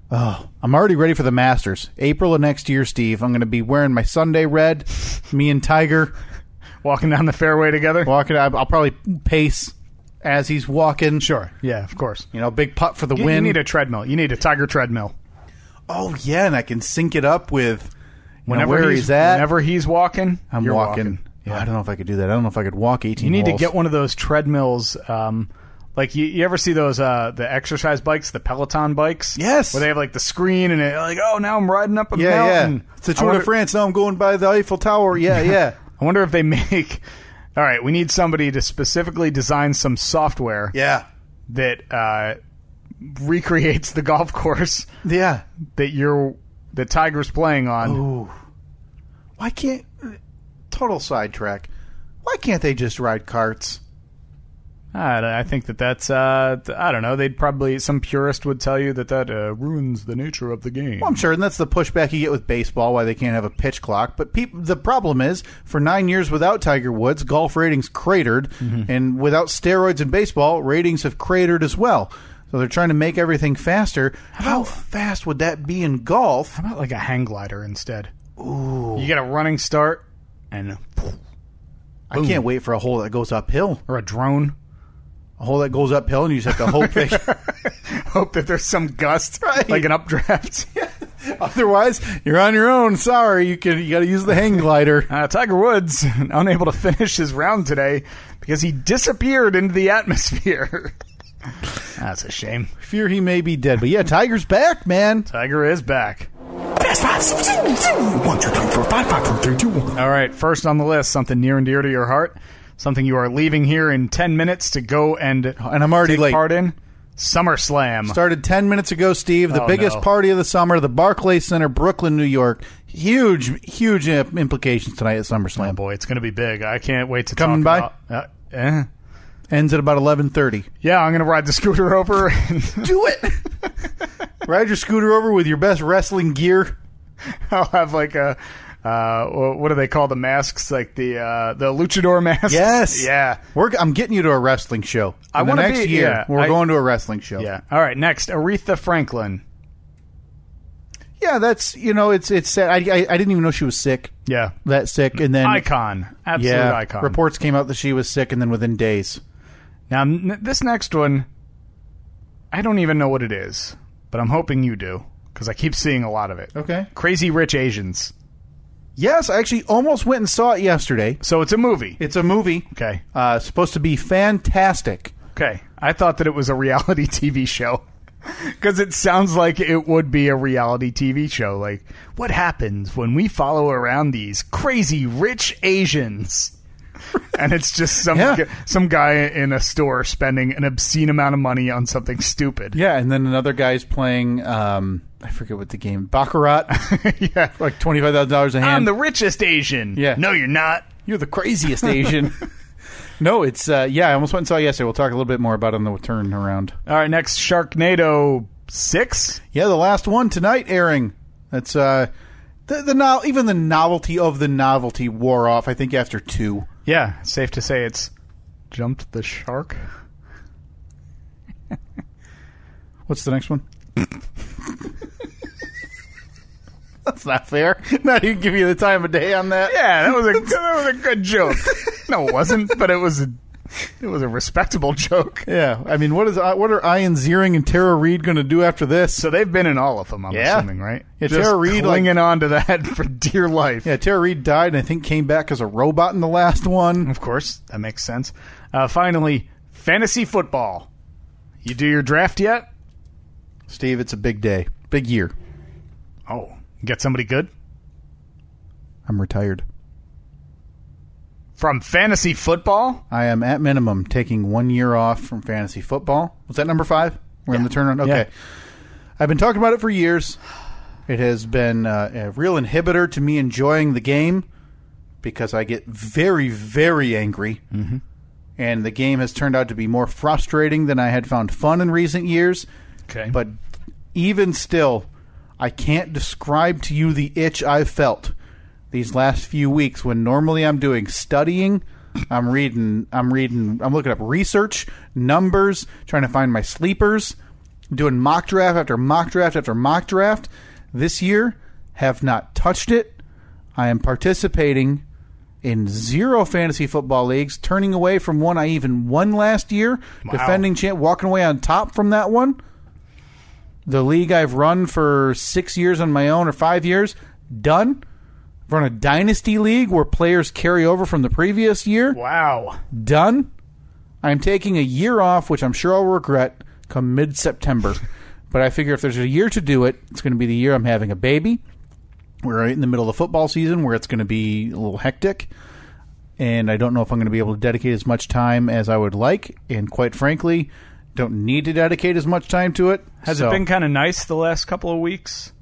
Speaker 6: oh, I'm already ready for the Masters, April of next year, Steve. I'm going to be wearing my Sunday red. Me and Tiger
Speaker 1: Walking down the fairway together.
Speaker 6: walking. I'll I'll probably pace as he's walking.
Speaker 1: sure. Yeah, of course.
Speaker 6: You know, big putt for the
Speaker 1: You, you
Speaker 6: win.
Speaker 1: need a treadmill. You need a Tiger treadmill.
Speaker 6: oh yeah, and I can sync it up with you know,
Speaker 1: Whenever
Speaker 6: where
Speaker 1: he's,
Speaker 6: he's at.
Speaker 1: whenever he's walking,
Speaker 6: I'm
Speaker 1: you're
Speaker 6: walking. Yeah, I don't know if I could do that. I don't know if I could walk 18.
Speaker 1: You need
Speaker 6: holes.
Speaker 1: to get one of those treadmills. Um, like you, you ever see those uh, the exercise bikes, the Peloton bikes?
Speaker 6: Yes.
Speaker 1: Where they have like the screen and it, like, oh, now I'm riding up a
Speaker 6: Yeah,
Speaker 1: mountain.
Speaker 6: yeah. It's the
Speaker 1: I
Speaker 6: Tour
Speaker 1: wonder-
Speaker 6: de France. Now I'm going by the Eiffel Tower. Yeah, yeah.
Speaker 1: I wonder if they make. All right, we need somebody to specifically design some software
Speaker 6: yeah.
Speaker 1: that uh, recreates the golf course
Speaker 6: Yeah.
Speaker 1: that you're that Tiger's playing on.
Speaker 6: Why can't. uh, Total sidetrack. Why can't they just ride carts?
Speaker 1: I, I think that that's uh, th- I don't know. They'd probably some purist would tell you that that uh, ruins the nature of the game.
Speaker 6: Well, I'm sure, and that's the pushback you get with baseball why they can't have a pitch clock. But peop the problem is, for nine years without Tiger Woods, golf ratings cratered, and without steroids in baseball, ratings have cratered as well. So they're trying to make everything faster. How fast would that be in golf?
Speaker 1: How about like a hang glider instead? Ooh. You get a running start and
Speaker 6: I can't wait for a hole that goes uphill.
Speaker 1: or a drone.
Speaker 6: A hole that goes uphill, and you just have to hope they.
Speaker 1: Hope that there's some gust,
Speaker 6: Right.
Speaker 1: like an updraft.
Speaker 6: Otherwise, you're on your own. Sorry, you can you got to use the hang glider.
Speaker 1: Uh, Tiger Woods unable to finish his round today because he disappeared into the atmosphere. That's a shame.
Speaker 6: Fear he may be dead, but yeah, Tiger's back, man.
Speaker 1: Tiger is back.
Speaker 8: Fast five. Zoom, zoom, zoom. One, two, three, four, five, five, four, three, two, one.
Speaker 1: All right, first on the list, something near and dear to your heart, something you are leaving here in 10 minutes to go and,
Speaker 6: And I'm already
Speaker 1: take
Speaker 6: late.
Speaker 1: part in SummerSlam.
Speaker 6: Started 10 minutes ago, Steve. The
Speaker 1: Oh,
Speaker 6: biggest
Speaker 1: no.
Speaker 6: party of the summer, the Barclay Center, Brooklyn, New York. Huge, huge im- implications tonight at SummerSlam.
Speaker 1: Oh, Boy, it's going to be big. I can't wait to
Speaker 6: Coming by?
Speaker 1: talk about uh, eh.
Speaker 6: Ends at about 11.30.
Speaker 1: Yeah, I'm going to ride the scooter over and
Speaker 6: Do it! Ride your scooter over with your best wrestling gear.
Speaker 1: I'll have like a uh, wh- what do they call the masks? Like the uh, the luchador masks.
Speaker 6: Yes.
Speaker 1: Yeah.
Speaker 6: We're, I'm getting you to a wrestling show.
Speaker 1: I
Speaker 6: In the
Speaker 1: wanna
Speaker 6: next
Speaker 1: be-
Speaker 6: year,
Speaker 1: yeah,
Speaker 6: we're
Speaker 1: I-
Speaker 6: going to a wrestling show.
Speaker 1: Yeah. All right. Next, Aretha Franklin.
Speaker 6: Yeah, that's, you know, it's, it's sad. I, I, I didn't even know she was sick,
Speaker 1: Yeah.
Speaker 6: that sick. And then,
Speaker 1: Icon. Absolute
Speaker 6: yeah,
Speaker 1: icon.
Speaker 6: reports came out that she was sick, and then within days.
Speaker 1: Now n- this next one, I don't even know what it is, but I'm hoping you do because I keep seeing a lot of it.
Speaker 6: Okay.
Speaker 1: Crazy Rich Asians.
Speaker 6: Yes, I actually almost went and saw it yesterday.
Speaker 1: So it's a movie.
Speaker 6: It's a movie.
Speaker 1: Okay.
Speaker 6: Uh, supposed to be fantastic.
Speaker 1: Okay. I thought that it was a reality TV show. Because it sounds like it would be a reality TV show. Like, what happens when we follow around these crazy rich Asians? And it's just some
Speaker 6: Yeah.
Speaker 1: gu- some guy in a store spending an obscene amount of money on something stupid.
Speaker 6: Yeah, and then another guy's playing. Um, I forget what the game baccarat,
Speaker 1: yeah,
Speaker 6: like twenty five thousand dollars a hand.
Speaker 1: I'm the richest Asian.
Speaker 6: Yeah.
Speaker 1: no, you're not.
Speaker 6: You're the craziest Asian. no, it's uh, yeah. I almost went and saw it yesterday. We'll talk a little bit more about it on the turn around.
Speaker 1: All right, next Sharknado six.
Speaker 6: Yeah, the last one tonight airing. That's uh, the the no- even the novelty of the novelty wore off. I think after two.
Speaker 1: Yeah, it's safe to say it's jumped the shark.
Speaker 6: What's the next one? That's not fair. Not even give you the time of day on that.
Speaker 1: Yeah, that was a that was a good joke. No, it wasn't, but it was a it was a respectable joke.
Speaker 6: Yeah, I mean, what is uh, what are Ian Ziering and Tara Reid going to do after this?
Speaker 1: So they've been in all of them, I'm
Speaker 6: Yeah.
Speaker 1: assuming, right?
Speaker 6: Yeah,
Speaker 1: Just
Speaker 6: Tara Reid, like-
Speaker 1: clinging on to that for dear life.
Speaker 6: yeah, Tara Reid died, and I think came back as a robot in the last one.
Speaker 1: Of course, that makes sense. Uh, finally, fantasy football. You do your draft yet?
Speaker 6: Steve, it's a big day, big year.
Speaker 1: Oh, get somebody good.
Speaker 6: I'm retired.
Speaker 1: From fantasy football?
Speaker 6: I am at minimum taking one year off from fantasy football. Was that number five? We're in the turnaround. Okay.
Speaker 1: Yeah.
Speaker 6: I've been talking about it for years. It has been uh, a real inhibitor to me enjoying the game because I get very, very angry. Mm-hmm. And the game has turned out to be more frustrating than I had found fun in recent years.
Speaker 1: Okay.
Speaker 6: But even still, I can't describe to you the itch I've felt these last few weeks when normally I'm doing studying, I'm reading, I'm reading, I'm looking up research, numbers, trying to find my sleepers, doing mock draft after mock draft after mock draft. This year, have not touched it. I am participating in zero fantasy football leagues, turning away from one I even won last year, defending champ, walking away on top from that one the league I've run for six years on my own or five years, done. I've run a dynasty league where players carry over from the previous year,
Speaker 1: Wow.
Speaker 6: done. I'm taking a year off, which I'm sure I'll regret come mid September. but I figure if there's a year to do it, it's going to be the year I'm having a baby. We're right in the middle of football season where it's going to be a little hectic. And I don't know if I'm going to be able to dedicate as much time as I would like. And quite frankly, don't need to dedicate as much time to it.
Speaker 1: Has
Speaker 6: So-
Speaker 1: it been kind of nice the last couple of weeks?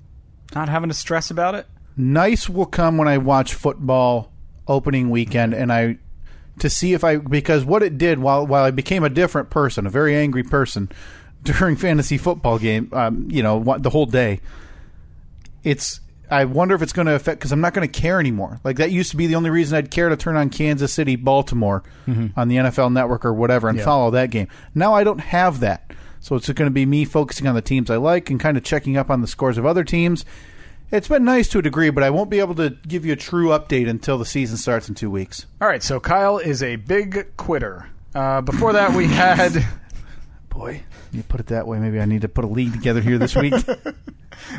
Speaker 1: Not having to stress about it?
Speaker 6: nice will come when I watch football opening weekend and I to see if I because what it did while while I became a different person, a very angry person during fantasy football game, um, you know, what, the whole day. It's I wonder if it's going to affect because I'm not going to care anymore. Like that used to be the only reason I'd care to turn on Kansas City, Baltimore on the NFL Network or whatever and follow that game. Now I don't have that, so it's going to be me focusing on the teams I like and kind of checking up on the scores of other teams. It's been nice to a degree, but I won't be able to give you a true update until the season starts in two weeks.
Speaker 1: All right, so Kyle is a big quitter. Uh, before that, we had
Speaker 6: Boy, you put it that way. Maybe I need to put a league together here this week.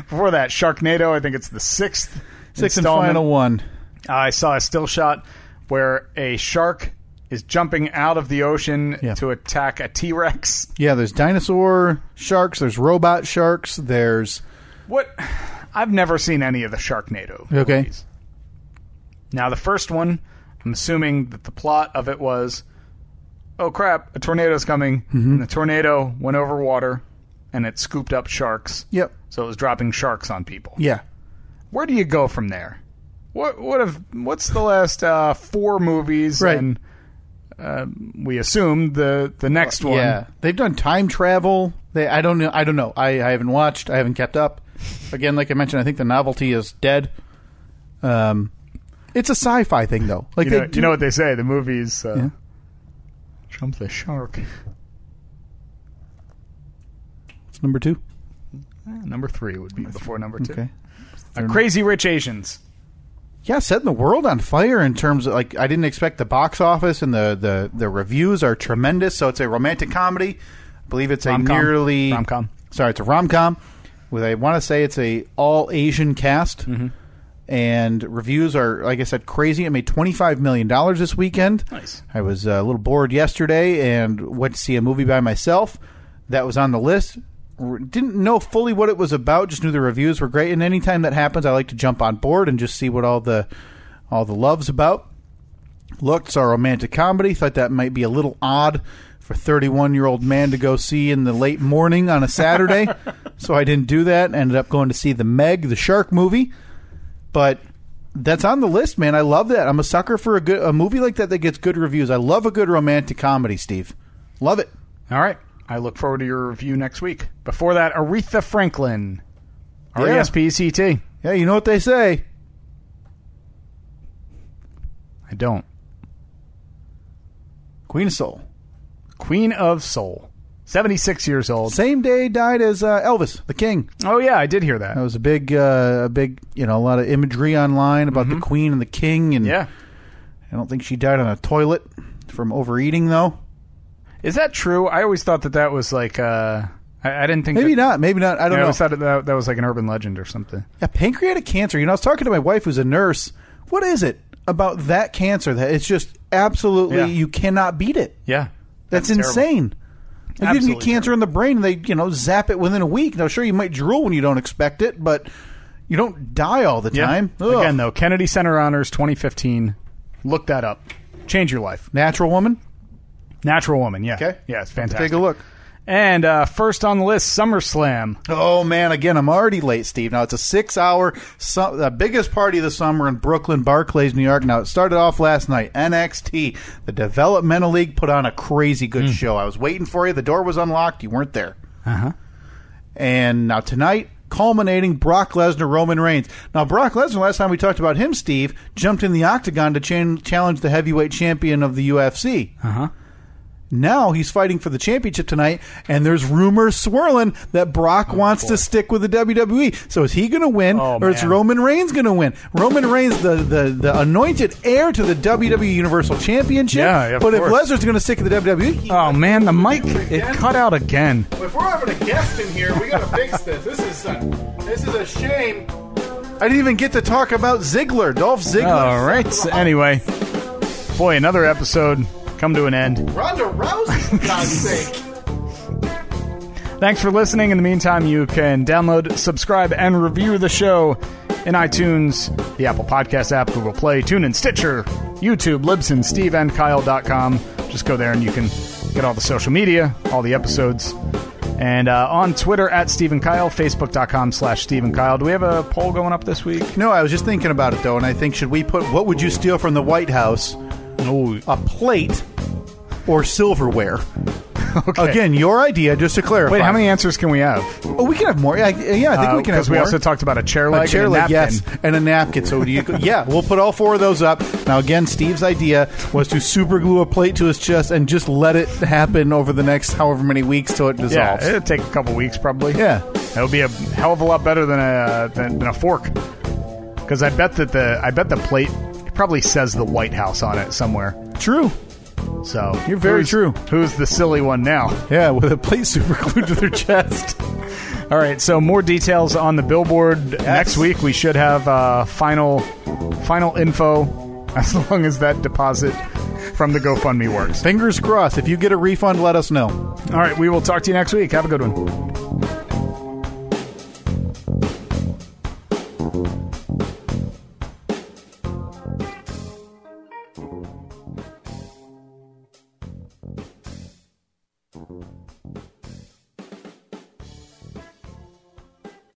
Speaker 1: before that Sharknado. I think it's the sixth,
Speaker 6: Sixth and
Speaker 1: installment.
Speaker 6: final one.
Speaker 1: I saw a still shot where a shark is jumping out of the ocean
Speaker 6: Yeah.
Speaker 1: to attack a T Rex.
Speaker 6: Yeah, there's dinosaur sharks, there's robot sharks, there's
Speaker 1: What? I've never seen any of the Sharknado.
Speaker 6: Okay.
Speaker 1: movies. Now the first one, I'm assuming that the plot of it was, oh crap, a tornado's coming,
Speaker 6: Mm-hmm.
Speaker 1: and the tornado went over water, and it scooped up sharks.
Speaker 6: yep,
Speaker 1: So it was dropping sharks on people.
Speaker 6: yeah.
Speaker 1: Where do you go from there? What what have what's the last uh, four movies?
Speaker 6: Right.
Speaker 1: And uh, we assume the the next one.
Speaker 6: Yeah, they've done time travel. They, I don't know. I don't know. I, I haven't watched. I haven't kept up. Again, like I mentioned, I think the novelty is dead. Um, it's a sci-fi thing though. Like
Speaker 1: You
Speaker 6: they
Speaker 1: know,
Speaker 6: do,
Speaker 1: you know what they say. The movies uh,
Speaker 6: Yeah.
Speaker 1: jump the shark. Uh,
Speaker 6: it's number two.
Speaker 1: Number three would be before number two.
Speaker 6: Okay.
Speaker 1: Uh, Crazy Rich Asians.
Speaker 6: Yeah, setting the world on fire in terms of like I didn't expect the box office and the the, the reviews are tremendous. So it's a romantic comedy. I believe it's a
Speaker 1: Rom-com.
Speaker 6: nearly
Speaker 1: Rom-com.
Speaker 6: Sorry, it's a rom com. With I want to say it's a all Asian cast,
Speaker 1: Mm-hmm.
Speaker 6: and reviews are like I said crazy. It made twenty five million dollars this weekend.
Speaker 1: Nice.
Speaker 6: I was uh, a little bored yesterday and went to see a movie by myself that was on the list. R- Didn't know fully what it was about, just knew the reviews were great. And anytime that happens, I like to jump on board and just see what all the all the love's about. Looked, saw a romantic comedy. Thought that might be a little odd for a 31 year old man to go see in the late morning on a Saturday. so I didn't do that. Ended up going to see the Meg, the shark movie. But that's on the list, man. I love that. I'm a sucker for a good a movie like that that gets good reviews. I love a good romantic comedy, Steve. Love it.
Speaker 1: All right. I look forward to your review next week. Before that, Aretha Franklin. R E S P E C T.
Speaker 6: Yeah, you know what they say.
Speaker 1: I don't.
Speaker 6: Queen of Soul.
Speaker 1: Queen of Soul. 76 years old.
Speaker 6: Same day died as uh, Elvis, the King.
Speaker 1: Oh, yeah, I did hear that.
Speaker 6: That was a big, uh, a big, you know, a lot of imagery online about the Queen and the King, and
Speaker 1: Mm-hmm. Yeah.
Speaker 6: I don't think she died on a toilet from overeating, though.
Speaker 1: Is that true? I always thought that that was like, uh, I, I didn't think
Speaker 6: Maybe
Speaker 1: that,
Speaker 6: not. Maybe not. I
Speaker 1: I
Speaker 6: don't know.
Speaker 1: always thought that, that was like an urban legend or something.
Speaker 6: Yeah, pancreatic cancer. You know, I was talking to my wife who's a nurse. What is it about that cancer that it's just absolutely
Speaker 1: Yeah.
Speaker 6: you cannot beat it?
Speaker 1: Yeah.
Speaker 6: That's,
Speaker 1: terrible.
Speaker 6: insane. Like, you can get
Speaker 1: Absolutely
Speaker 6: cancer in the brain, and they you know zap it within a week. Now, sure, you might drool when you don't expect it, but You don't die all the time. Ugh.
Speaker 1: Again, though, Kennedy Center Honors 2015. Look that up. Change your life.
Speaker 6: Natural Woman.
Speaker 1: Natural Woman. Yeah.
Speaker 6: Okay.
Speaker 1: Yeah, it's fantastic.
Speaker 6: Take a look.
Speaker 1: And uh, first on the list, SummerSlam.
Speaker 6: Oh man, again, I'm already late, Steve. Now it's a six-hour, su- the biggest party of the summer in Brooklyn, Barclays, New York. Now it started off last night. NXT, the developmental league, put on a crazy
Speaker 1: Hmm.
Speaker 6: good show. I was waiting for you. The door was unlocked. You weren't there. Uh huh. And now tonight, culminating Brock Lesnar, Roman Reigns. Now Brock Lesnar, last time we talked about him, Steve jumped in the octagon to chan- challenge the heavyweight champion of the UFC.
Speaker 1: Uh-huh.
Speaker 6: Now he's fighting for the championship tonight, and there's rumors swirling that Brock wants to stick with the WWE. So is he going to win,
Speaker 1: Oh,
Speaker 6: or it's
Speaker 1: man.
Speaker 6: Roman Reigns going to win? Roman Reigns, the, the the anointed heir to the WWE Universal Championship.
Speaker 1: Yeah, of
Speaker 6: but if
Speaker 1: course.
Speaker 6: Lesnar's going to stick with the E, WWE,
Speaker 1: Oh, man, the mic, it cut out again.
Speaker 6: if we're having a guest in here, we got to fix this. This is a, this is a shame. I didn't even get to talk about Ziggler, Dolph Ziggler.
Speaker 1: All right. So anyway, boy, another episode come to an end.
Speaker 6: Ronda Rousey, for God's sake.
Speaker 1: Thanks for listening. In the meantime, you can download, subscribe, and review the show in iTunes, the Apple Podcast app, Google Play, TuneIn, Stitcher, YouTube, Libsyn, SteveandKyle.com. Just go there and you can get all the social media, all the episodes. And uh, on Twitter at Stephen Kyle, Facebook.com slash Stephen Kyle. Do we have a poll going up this week?
Speaker 6: No, I was just thinking about it though, and I think should we put what would you steal from the White House?
Speaker 1: Oh,
Speaker 6: A plate or silverware?
Speaker 1: okay.
Speaker 6: Again, your idea, just to clarify.
Speaker 1: Wait, how many answers can we have?
Speaker 6: Oh, we can have more. Yeah, I- yeah I think we can have
Speaker 1: Because we
Speaker 6: more.
Speaker 1: also talked about a chair
Speaker 6: a
Speaker 1: leg
Speaker 6: chair
Speaker 1: and a
Speaker 6: leg,
Speaker 1: napkin.
Speaker 6: yes, and a napkin. So do you? yeah, we'll put all four of those up. Now, again, Steve's idea was to super glue a plate to his chest and just let it happen over the next however many weeks till it
Speaker 1: Yeah,
Speaker 6: dissolves.
Speaker 1: it'll take a couple weeks probably.
Speaker 6: yeah.
Speaker 1: It'll be a hell of a lot better than a than, than a fork. Because I bet that the I bet the plate probably says the White House on it somewhere.
Speaker 6: true.
Speaker 1: So
Speaker 6: You're very
Speaker 1: who's-
Speaker 6: true.
Speaker 1: Who's the silly one now?
Speaker 6: Yeah, with a plate super glued to their chest.
Speaker 1: All right. So more details on the billboard next week. We should have uh, final final info as long as that deposit from the GoFundMe works.
Speaker 6: Fingers crossed. If you get a refund, let us know.
Speaker 1: All right. We will talk to you next week. Have a good one.